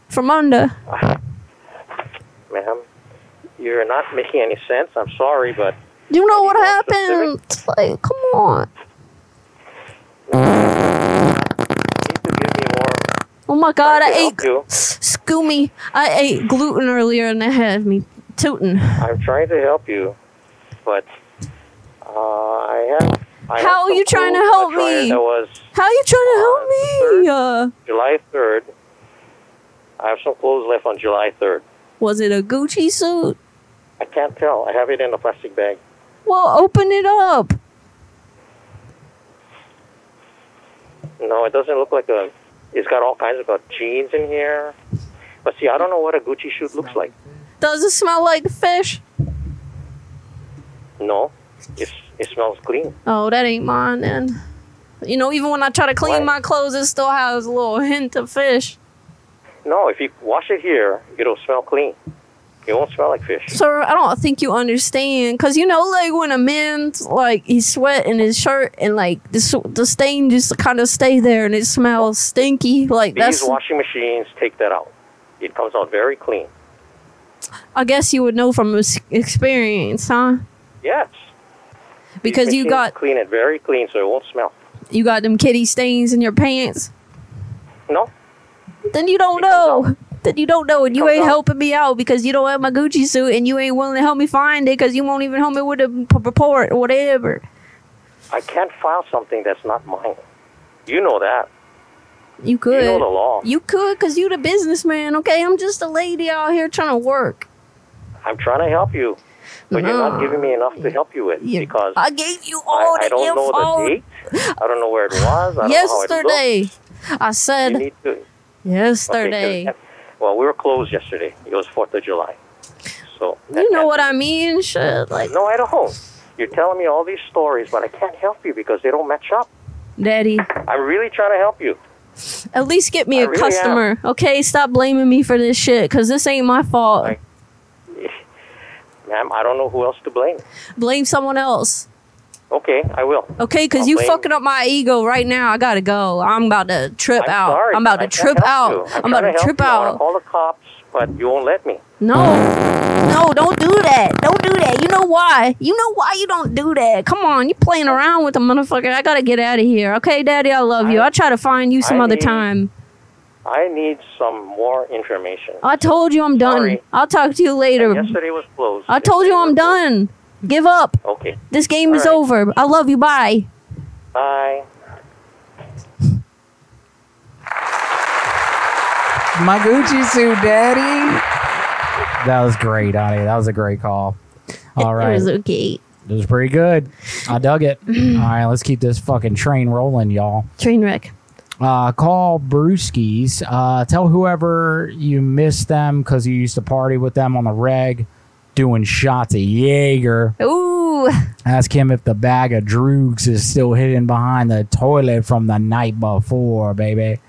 Speaker 5: from under.
Speaker 1: ma'am. You're not making any sense. I'm sorry, but
Speaker 5: You know what happened? Like, come on. Oh my God! I ate. Scoo me. I ate gluten earlier and that had me tooting.
Speaker 1: I'm trying to help you. But uh, I have. I have
Speaker 5: How are
Speaker 1: some
Speaker 5: you trying to
Speaker 1: clothes in
Speaker 5: help
Speaker 1: the dryer
Speaker 5: me?
Speaker 1: That was
Speaker 5: How you trying to help me? Uh,
Speaker 1: July third. I have some clothes left on July third.
Speaker 5: was it a Gucci suit?
Speaker 1: I can't tell. I have it in a plastic bag.
Speaker 5: Well, open it up.
Speaker 1: No, it doesn't look like a. It's got all kinds of uh, jeans in here. But see, I don't know what a Gucci shoot looks like.
Speaker 5: Does it smell like fish?
Speaker 1: No, it's it smells clean.
Speaker 5: Oh, that ain't mine then. You know, even when I try to clean my clothes, it still has a little hint of fish.
Speaker 1: No, if you wash it here, it'll smell clean. It won't smell like fish.
Speaker 5: Sir, I don't think you understand. Cause you know, like when a man's like he sweat in his shirt and like the s- the stain just kind of stay there and it smells stinky. Like
Speaker 1: These
Speaker 5: that's
Speaker 1: washing machines take that out. It comes out very clean.
Speaker 5: I guess you would know from ex- experience, huh?
Speaker 1: Yes. These
Speaker 5: Because you
Speaker 1: machines
Speaker 5: got
Speaker 1: clean it very clean, so it won't smell.
Speaker 5: you got them kitty stains in your pants.
Speaker 1: No.
Speaker 5: Then you don't know. Then you don't know, and you ain't helping me out because you don't have my Gucci suit, and you ain't willing to help me find it because you won't even help me with a p- report or whatever.
Speaker 1: I can't file something that's not mine. You know that.
Speaker 5: You could.
Speaker 1: the law.
Speaker 5: You could, cause you the businessman. Okay, I'm just a lady out here trying to work.
Speaker 1: I'm trying to help you, but you're
Speaker 5: No.
Speaker 1: not giving me enough to help you with because
Speaker 5: I gave you
Speaker 1: I-
Speaker 5: all
Speaker 1: I,
Speaker 5: the
Speaker 1: don't know
Speaker 5: info.
Speaker 1: the date. I don't know where it was. I don't Know how it
Speaker 5: Yesterday, I
Speaker 1: looked. You
Speaker 5: said
Speaker 1: need to.
Speaker 5: yesterday.
Speaker 1: Okay, well, we were closed yesterday. It was Fourth of July, so
Speaker 5: you know what I mean? Shit, like
Speaker 1: no, I don't. You're telling me all these stories, but I can't help you because they don't match up.
Speaker 5: daddy.
Speaker 1: I'm really trying to help you.
Speaker 5: At least get me a
Speaker 1: really
Speaker 5: customer, okay? Stop blaming me for this shit, cause this ain't my fault.
Speaker 1: Ma'am, I don't know who else to blame.
Speaker 5: Blame someone else,
Speaker 1: Okay, I will.
Speaker 5: okay? Cause
Speaker 1: I'll
Speaker 5: you
Speaker 1: blame-
Speaker 5: fucking up my ego right now. I gotta go. I'm about to trip
Speaker 1: I'm
Speaker 5: out.
Speaker 1: sorry.
Speaker 5: I'm about to
Speaker 1: I can't
Speaker 5: trip
Speaker 1: help
Speaker 5: out.
Speaker 1: you.
Speaker 5: I'm about
Speaker 1: trying
Speaker 5: to trip
Speaker 1: help you. I
Speaker 5: out.
Speaker 1: wanna call the cops, but you won't let me.
Speaker 5: No, no, don't do that. Don't do that. You know why? You know why you don't do that? Come on, you playing around with the motherfucker. I gotta get out of here. Okay, Daddy, I love you. I'll try to find you some
Speaker 1: I
Speaker 5: other
Speaker 1: need-
Speaker 5: time.
Speaker 1: I need some more information.
Speaker 5: I told you I'm done. I'll talk to you later.
Speaker 1: Yesterday was closed.
Speaker 5: I told you I'm done. Give up.
Speaker 1: Okay.
Speaker 5: This game is over. I love you. Bye.
Speaker 1: Bye.
Speaker 4: My Gucci suit, daddy. That was great, honey. That was a great call. All right.
Speaker 5: It was okay.
Speaker 4: It was pretty good. I
Speaker 5: (clears throat)
Speaker 4: dug it. All right, let's keep this fucking train rolling, y'all.
Speaker 5: Train wreck.
Speaker 4: Uh, call Brewskis. Uh, tell whoever you miss them because you used to party with them on the reg, doing shots of Jaeger.
Speaker 5: Ooh.
Speaker 4: Ask him if the bag of droogs is still hidden behind the toilet from the night before, baby.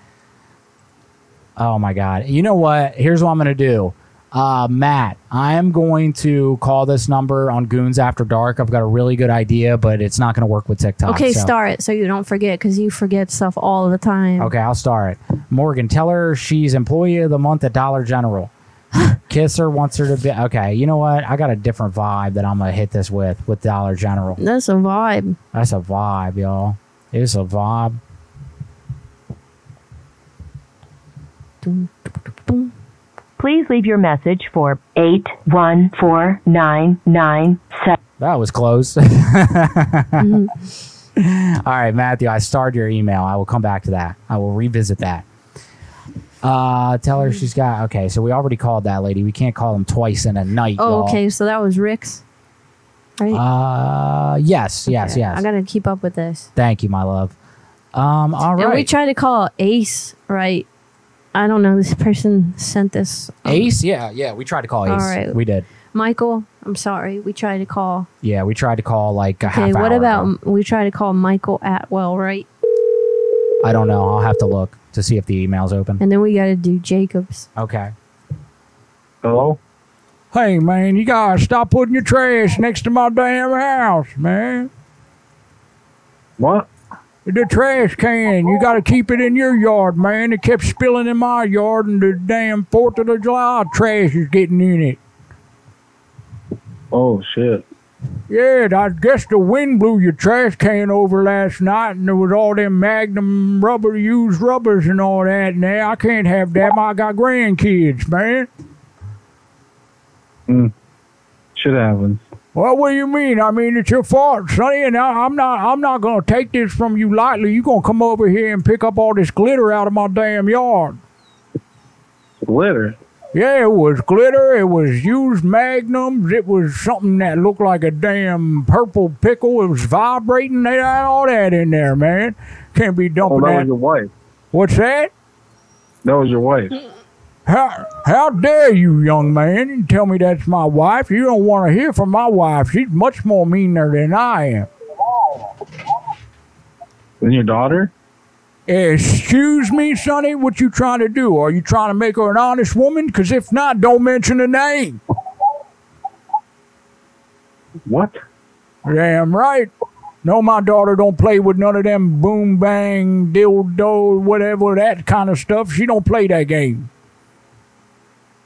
Speaker 4: Oh my god. You know what? Here's what I'm gonna do. Uh, Matt, I am going to call this number on Goons After Dark. I've got a really good idea, but it's not going to work with TikTok.
Speaker 5: Okay,
Speaker 4: so-
Speaker 5: star it so you don't forget because you forget stuff all the time.
Speaker 4: Okay, I'll start it. Morgan, tell her she's employee of the month at Dollar General. (laughs) Kiss her, wants her to be. Okay, you know what? I got a different vibe that I'm gonna hit this with with Dollar General.
Speaker 5: That's a vibe.
Speaker 4: That's a vibe, y'all. It's a vibe.
Speaker 15: Please leave your message for 814997.
Speaker 4: That was close. (laughs) Mm-hmm. All right, Matthew, I starred your email. I will come back to that. I will revisit that. Uh, tell her she's got okay. So we already called that lady. We can't call them twice in a night.
Speaker 5: Oh,
Speaker 4: y'all.
Speaker 5: okay. So that was Rick's. Right?
Speaker 4: Uh, yes, yes,
Speaker 5: Okay,
Speaker 4: yes.
Speaker 5: I gotta keep up with this.
Speaker 4: Thank you, my love. Um, all
Speaker 5: And we
Speaker 4: right.
Speaker 5: tried to call Ace, right? I don't know. This person sent this.
Speaker 4: Ace, yeah, yeah. We tried to call Ace.
Speaker 5: All right.
Speaker 4: We did.
Speaker 5: Michael, I'm sorry. We tried to call.
Speaker 4: Yeah, we tried to call like a
Speaker 5: Okay,
Speaker 4: half
Speaker 5: what
Speaker 4: hour
Speaker 5: about
Speaker 4: ago.
Speaker 5: we tried to call Michael Atwell, right?
Speaker 4: I don't know. I'll have to look to see if the email's open.
Speaker 5: And then we gotta do Jacobs.
Speaker 4: okay.
Speaker 11: Hello.
Speaker 6: Hey man, you gotta stop putting your trash next to my damn house, man.
Speaker 11: What?
Speaker 6: The trash can, you gotta keep it in your yard, man. It kept spilling in my yard, and the damn Fourth of the July trash is getting in it.
Speaker 11: Oh shit.
Speaker 6: Yeah, I guess the wind blew your trash can over last night, and there was all them Magnum rubber, used rubbers, and all that. Now I can't have that. I got grandkids, man.
Speaker 11: Mm. Shit happens.
Speaker 6: Well, what do you mean? I mean, it's your fault, Sonny, and I, I'm not. I'm not gonna take this from you lightly. You gonna come over here and pick up all this glitter out of my damn yard?
Speaker 11: Glitter.
Speaker 6: Yeah, it was glitter. It was used magnums. It was something that looked like a damn purple pickle. It was vibrating. They had all that in there, man. Can't be
Speaker 11: Oh,
Speaker 6: dumping
Speaker 11: that was
Speaker 6: that.
Speaker 11: your wife.
Speaker 6: What's that?
Speaker 11: That was your wife.
Speaker 5: Mm.
Speaker 6: How how dare you, young man, and tell me that's my wife? You don't want to hear from my wife. She's much more meaner than I am.
Speaker 11: And your daughter?
Speaker 6: Excuse me, Sonny, what you trying to do? Are you trying to make her an honest woman? Because if not, don't mention the name.
Speaker 11: What?
Speaker 6: Damn right. No, my daughter don't play with none of them boom bang, dildo, whatever, that kind of stuff. She don't play that game.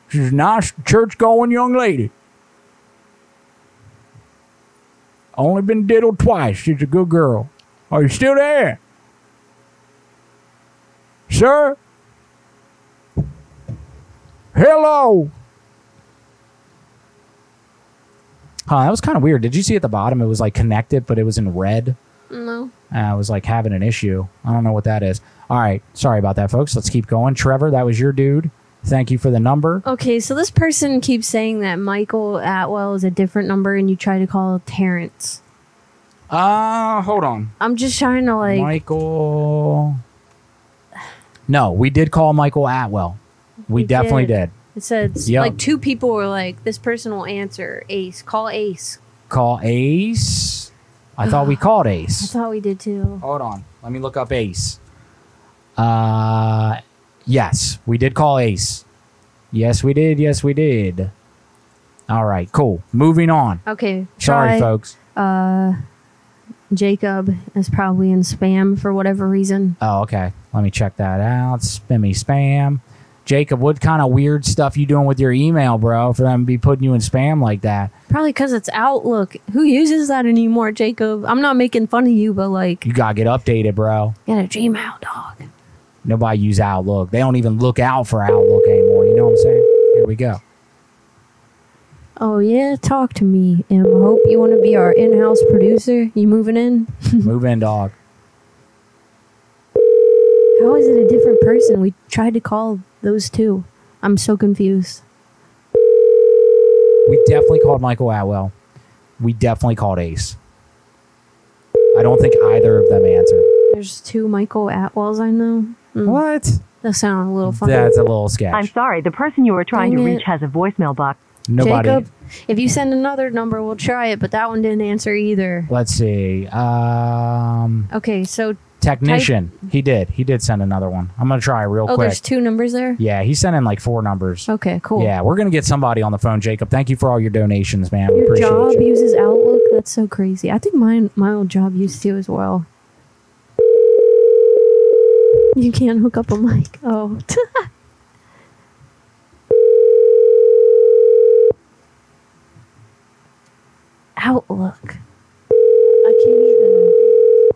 Speaker 6: She's a nice church going young lady. Only been diddled twice. She's a good girl. Are you still there? Sir? Hello?
Speaker 4: Huh, that was kind of weird. Did you see at the bottom? It was like connected, but it was in red.
Speaker 5: No.
Speaker 4: Uh, I was like having an issue. I don't know what that is. All right. Sorry about that, folks. Let's keep going. Trevor, that was your dude. Thank you for the number.
Speaker 5: Okay, so this person keeps saying that Michael Atwell is a different number and you try to call Terrence.
Speaker 4: Uh, hold on.
Speaker 5: I'm just trying to like
Speaker 4: Michael. No, we did call Michael Atwell. We, definitely did.
Speaker 5: It said
Speaker 4: Yep.
Speaker 5: like two people were like, This person will answer. Ace. Call Ace.
Speaker 4: Call Ace.
Speaker 5: (sighs)
Speaker 4: I (sighs) thought we called
Speaker 5: I
Speaker 4: Ace.
Speaker 5: thought we did too.
Speaker 4: Hold on. Let me look up Ace. Uh, yes, we did call Ace. Yes, we did. Yes, we did. All right, cool. Moving on.
Speaker 5: Okay.
Speaker 4: Sorry,
Speaker 5: try,
Speaker 4: folks.
Speaker 5: Uh Jacob is probably in spam for whatever reason.
Speaker 4: Oh, okay. Let me check that out. Spammy spam. Jacob, what kind of weird stuff you doing with your email, bro? For them to be putting you in spam like that,
Speaker 5: Probably because it's Outlook. Who uses that anymore, Jacob? I'm not making fun of you, but like,
Speaker 4: you gotta get updated, bro.
Speaker 5: get a Gmail, dog.
Speaker 4: Nobody use Outlook. They don't even look out for Outlook anymore. You know what I'm saying? Here
Speaker 5: (laughs)
Speaker 4: we go.
Speaker 5: Oh yeah, talk to me, Em. Hope you want to be our in-house producer. You moving in?
Speaker 4: Move in, dog.
Speaker 5: How is it a different person? We tried to call those two. I'm so confused.
Speaker 4: We definitely called Michael Atwell. We definitely called Ace. I don't think either of them answered.
Speaker 5: There's two Michael Atwells I know. Mm.
Speaker 4: What?
Speaker 5: That sounds a little funny.
Speaker 4: That's a little sketch.
Speaker 15: I'm sorry, the person you are trying
Speaker 5: Dang
Speaker 15: to
Speaker 5: it.
Speaker 15: reach has a voicemail box.
Speaker 4: Nobody.
Speaker 5: Jacob, if you send another number, we'll try it. But that one didn't answer either.
Speaker 4: Let's see. Um,
Speaker 5: Okay, so
Speaker 4: Technician. He did. He did send another one. I'm gonna try real
Speaker 5: oh,
Speaker 4: quick.
Speaker 5: there's two numbers there.
Speaker 4: Yeah, he sent in like four numbers.
Speaker 5: Okay, cool.
Speaker 4: Yeah, we're gonna get somebody on the phone, Jacob. Thank you for all your donations, man. We
Speaker 5: Your
Speaker 4: Appreciate
Speaker 5: job
Speaker 4: you.
Speaker 5: uses Outlook. That's so crazy. I think my my old job used to as well. You can't hook up a mic. Oh, (laughs) Outlook. I can't even.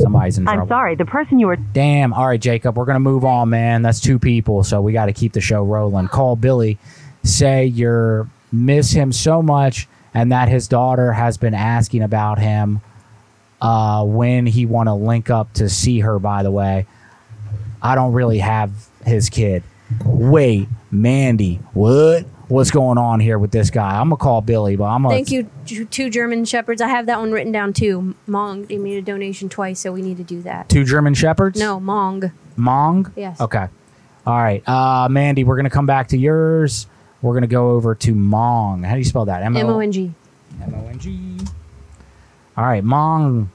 Speaker 4: Somebody's in trouble.
Speaker 15: I'm sorry, the person you were
Speaker 4: Damn. All right, Jacob, we're going to move on, man. That's two people, so we got to keep the show rolling. Call Billy. Say you miss him so much and that his daughter has been asking about him uh, when he want to link up to see her, by the way. I don't really have his kid. Wait, Mandy, what? What's going on here with this guy? I'm going to call Billy, but I'm going
Speaker 5: Thank you, J- two German shepherds. I have that one written down too. Mong gave me a donation twice, so we need to do that.
Speaker 4: Two German Shepherds?
Speaker 5: No, Mong.
Speaker 4: Mong?
Speaker 5: Yes.
Speaker 4: Okay. All right. Uh, Mandy, we're going to come back to yours. We're going to go over to Mong. How do you spell that?
Speaker 5: M
Speaker 4: M-O-
Speaker 5: O N G.
Speaker 4: M O N G. All right. Mong,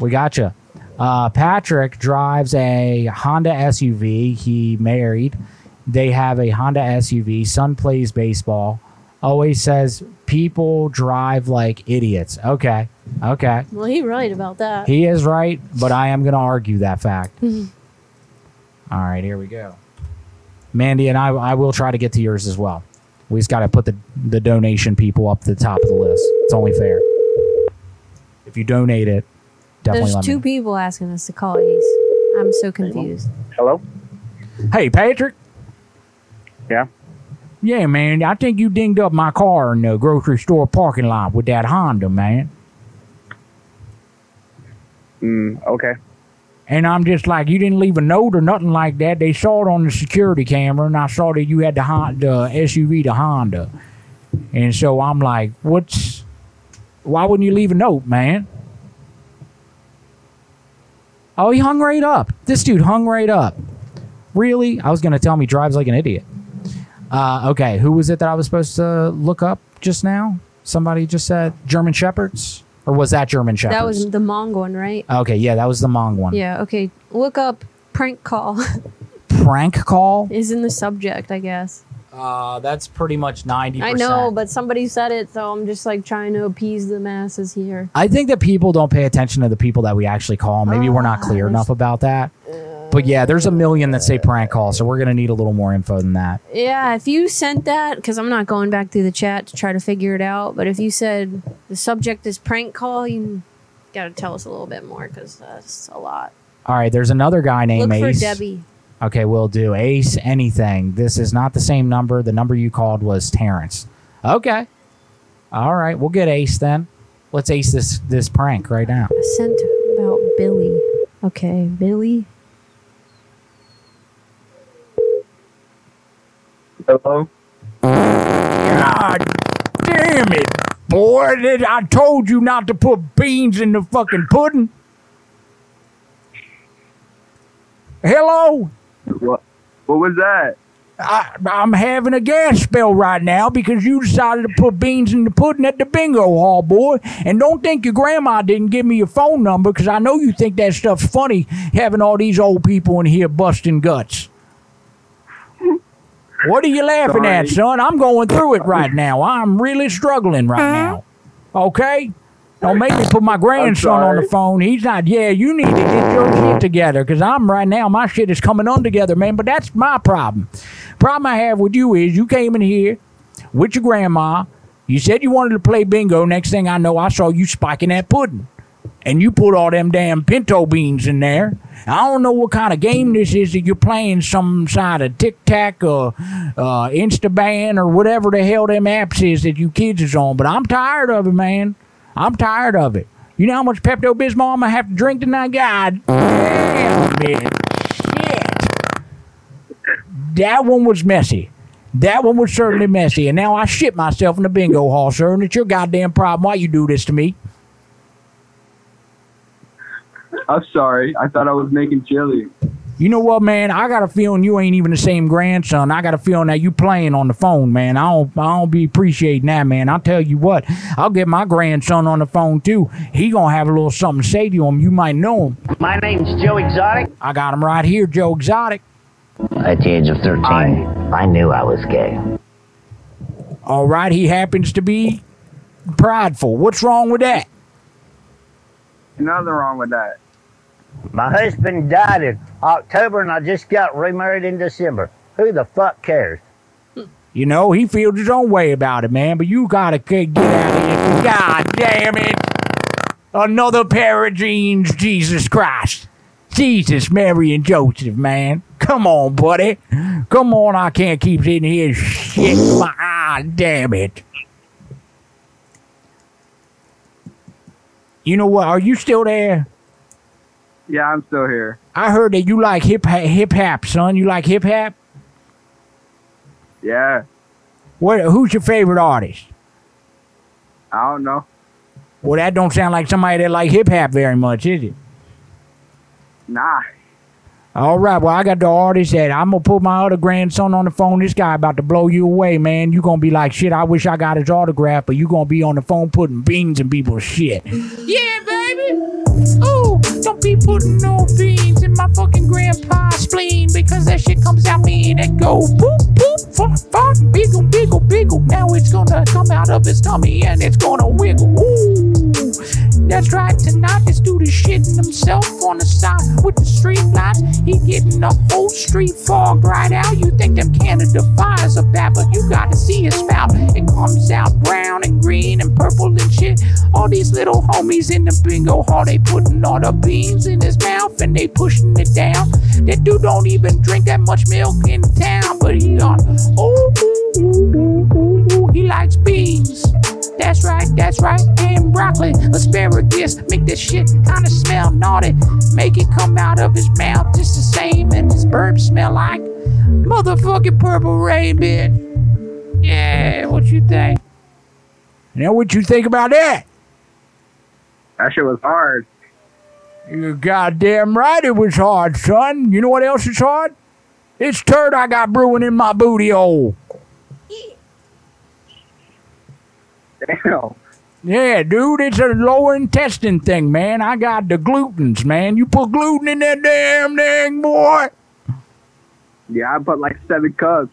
Speaker 4: we gotcha. Uh, Patrick drives a Honda SUV. He married. They have a Honda SUV. Son plays baseball. Always says people drive like idiots. Okay. Okay.
Speaker 5: Well, he right about that.
Speaker 4: He is right, but I am going to argue that fact.
Speaker 5: Mm-hmm.
Speaker 4: All right, here we go. Mandy and I, I will try to get to yours as well. We just got to put the, the donation people up to the top of the list. It's only fair. If you donate it, definitely
Speaker 5: There's
Speaker 4: let
Speaker 5: two
Speaker 4: me.
Speaker 5: people asking us to call these. I'm so confused.
Speaker 4: Hello? Hey, Patrick.
Speaker 16: Yeah?
Speaker 4: Yeah, man. I think you dinged up my car in the grocery store parking lot with that Honda, man.
Speaker 16: Mm, okay.
Speaker 4: And I'm just like, you didn't leave a note or nothing like that. They saw it on the security camera, and I saw that you had the, Hon- the SUV, the Honda. And so I'm like, what's? Why wouldn't you leave a note, man? Oh, he hung right up. This dude hung right up. Really? I was gonna tell him he drives like an idiot. Uh, okay, who was it that I was supposed to look up just now? Somebody just said German Shepherds, or was that German Shepherds?
Speaker 5: That was the Mong one, right?
Speaker 4: okay. Yeah, that was the Mong one.
Speaker 5: Yeah, okay. Look up prank call (laughs)
Speaker 4: Prank call.
Speaker 5: is in the subject, I guess.
Speaker 4: Uh, that's pretty much ninety.
Speaker 5: I know, but somebody said it, so I'm just like trying to appease the masses here.
Speaker 4: I think that people don't pay attention to the people that we actually call. Maybe we're not
Speaker 5: Oh.
Speaker 4: clear enough about that. But yeah, there's a million that say prank call, so we're gonna need a little more info than that.
Speaker 5: Yeah, if you sent that, because I'm not going back through the chat to try to figure it out, but if you said the subject is prank call, you got to tell us a little bit more because that's a lot.
Speaker 4: All right, there's another guy named
Speaker 5: Look for
Speaker 4: Ace.
Speaker 5: Debbie.
Speaker 4: Okay, we'll do Ace. Anything. This is not the same number. The number you called was Terrence. Okay. All right, we'll get Ace then. Let's ace this this prank right now.
Speaker 5: I sent about Billy. Okay, Billy.
Speaker 16: Hello?
Speaker 6: God damn it, boy. Did- I told you not to put beans in the fucking pudding. Hello?
Speaker 16: What? What was that?
Speaker 6: I, I'm having a gas spell right now because you decided to put beans in the pudding at the bingo hall, boy. And don't think your grandma didn't give me your phone number because I know you think that stuff's funny having all these old people in here busting guts. What are you laughing at,
Speaker 16: Sorry.
Speaker 6: son? I'm going through it right now. I'm really struggling right now. Okay? Don't make me put my grandson on the
Speaker 16: sorry.
Speaker 6: phone. He's not, yeah, you need to get your shit together because I'm right now, my shit is coming on together, man. But that's my problem. Problem I have with you is you came in here with your grandma. You said you wanted to play bingo. Next thing I know, I saw you spiking that pudding. And you put all them damn pinto beans in there. I don't know what kind of game this is that you're playing, some side of Tic Tac or uh, Instaban or whatever the hell them apps is that you kids is on. But I'm tired of it, man. I'm tired of it. You know how much Pepto Bismol I'm gonna have to drink tonight, God? Damn it! That one was messy. That one was certainly messy. And now I shit myself in the bingo hall, sir. And it's your goddamn problem. Why you do this to me?
Speaker 16: I'm sorry. I thought I was making chili.
Speaker 6: You know what, man? I got a feeling you ain't even the same grandson. I got a feeling that you playing on the phone, man. I don't, I don't be appreciating that, man. I'll tell you what, I'll get my grandson on the phone too. He gonna have a little something to say to him. You might know him.
Speaker 10: My name's Joe Exotic.
Speaker 6: I got him right here, Joe Exotic.
Speaker 10: At the age of 13, I knew I was gay.
Speaker 6: All right, he happens to be prideful. What's wrong with that?
Speaker 13: Nothing wrong with that.
Speaker 10: My husband died in October and I just got remarried in December. Who the fuck cares?
Speaker 6: You know, he feels his own way about it, man. But you gotta k- get out of here. God damn it! Another pair of jeans, Jesus Christ. Jesus, Mary, and Joseph, man. Come on, buddy. Come on, I can't keep sitting here. Shit, my eye, damn it. You know what? Are you still there?
Speaker 13: Yeah, I'm still here.
Speaker 6: I heard that you like hip hip hop, son. You like hip hop?
Speaker 13: Yeah,
Speaker 6: What? Who's your favorite artist?
Speaker 13: I don't know.
Speaker 6: Well, that don't sound like somebody that like hip hop very much, is it?
Speaker 13: Nah.
Speaker 6: All right. Well, I got the artist that I'm gonna put my other grandson on the phone. This guy about to blow you away, man. You gonna be like, shit. I wish I got his autograph, but you gonna be on the phone putting beans in people's shit.
Speaker 3: Yeah, baby. Ooh, don't be putting no beans in my fucking grandpa's spleen because that shit comes out me and it go boop boop fuck fuck biggle biggle biggle. Now it's gonna come out of his tummy and it's gonna wiggle. Ooh, that's right. Tonight this dude is shitting himself on the side with the street lights. He getting the whole street fog right out. You think them Canada fires are bad, but you gotta see his spout. It comes out brown and green and purple and shit. All these little homies in the bingo hall, they putting all the beans in his mouth and they pushing it down. That dude don't even drink that much milk in town, but he on oh ooh, ooh, ooh, ooh, ooh, he likes beans. That's right, that's right, and broccoli, asparagus, make that shit kinda smell naughty. Make it come out of his mouth just the same, and his burps smell like motherfucking purple rain, bitch. Yeah, what you think?
Speaker 6: Now, what you think about that?
Speaker 13: That shit was hard.
Speaker 6: You goddamn right it was hard, son. You know what else is hard? It's turd I got brewing in my booty hole.
Speaker 13: Damn.
Speaker 6: Yeah, dude, it's a lower intestine thing, man. I got the glutens, man. You put gluten in that damn thing, boy.
Speaker 13: Yeah, I put like seven cups.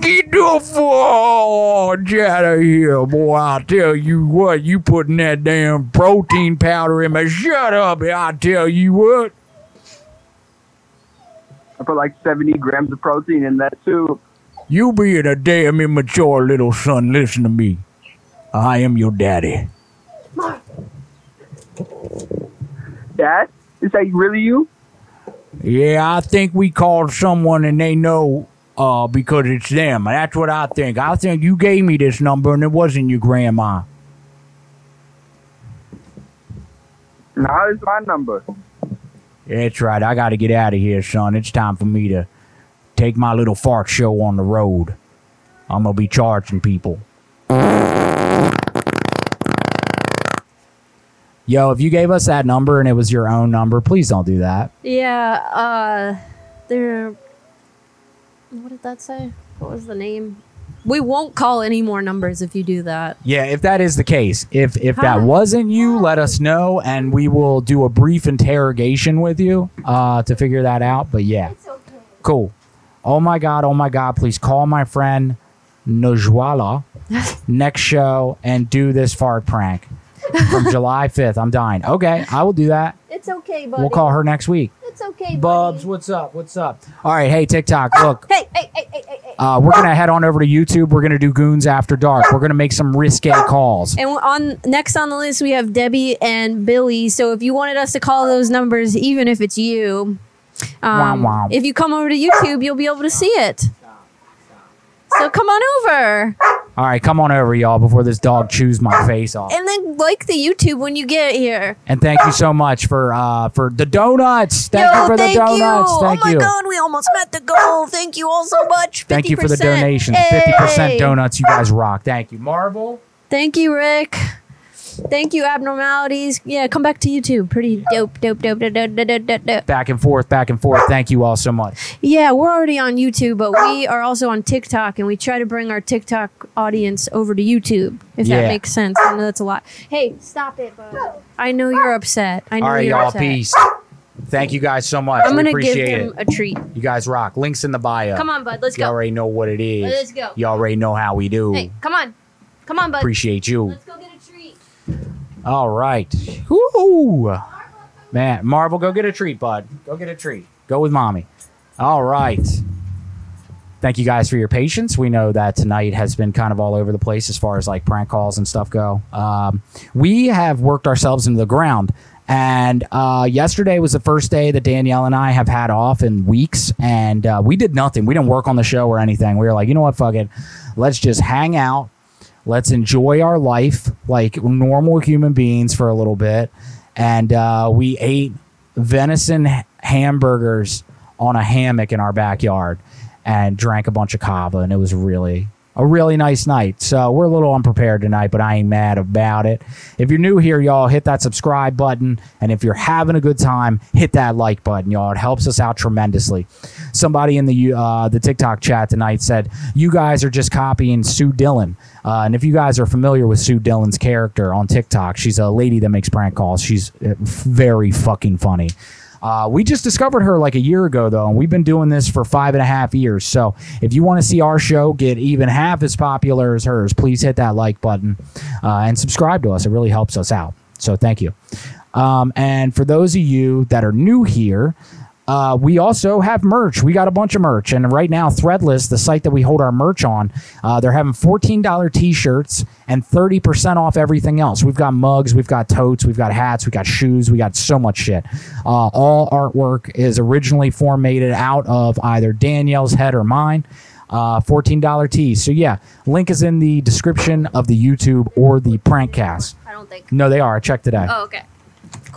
Speaker 6: Get the fuck out of here, boy. I'll tell you what, you putting that damn protein powder in me. Shut up, I tell you what.
Speaker 13: I put like 70 grams of protein in that soup.
Speaker 6: You being a damn immature little son, listen to me. I am your daddy.
Speaker 13: Dad, is that really you?
Speaker 6: Yeah, I think we called someone and they know uh, because it's them. That's what I think. I think you gave me this number and it wasn't your grandma.
Speaker 13: No, it's my number.
Speaker 6: That's right. I got to get out of here, son. It's time for me to take my little fart show on the road. I'm going to be charging people.
Speaker 4: Yo, if you gave us that number and it was your own number, please don't do that.
Speaker 5: Yeah, uh, there. What did that say? What was the name? We won't call any more numbers if you do that.
Speaker 4: Yeah, if that is the case, if if that
Speaker 5: Hi.
Speaker 4: wasn't you, let us know and we will do a brief interrogation with you uh, to figure that out. But yeah, cool. Oh my god, oh my god! Please call my friend Najwala next show and do this fart prank from July fifth. I'm dying. Okay, I will do that.
Speaker 5: It's okay, buddy.
Speaker 4: We'll call her next week.
Speaker 5: It's okay,
Speaker 4: Bubs, what's up? What's up? All right, hey TikTok, look.
Speaker 5: Hey, hey, hey, hey, hey, hey.
Speaker 4: Uh, we're gonna head on over to YouTube. We're gonna do Goons After Dark. We're gonna make some risque calls.
Speaker 5: And on next on the list we have Debbie and Billy. So if you wanted us to call those numbers, even if it's you, um,
Speaker 4: Wow, wow.
Speaker 5: if you come over to YouTube, you'll be able to see it. So come on over
Speaker 4: All right, come on over, y'all, before this dog chews my face off.
Speaker 5: and then like the YouTube when you get here.
Speaker 4: And thank you so much for uh for the donuts. Thank
Speaker 5: Yo,
Speaker 4: you for the
Speaker 5: thank
Speaker 4: donuts.
Speaker 5: you.
Speaker 4: Thank
Speaker 5: oh my
Speaker 4: you.
Speaker 5: God, we almost met the goal. Thank you all so much. 50%.
Speaker 4: Thank you for the donations.
Speaker 5: Hey.
Speaker 4: Fifty percent donuts. You guys rock. Thank you, Marvel.
Speaker 5: Thank you, Rick. Thank you, abnormalities. Yeah, come back to YouTube. Pretty dope, dope, dope, dope, dope, dope, dope, dope, dope.
Speaker 4: Back and forth, back and forth. Thank you all so much.
Speaker 5: Yeah, we're already on YouTube, but we are also on TikTok, and we try to bring our TikTok audience over to YouTube, if
Speaker 4: Yeah.
Speaker 5: that makes sense. I know that's a lot. Hey, stop it, bud. I know you're upset. I know
Speaker 4: All right,
Speaker 5: you're
Speaker 4: y'all.
Speaker 5: upset.
Speaker 4: Peace. Thank you guys so much.
Speaker 5: I'm
Speaker 4: we
Speaker 5: gonna give
Speaker 4: appreciate
Speaker 5: them
Speaker 4: it.
Speaker 5: a treat.
Speaker 4: you guys rock. Links in the bio.
Speaker 5: Come on, bud. Let's
Speaker 4: Y'all
Speaker 5: go.
Speaker 4: already know what it is.
Speaker 5: Let's go.
Speaker 4: Y'all already know how we do.
Speaker 5: Hey, come on. Come on, bud.
Speaker 4: Appreciate you.
Speaker 5: Let's go get a treat.
Speaker 4: All right. Woo! Man, Marvel, go get a treat, bud. Go get a treat. Go with mommy. All right. Thank you guys for your patience. We know that tonight has been kind of all over the place as far as like prank calls and stuff go. Um, we have worked ourselves into the ground. And uh, yesterday was the first day that Danielle and I have had off in weeks. And uh, we did nothing. We didn't work on the show or anything. We were like, you know what? Fuck it. Let's just hang out. Let's enjoy our life like normal human beings for a little bit. And uh, we ate venison h- hamburgers on a hammock in our backyard and drank a bunch of kava. And it was really, a really nice night. So we're a little unprepared tonight, but I ain't mad about it. If you're new here, y'all, hit that subscribe button. And if you're having a good time, hit that like button, y'all. It helps us out tremendously. Somebody in the uh, the TikTok chat tonight said, You guys are just copying Sue Dillon. Uh, and if you guys are familiar with Sue Dillon's character on TikTok, she's a lady that makes prank calls. She's uh, very fucking funny. Uh, we just discovered her like a year ago, though, and we've been doing this for five and a half years. So if you want to see our show get even half as popular as hers, please hit that like button uh, and subscribe to us. It really helps us out. So thank you. Um, and for those of you that are new here, uh, we also have merch. We got a bunch of merch, and right now, Threadless, the site that we hold our merch on, uh, they're having fourteen dollar t-shirts and thirty percent off everything else. We've got mugs, we've got totes, we've got hats, we got shoes, we got so much shit. Uh, all artwork is originally formatted out of either Danielle's head or mine. Uh, $14 tees. So, yeah, link is in the description of the YouTube or the prankcast. I don't think. No, they are. I checked today.
Speaker 5: Oh, okay.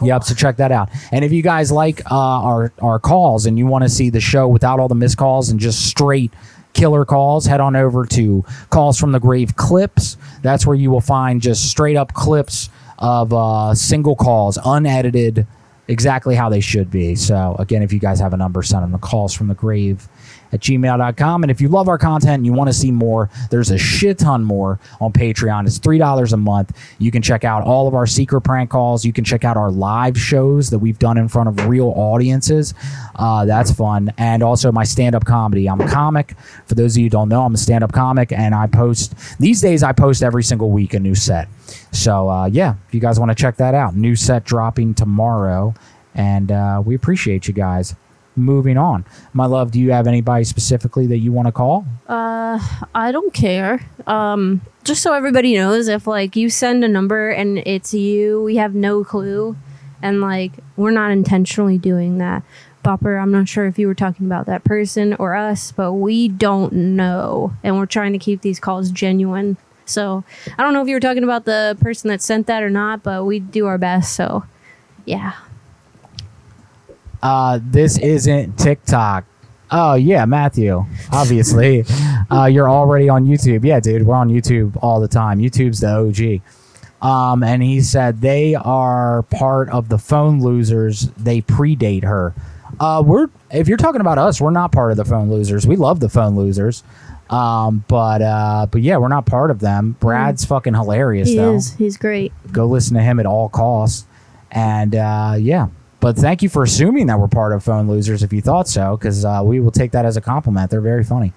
Speaker 4: Yep. So check that out. And if you guys like uh, our our calls and you want to see the show without all the missed calls and just straight killer calls, head on over to Calls from the Grave clips. That's where you will find just straight up clips of uh, single calls, unedited, exactly how they should be. So again, if you guys have a number, send them to Calls from the Grave at gmail.com. And if you love our content and you want to see more, there's a shit ton more on Patreon. It's $3 a month. You can check out all of our secret prank calls. You can check out our live shows that we've done in front of real audiences. Uh, that's fun. And also my stand up comedy. I'm a comic. For those of you who don't know, I'm a stand up comic and I post, these days, I post every single week a new set. So uh, yeah, if you guys want to check that out, new set dropping tomorrow. And uh, we appreciate you guys moving on. My love, do you have anybody specifically that you want to call?
Speaker 5: Uh, I don't care. Um, just so everybody knows, if like you send a number and it's you, we have no clue, and like we're not intentionally doing that. Bopper, I'm not sure if you were talking about that person or us, but we don't know, and we're trying to keep these calls genuine. So I don't know if you were talking about the person that sent that or not, but we do our best. So, yeah.
Speaker 4: Uh, this isn't TikTok. Oh yeah, Matthew. (laughs) Obviously, uh, you're already on YouTube. Yeah, dude, we're on YouTube all the time. YouTube's the OG. Um, and he said they are part of the phone losers. They predate her. Uh, we're if you're talking about us, we're not part of the phone losers. We love the phone losers. Um, but uh, but yeah, we're not part of them. Brad's fucking hilarious
Speaker 5: He
Speaker 4: though
Speaker 5: is. He's great.
Speaker 4: go listen to him at all costs. And uh, yeah, but thank you for assuming that we're part of Phone Losers if you thought so, because uh, we will take that as a compliment. They're very funny.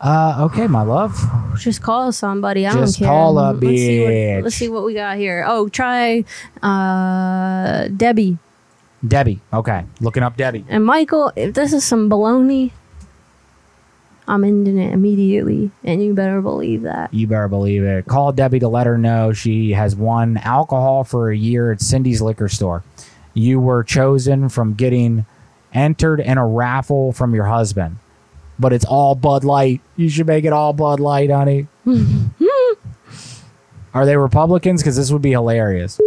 Speaker 4: Uh, okay, my love.
Speaker 5: Just call somebody. I
Speaker 4: Just
Speaker 5: don't care.
Speaker 4: call a
Speaker 5: Let's see,
Speaker 4: bitch.
Speaker 5: what, let's see what we got here. Oh, try uh, Debbie
Speaker 4: Debbie. Okay, looking up Debbie.
Speaker 5: and Michael. If this is some baloney, I'm ending it immediately, and you better believe that.
Speaker 4: You better believe it. Call Debbie to let her know she has won alcohol for a year at Cindy's liquor store. You were chosen from getting entered in a raffle from your husband, but it's all Bud Light. You should make it all Bud Light, honey. Are they Republicans? Because this would be hilarious.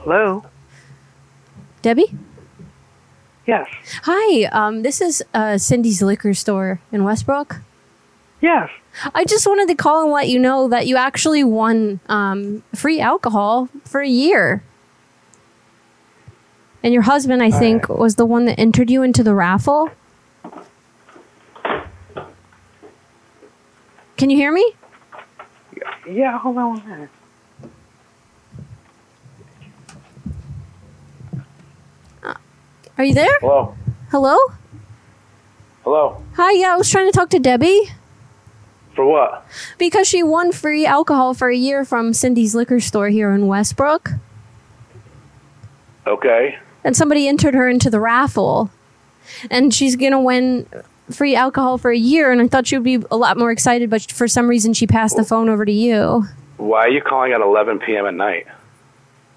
Speaker 5: Hello, Debbie.
Speaker 16: Yes.
Speaker 5: Hi, um, this is uh, Cindy's Liquor Store in Westbrook.
Speaker 16: Yes.
Speaker 5: I just wanted to call and let you know that you actually won um, free alcohol for a year. And your husband, I think, was the one that entered you into the raffle. Can you hear me?
Speaker 16: Yeah, hold on one minute.
Speaker 5: Uh, Are you there?
Speaker 7: Hello.
Speaker 5: Hello?
Speaker 7: (laughs) Hello.
Speaker 5: Hi, yeah, I was trying to talk to Debbie
Speaker 7: For what?
Speaker 5: because she won free alcohol for a year from Cindy's liquor store here in Westbrook.
Speaker 7: Okay.
Speaker 5: And somebody entered her into the raffle. And she's going to win free alcohol for a year. And I thought she would be a lot more excited, but for some reason she passed the phone over to you.
Speaker 7: Why are you calling at 11 p.m. at night?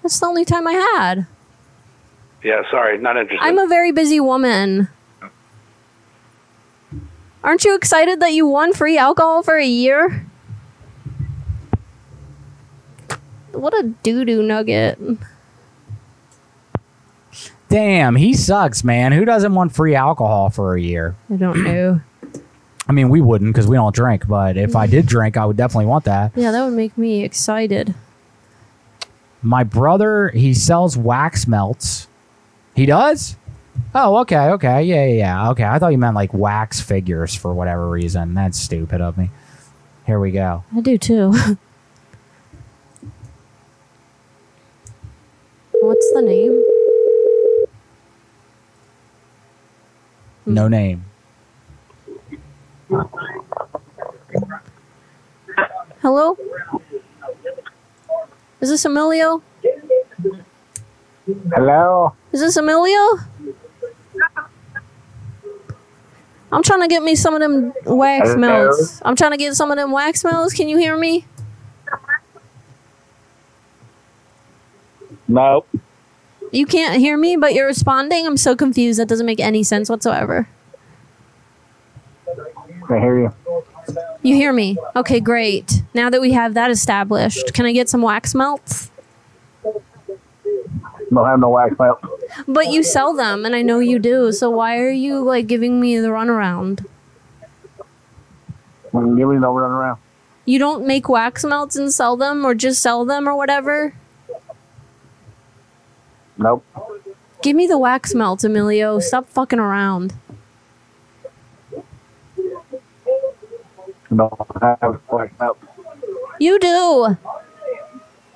Speaker 5: That's the only time I had.
Speaker 7: Yeah, sorry, not interested.
Speaker 5: I'm a very busy woman. Aren't you excited that you won free alcohol for a year? What a doo doo nugget.
Speaker 4: Damn, he sucks, man. Who doesn't want free alcohol for a year?
Speaker 5: I don't know.
Speaker 4: I mean, we wouldn't because we don't drink, but if I did drink, I would definitely want that.
Speaker 5: Yeah, that would make me excited.
Speaker 4: My brother, he sells wax melts. He does? Oh, okay, okay. Yeah, yeah, yeah. Okay. I thought you meant like wax figures for whatever reason. That's stupid of me. Here we go.
Speaker 5: I do too. (laughs) What's the name? Hmm.
Speaker 4: No name.
Speaker 5: Hello? Is this Emilio?
Speaker 13: Hello.
Speaker 5: Is this Emilio? I'm trying to get me some of them wax
Speaker 13: Hello?
Speaker 5: melts. I'm trying to get some of them wax melts. Can you hear me?
Speaker 7: No.
Speaker 5: You can't hear me, but you're responding. I'm so confused. That doesn't make any sense whatsoever.
Speaker 13: I hear you.
Speaker 5: You hear me? Okay, great. Now that we have that established, can I get some wax melts?
Speaker 13: Don't have no wax melt.
Speaker 5: But you sell them, and I know you do. So why are you like giving me the runaround?
Speaker 13: Give me no run around.
Speaker 5: You don't make wax melts and sell them, or just sell them, or whatever.
Speaker 13: Nope.
Speaker 5: Give me the wax melts, Emilio. Stop fucking around.
Speaker 13: Don't have wax melt.
Speaker 5: You do.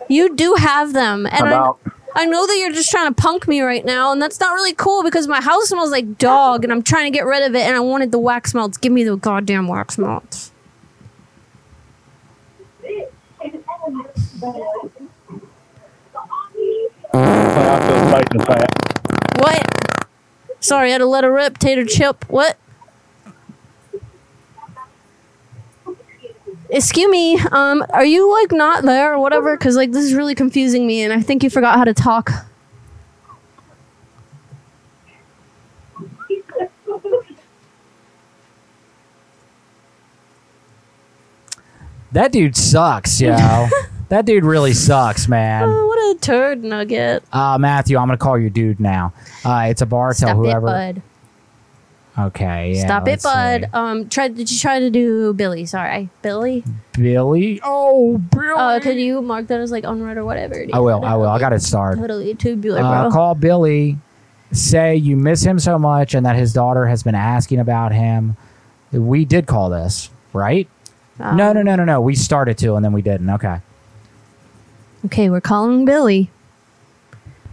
Speaker 5: You do have them, and I,
Speaker 13: About.
Speaker 5: I know that you're just trying to punk me right now, and that's not really cool because my house smells like dog, and I'm trying to get rid of it, and I wanted the wax melts. Give me the goddamn wax melts. What? Sorry, I had to let her rip, tater chip. What? Excuse me. Um, are you like not there or whatever? Cause like this is really confusing me, and I think you forgot how to talk.
Speaker 4: That dude
Speaker 5: (laughs)
Speaker 4: sucks, yo. that dude really sucks, man.
Speaker 5: Oh, what a turd nugget.
Speaker 4: Uh, Matthew, I'm gonna call your dude now. Uh, it's a bar.
Speaker 5: Stop
Speaker 4: tell
Speaker 5: it,
Speaker 4: whoever.
Speaker 5: bud.
Speaker 4: Okay. Yeah,
Speaker 5: Stop it,
Speaker 4: let's
Speaker 5: bud. Um, try. Did you try to do Billy? Sorry, Billy.
Speaker 4: see. Billy. Oh, Billy.
Speaker 5: Uh, could you mark that as like unread or whatever? it is?
Speaker 4: I will. I will. I got it started.
Speaker 5: Totally tubular, bro.
Speaker 4: Uh, call Billy. Say you miss him so much, and that his daughter has been asking about him. We did call this, right?
Speaker 5: Oh.
Speaker 4: no, no, no, no, no. We started to, and then we didn't. Okay.
Speaker 5: Okay, we're calling Billy.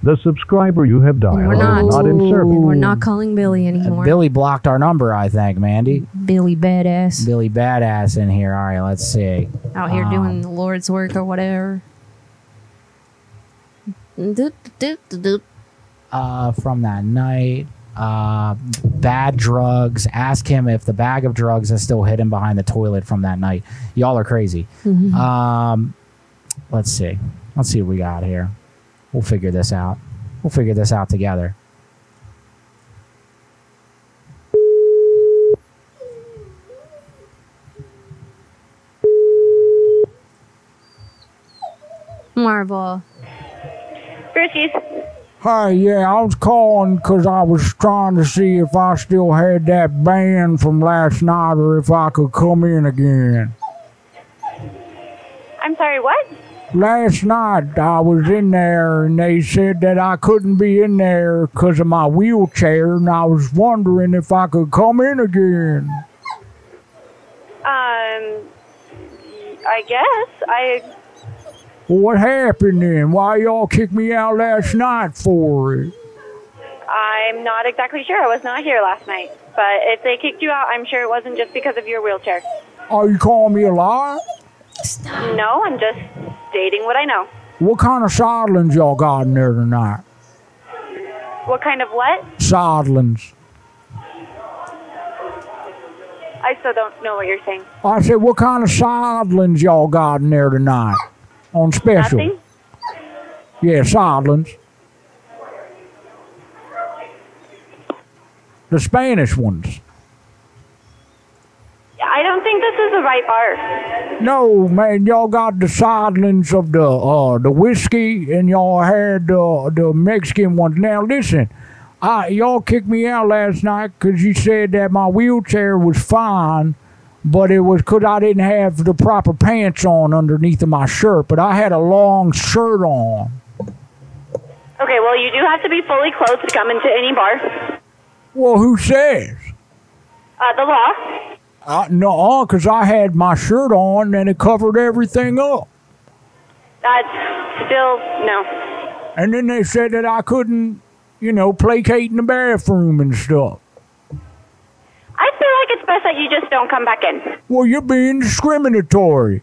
Speaker 22: The subscriber you have dialed
Speaker 4: Oh,
Speaker 5: We're
Speaker 22: is
Speaker 5: not.
Speaker 22: not in service.
Speaker 5: And we're not calling Billy anymore.
Speaker 4: Billy blocked our number, I think, Mandy.
Speaker 5: Billy badass.
Speaker 4: Billy badass in here. All right, let's see.
Speaker 5: out here
Speaker 4: Um,
Speaker 5: doing the Lord's work or whatever. Doot, doot, doot, doot.
Speaker 4: uh, from that night. Uh, bad drugs. Ask him if the bag of drugs is still hidden behind the toilet from that night. Y'all are crazy.
Speaker 5: Mhm.
Speaker 4: Um, let's see. Let's see what we got here. We'll figure this out. We'll figure this out together.
Speaker 5: Marvel.
Speaker 24: Brookies.
Speaker 6: Hi, yeah, I was calling because I was trying to see if I still had that band from last night or if I could come in again.
Speaker 14: I'm sorry, what?
Speaker 6: Last night I was in there and they said that I couldn't be in there because of my wheelchair, and I was wondering if I could come in again.
Speaker 14: Um, I guess I.
Speaker 6: Well, what happened then? Why y'all kicked me out last night for it?
Speaker 14: I'm not exactly sure. I was not here last night. But if they kicked you out, I'm sure it wasn't just because of your wheelchair.
Speaker 6: Are Oh, you calling me a liar?
Speaker 14: No, I'm just stating what I know.
Speaker 6: What kind of sodlings y'all got in there tonight?
Speaker 14: What kind of what?
Speaker 6: Sodlings.
Speaker 14: I still don't know what you're saying.
Speaker 6: I said, what kind of sodlings y'all got in there tonight on special?
Speaker 14: Nothing?
Speaker 6: Yeah, sodlings. The Spanish ones.
Speaker 14: I don't think this is the right bar.
Speaker 6: No, man, y'all got the sidlings of the uh, the whiskey, and y'all had the the Mexican ones. Now listen, I y'all kicked me out last night because you said that my wheelchair was fine, but it was because I didn't have the proper pants on underneath of my shirt. But I had a long shirt on.
Speaker 14: Okay, well, you do have to be fully clothed to come into any bar.
Speaker 6: Well, who says?
Speaker 14: Uh, the law.
Speaker 6: I, no, because I had my shirt on and it covered everything up.
Speaker 14: That's still no.
Speaker 6: And then they said that I couldn't, you know, placate in the bathroom and stuff.
Speaker 14: I feel like it's best that you just don't come back in.
Speaker 6: Well, you're being discriminatory.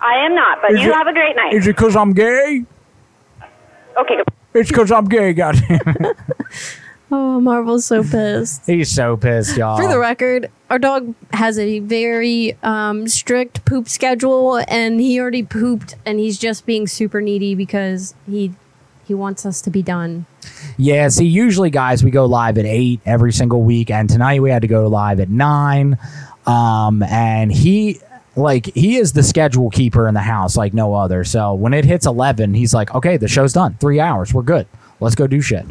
Speaker 14: I am not, but
Speaker 6: Is
Speaker 14: you
Speaker 6: it-
Speaker 14: have a great night.
Speaker 6: Is it because I'm gay?
Speaker 14: okay.
Speaker 6: It's because I'm gay, goddamn. it.
Speaker 5: Oh, Marvel's so pissed.
Speaker 4: He's so pissed, y'all.
Speaker 5: For the record, our dog has a very um, strict poop schedule, and he already pooped, and he's just being super needy because he he wants us to be done.
Speaker 4: Yeah, see, usually, guys, we go live at eight every single week, and tonight we had to go live at nine. Um, and he, like, he is the schedule keeper in the house, like no other. So when it hits eleven, he's like, "Okay, the show's done. Three hours, we're good. Let's go do shit."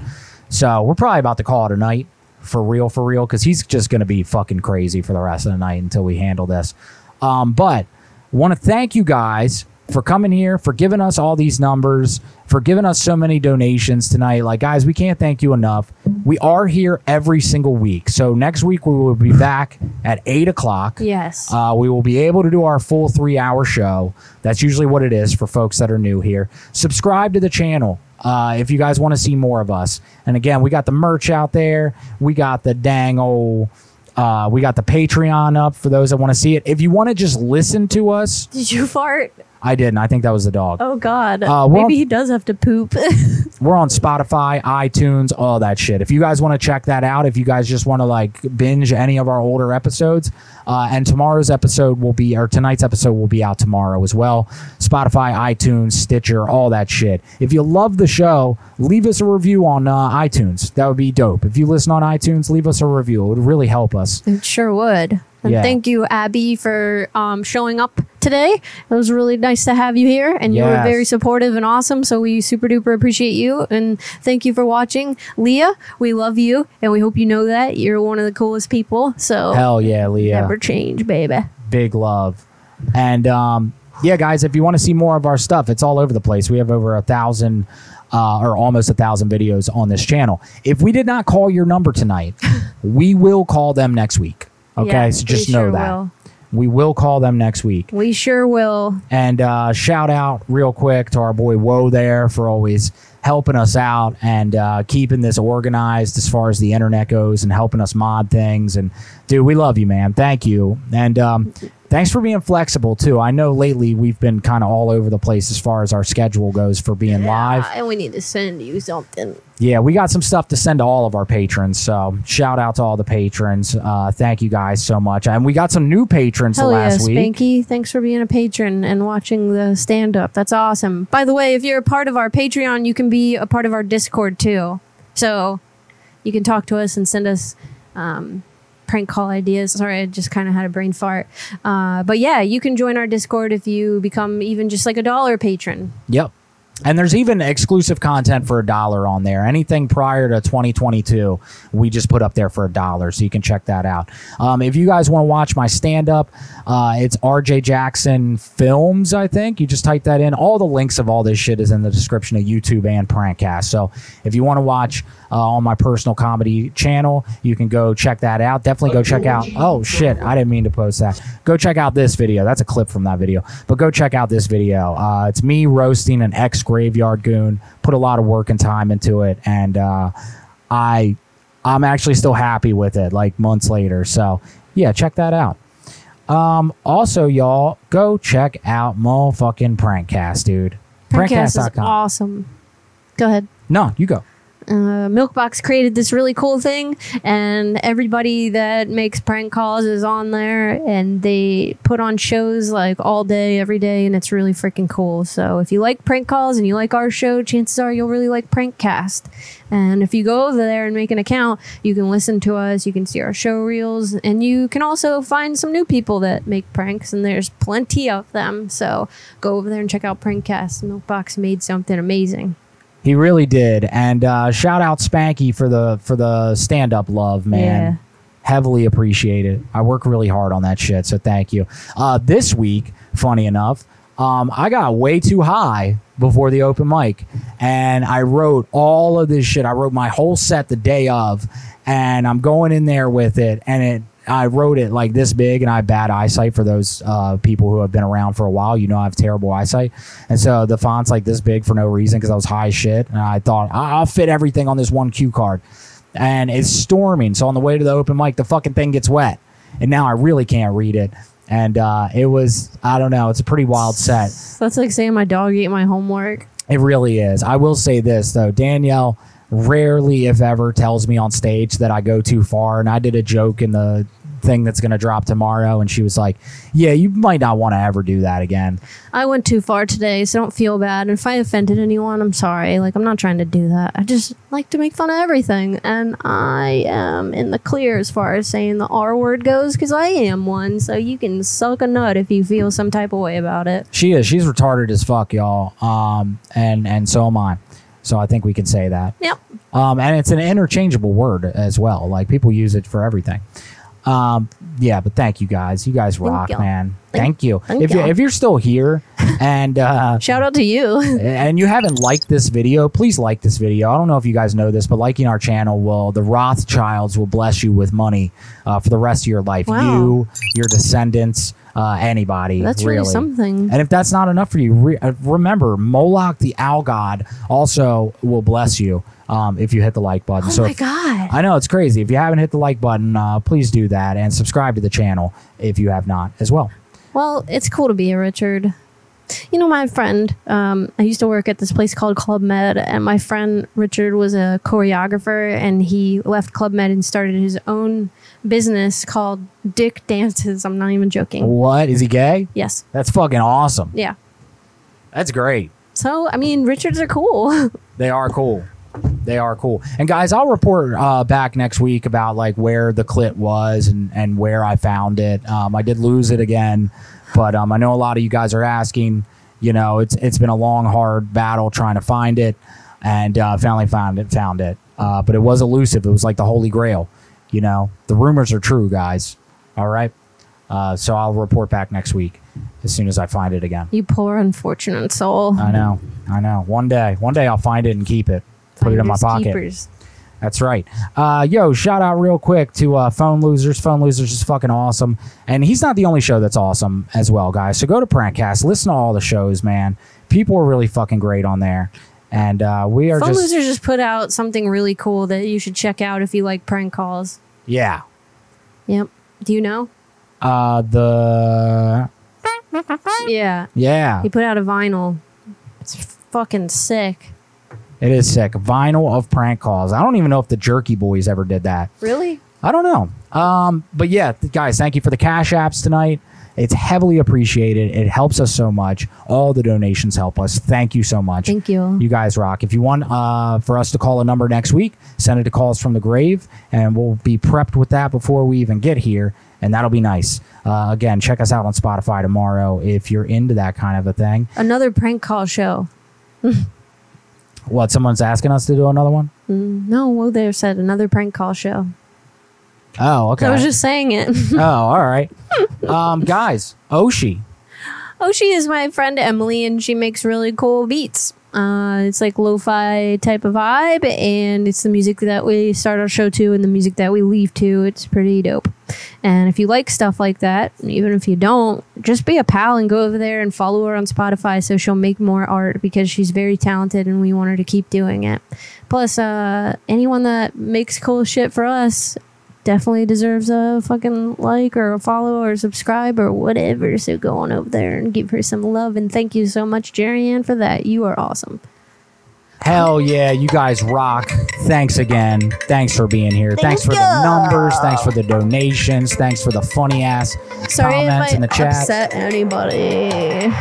Speaker 4: So we're probably about to call it a night for real, for real, because he's just gonna be fucking crazy for the rest of the night until we handle this. Um, but want to thank you guys for coming here, for giving us all these numbers, for giving us so many donations tonight. Like, guys, we can't thank you enough. We are here every single week. So, next week, we will be back at eight o'clock.
Speaker 5: Yes.
Speaker 4: Uh, we will be able to do our full three hour show. That's usually what it is for folks that are new here. Subscribe to the channel. Uh, if you guys want to see more of us, and again, we got the merch out there. We got the dang old, uh, we got the Patreon up for those that want to see it. If you want to just listen to us,
Speaker 5: Did you fart?
Speaker 4: I didn't. I think that was the dog.
Speaker 5: Oh God.
Speaker 4: Uh, well-
Speaker 5: Maybe he does have to poop. (laughs)
Speaker 4: We're on Spotify, iTunes, all that shit. If you guys want to check that out, if you guys just want to like binge any of our older episodes, uh, and tomorrow's episode will be, or tonight's episode will be out tomorrow as well. Spotify, iTunes, Stitcher, all that shit. If you love the show, leave us a review on uh, iTunes. That would be dope. If you listen on iTunes, leave us a review. It would really help us.
Speaker 5: it sure would. And
Speaker 4: Yeah.
Speaker 5: thank you, Abby, for um, showing up today. It was really nice to have you here, and you were
Speaker 4: Yes.
Speaker 5: very supportive and awesome. So we super duper appreciate you, and thank you for watching, Leah. We love you, and we hope you know that you're one of the coolest people. So
Speaker 4: Hell yeah, Leah.
Speaker 5: never change, baby.
Speaker 4: big love. And um, yeah, guys, if you want to see more of our stuff, it's all over the place. We have over a thousand uh, or almost a thousand videos on this channel. If we did not call your
Speaker 5: (laughs)
Speaker 4: number tonight, we will call them next week. Okay,
Speaker 5: Yeah,
Speaker 4: so just
Speaker 5: we
Speaker 4: know
Speaker 5: sure
Speaker 4: that
Speaker 5: will.
Speaker 4: we will call them next week.
Speaker 5: We sure will.
Speaker 4: And uh, shout out real quick to our boy Woe there for always helping us out and uh, keeping this organized as far as the internet goes and helping us mod things. And dude, we love you, man. Thank you. And um, thanks for being flexible too. I know lately we've been kind of all over the place as far as our schedule goes for being live.
Speaker 5: and we need to send you something.
Speaker 4: Yeah, we got some stuff to send to all of our patrons. So shout out to all the patrons. Uh, thank you guys so much. And we got some new patrons
Speaker 5: Hell
Speaker 4: last
Speaker 5: yeah,
Speaker 4: week.
Speaker 5: Spanky! Thanks for being a patron and watching the stand up. That's awesome. By the way, if you're a part of our Patreon, you can be a part of our Discord too. So you can talk to us and send us um, prank call ideas. Sorry, I just kind of had a brain fart. Uh, but yeah, you can join our Discord if you become even just like a dollar patron.
Speaker 4: Yep. And there's even exclusive content for a dollar on there. Anything prior to 2022, we just put up there for a dollar. So you can check that out. Um, if you guys want to watch my stand up, uh, it's RJ Jackson Films, I think. You just type that in. All the links of all this shit is in the description of YouTube and Prankcast. So if you want to watch uh, on my personal comedy channel, you can go check that out. Definitely go check out. Oh, shit. I didn't mean to post that. Go check out this video. That's a clip from that video. But go check out this video. Uh, it's me roasting an ex graveyard goon put a lot of work and time into it and uh, i i'm actually still happy with it like months later so yeah check that out um also y'all go check out motherfucking prankcast dude
Speaker 5: Prankcast is awesome. Go ahead.
Speaker 4: no you go
Speaker 5: uh, Milkbox created this really cool thing, and everybody that makes prank calls is on there, and they put on shows like all day, every day, and it's really freaking cool. So if you like prank calls and you like our show, chances are you'll really like Prankcast. And if you go over there and make an account, you can listen to us, you can see our show reels, and you can also find some new people that make pranks, and there's plenty of them. So go over there and check out Prankcast. Milkbox made something amazing.
Speaker 4: he really did and uh shout out spanky for the for the stand-up love man
Speaker 5: Yeah.
Speaker 4: heavily appreciated. I work really hard on that shit, so thank you. Uh, this week, funny enough, um, I got way too high before the open mic, and I wrote all of this shit. I wrote my whole set the day of, and I'm going in there with it, and it. I wrote it like this big, and I have bad eyesight. For those uh, people who have been around for a while, you know I have terrible eyesight, and so the font's like this big for no reason because I was high as shit, and I thought "I- I'll fit everything on this one cue card and it's storming. So on the way to the open mic, the fucking thing gets wet, and now I really can't read it. And uh, it was I don't know. It's a pretty wild set.
Speaker 5: So that's like saying my dog ate my homework.
Speaker 4: It really is. I will say this though, Danielle rarely, if ever, tells me on stage that I go too far. And I did a joke in the thing that's going to drop tomorrow, and she was like, "Yeah, you might not want to ever do that again."
Speaker 5: I went too far today, so don't feel bad. And if I offended anyone, I'm sorry. Like, I'm not trying to do that. I just like to make fun of everything. And I am in the clear as far as saying the R word goes, because I am one. So you can suck a nut if you feel some type of way about it.
Speaker 4: She is. She's retarded as fuck, y'all. Um, and and so am I. So I think we can say that.
Speaker 5: Yep.
Speaker 4: Um, and it's an interchangeable word as well. Like people use it for everything. Um, yeah, but thank you guys. You guys rock,
Speaker 5: y'all.
Speaker 4: man. Thank you.
Speaker 5: thank
Speaker 4: if you
Speaker 5: y'all.
Speaker 4: if you're still here and uh,
Speaker 5: Shout out to you. (laughs)
Speaker 4: and you haven't liked this video, please like this video. I don't know if you guys know this, but liking our channel will the Rothschilds will bless you with money uh, for the rest of your life.
Speaker 5: Wow.
Speaker 4: You, your descendants, uh, anybody.
Speaker 5: That's really something.
Speaker 4: And if that's not enough for you, re- uh, remember Moloch the owl god also will bless you um, if you hit the like button.
Speaker 5: Oh
Speaker 4: so
Speaker 5: my
Speaker 4: if-
Speaker 5: God.
Speaker 4: I know it's crazy. If you haven't hit the like button, uh, please do that and subscribe to the channel if you have not as well.
Speaker 5: Well, it's cool to be a Richard. You know, my friend, um, I used to work at this place called Club Med, and my friend Richard was a choreographer, and he left Club Med and started his own business called Dick Dances. I'm not even joking.
Speaker 4: What is he gay?
Speaker 5: Yes.
Speaker 4: That's fucking awesome.
Speaker 5: Yeah.
Speaker 4: That's great.
Speaker 5: So, I mean, Richards are cool. (laughs)
Speaker 4: They are cool. They are cool. And guys, I'll report uh, back next week about like where the clit was and, and where I found it. Um, I did lose it again, but um, I know a lot of you guys are asking. You know, it's it's been a long, hard battle trying to find it, and uh, finally found it. Found it, uh, but it was elusive. It was like the holy grail. You know, the rumors are true, guys. All right. Uh, so I'll report back next week as soon as I find it again.
Speaker 5: you poor, unfortunate soul.
Speaker 4: I know. I know. One day, one day I'll find it and keep it. Put it in my
Speaker 5: Finders
Speaker 4: pocket.
Speaker 5: keepers.
Speaker 4: That's right. Uh, yo, shout out real quick to uh, Phone Losers. Phone Losers is fucking awesome. And he's not the only show that's awesome as well, guys. So go to Prankcast, listen to all the shows, man. People are really fucking great on there. And uh, we are
Speaker 5: Phone
Speaker 4: just.
Speaker 5: Losers just put out something really cool that you should check out if you like prank calls.
Speaker 4: Yeah.
Speaker 5: Yep. Do you know?
Speaker 4: Uh, the.
Speaker 5: Yeah.
Speaker 4: Yeah.
Speaker 5: He put out a vinyl. It's fucking sick.
Speaker 4: It is sick. Vinyl of prank calls. I don't even know if the Jerky Boys ever did that.
Speaker 5: Really?
Speaker 4: I don't know. Um, but yeah, th- guys, thank you for the cash apps tonight. It's heavily appreciated. It helps us so much. All the donations help us. Thank you so much.
Speaker 5: Thank you.
Speaker 4: You guys rock. If you want uh, for us to call a number next week, send it to calls from the grave, and we'll be prepped with that before we even get here, and that'll be nice. Uh, again, check us out on Spotify tomorrow if you're into that kind of a thing.
Speaker 5: Another prank call show.
Speaker 4: What? Someone's asking us to do another one?
Speaker 5: Mm, No, well, there said another prank call show.
Speaker 4: Oh, okay.
Speaker 5: I was just saying it.
Speaker 4: oh, all
Speaker 5: (laughs)
Speaker 4: right. Um, guys, Oshi.
Speaker 5: Oshi is my friend Emily, and she makes really cool beats. Uh, it's like lo-fi type of vibe, and it's the music that we start our show to, and the music that we leave to. It's pretty dope. And if you like stuff like that, even if you don't, just be a pal and go over there and follow her on Spotify so she'll make more art because she's very talented, and we want her to keep doing it. Plus, uh, anyone that makes cool shit for us definitely deserves a fucking like or a follow or subscribe or whatever. So go on over there and give her some love. And thank you so much, Jerry Ann, for that. You are awesome.
Speaker 4: Hell yeah, you guys rock. Thanks again. Thanks for being here. Thanks for the numbers. Thanks for the donations. Thanks for the funny ass
Speaker 5: Sorry if
Speaker 4: comments
Speaker 5: I
Speaker 4: in the chat.
Speaker 5: upset anybody.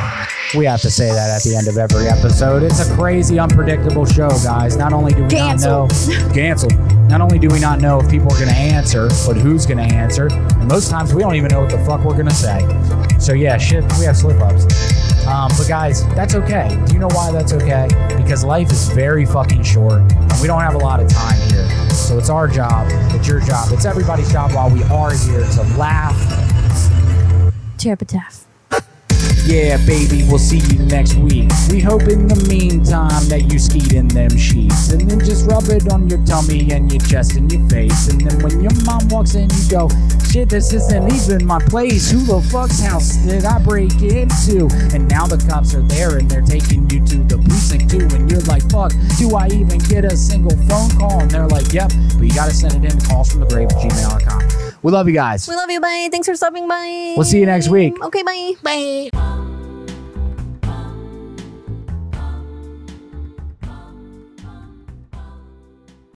Speaker 4: We have to say that at the end of every episode. It's a crazy, unpredictable show, guys. Not only do we
Speaker 5: Cancel.
Speaker 4: not know canceled, not only do we not know if people are going to answer, but who's going to answer, and most times we don't even know what the fuck we're going to say. So yeah, shit, we have slip ups. Um, but guys, that's okay. Do you know why that's okay? Because life is very fucking short, and we don't have a lot of time here. So it's our job, it's your job, it's everybody's job while we are here to laugh
Speaker 5: Tirpitaph.
Speaker 4: Yeah, baby, we'll see you next week. We hope in the meantime that you skied in them sheets. And then just rub it on your tummy and your chest and your face. And then when your mom walks in, you go, shit, this isn't even my place. Who the fuck's house did I break into? And now the cops are there and they're taking you to the precinct too. And you're like, fuck, do I even get a single phone call? And they're like, yep, but you gotta send it in to calls from the grave at gmail.com. We love you guys.
Speaker 5: We love you. Bye. Thanks for stopping. Bye.
Speaker 4: We'll see you next week.
Speaker 5: Okay. Bye. Bye.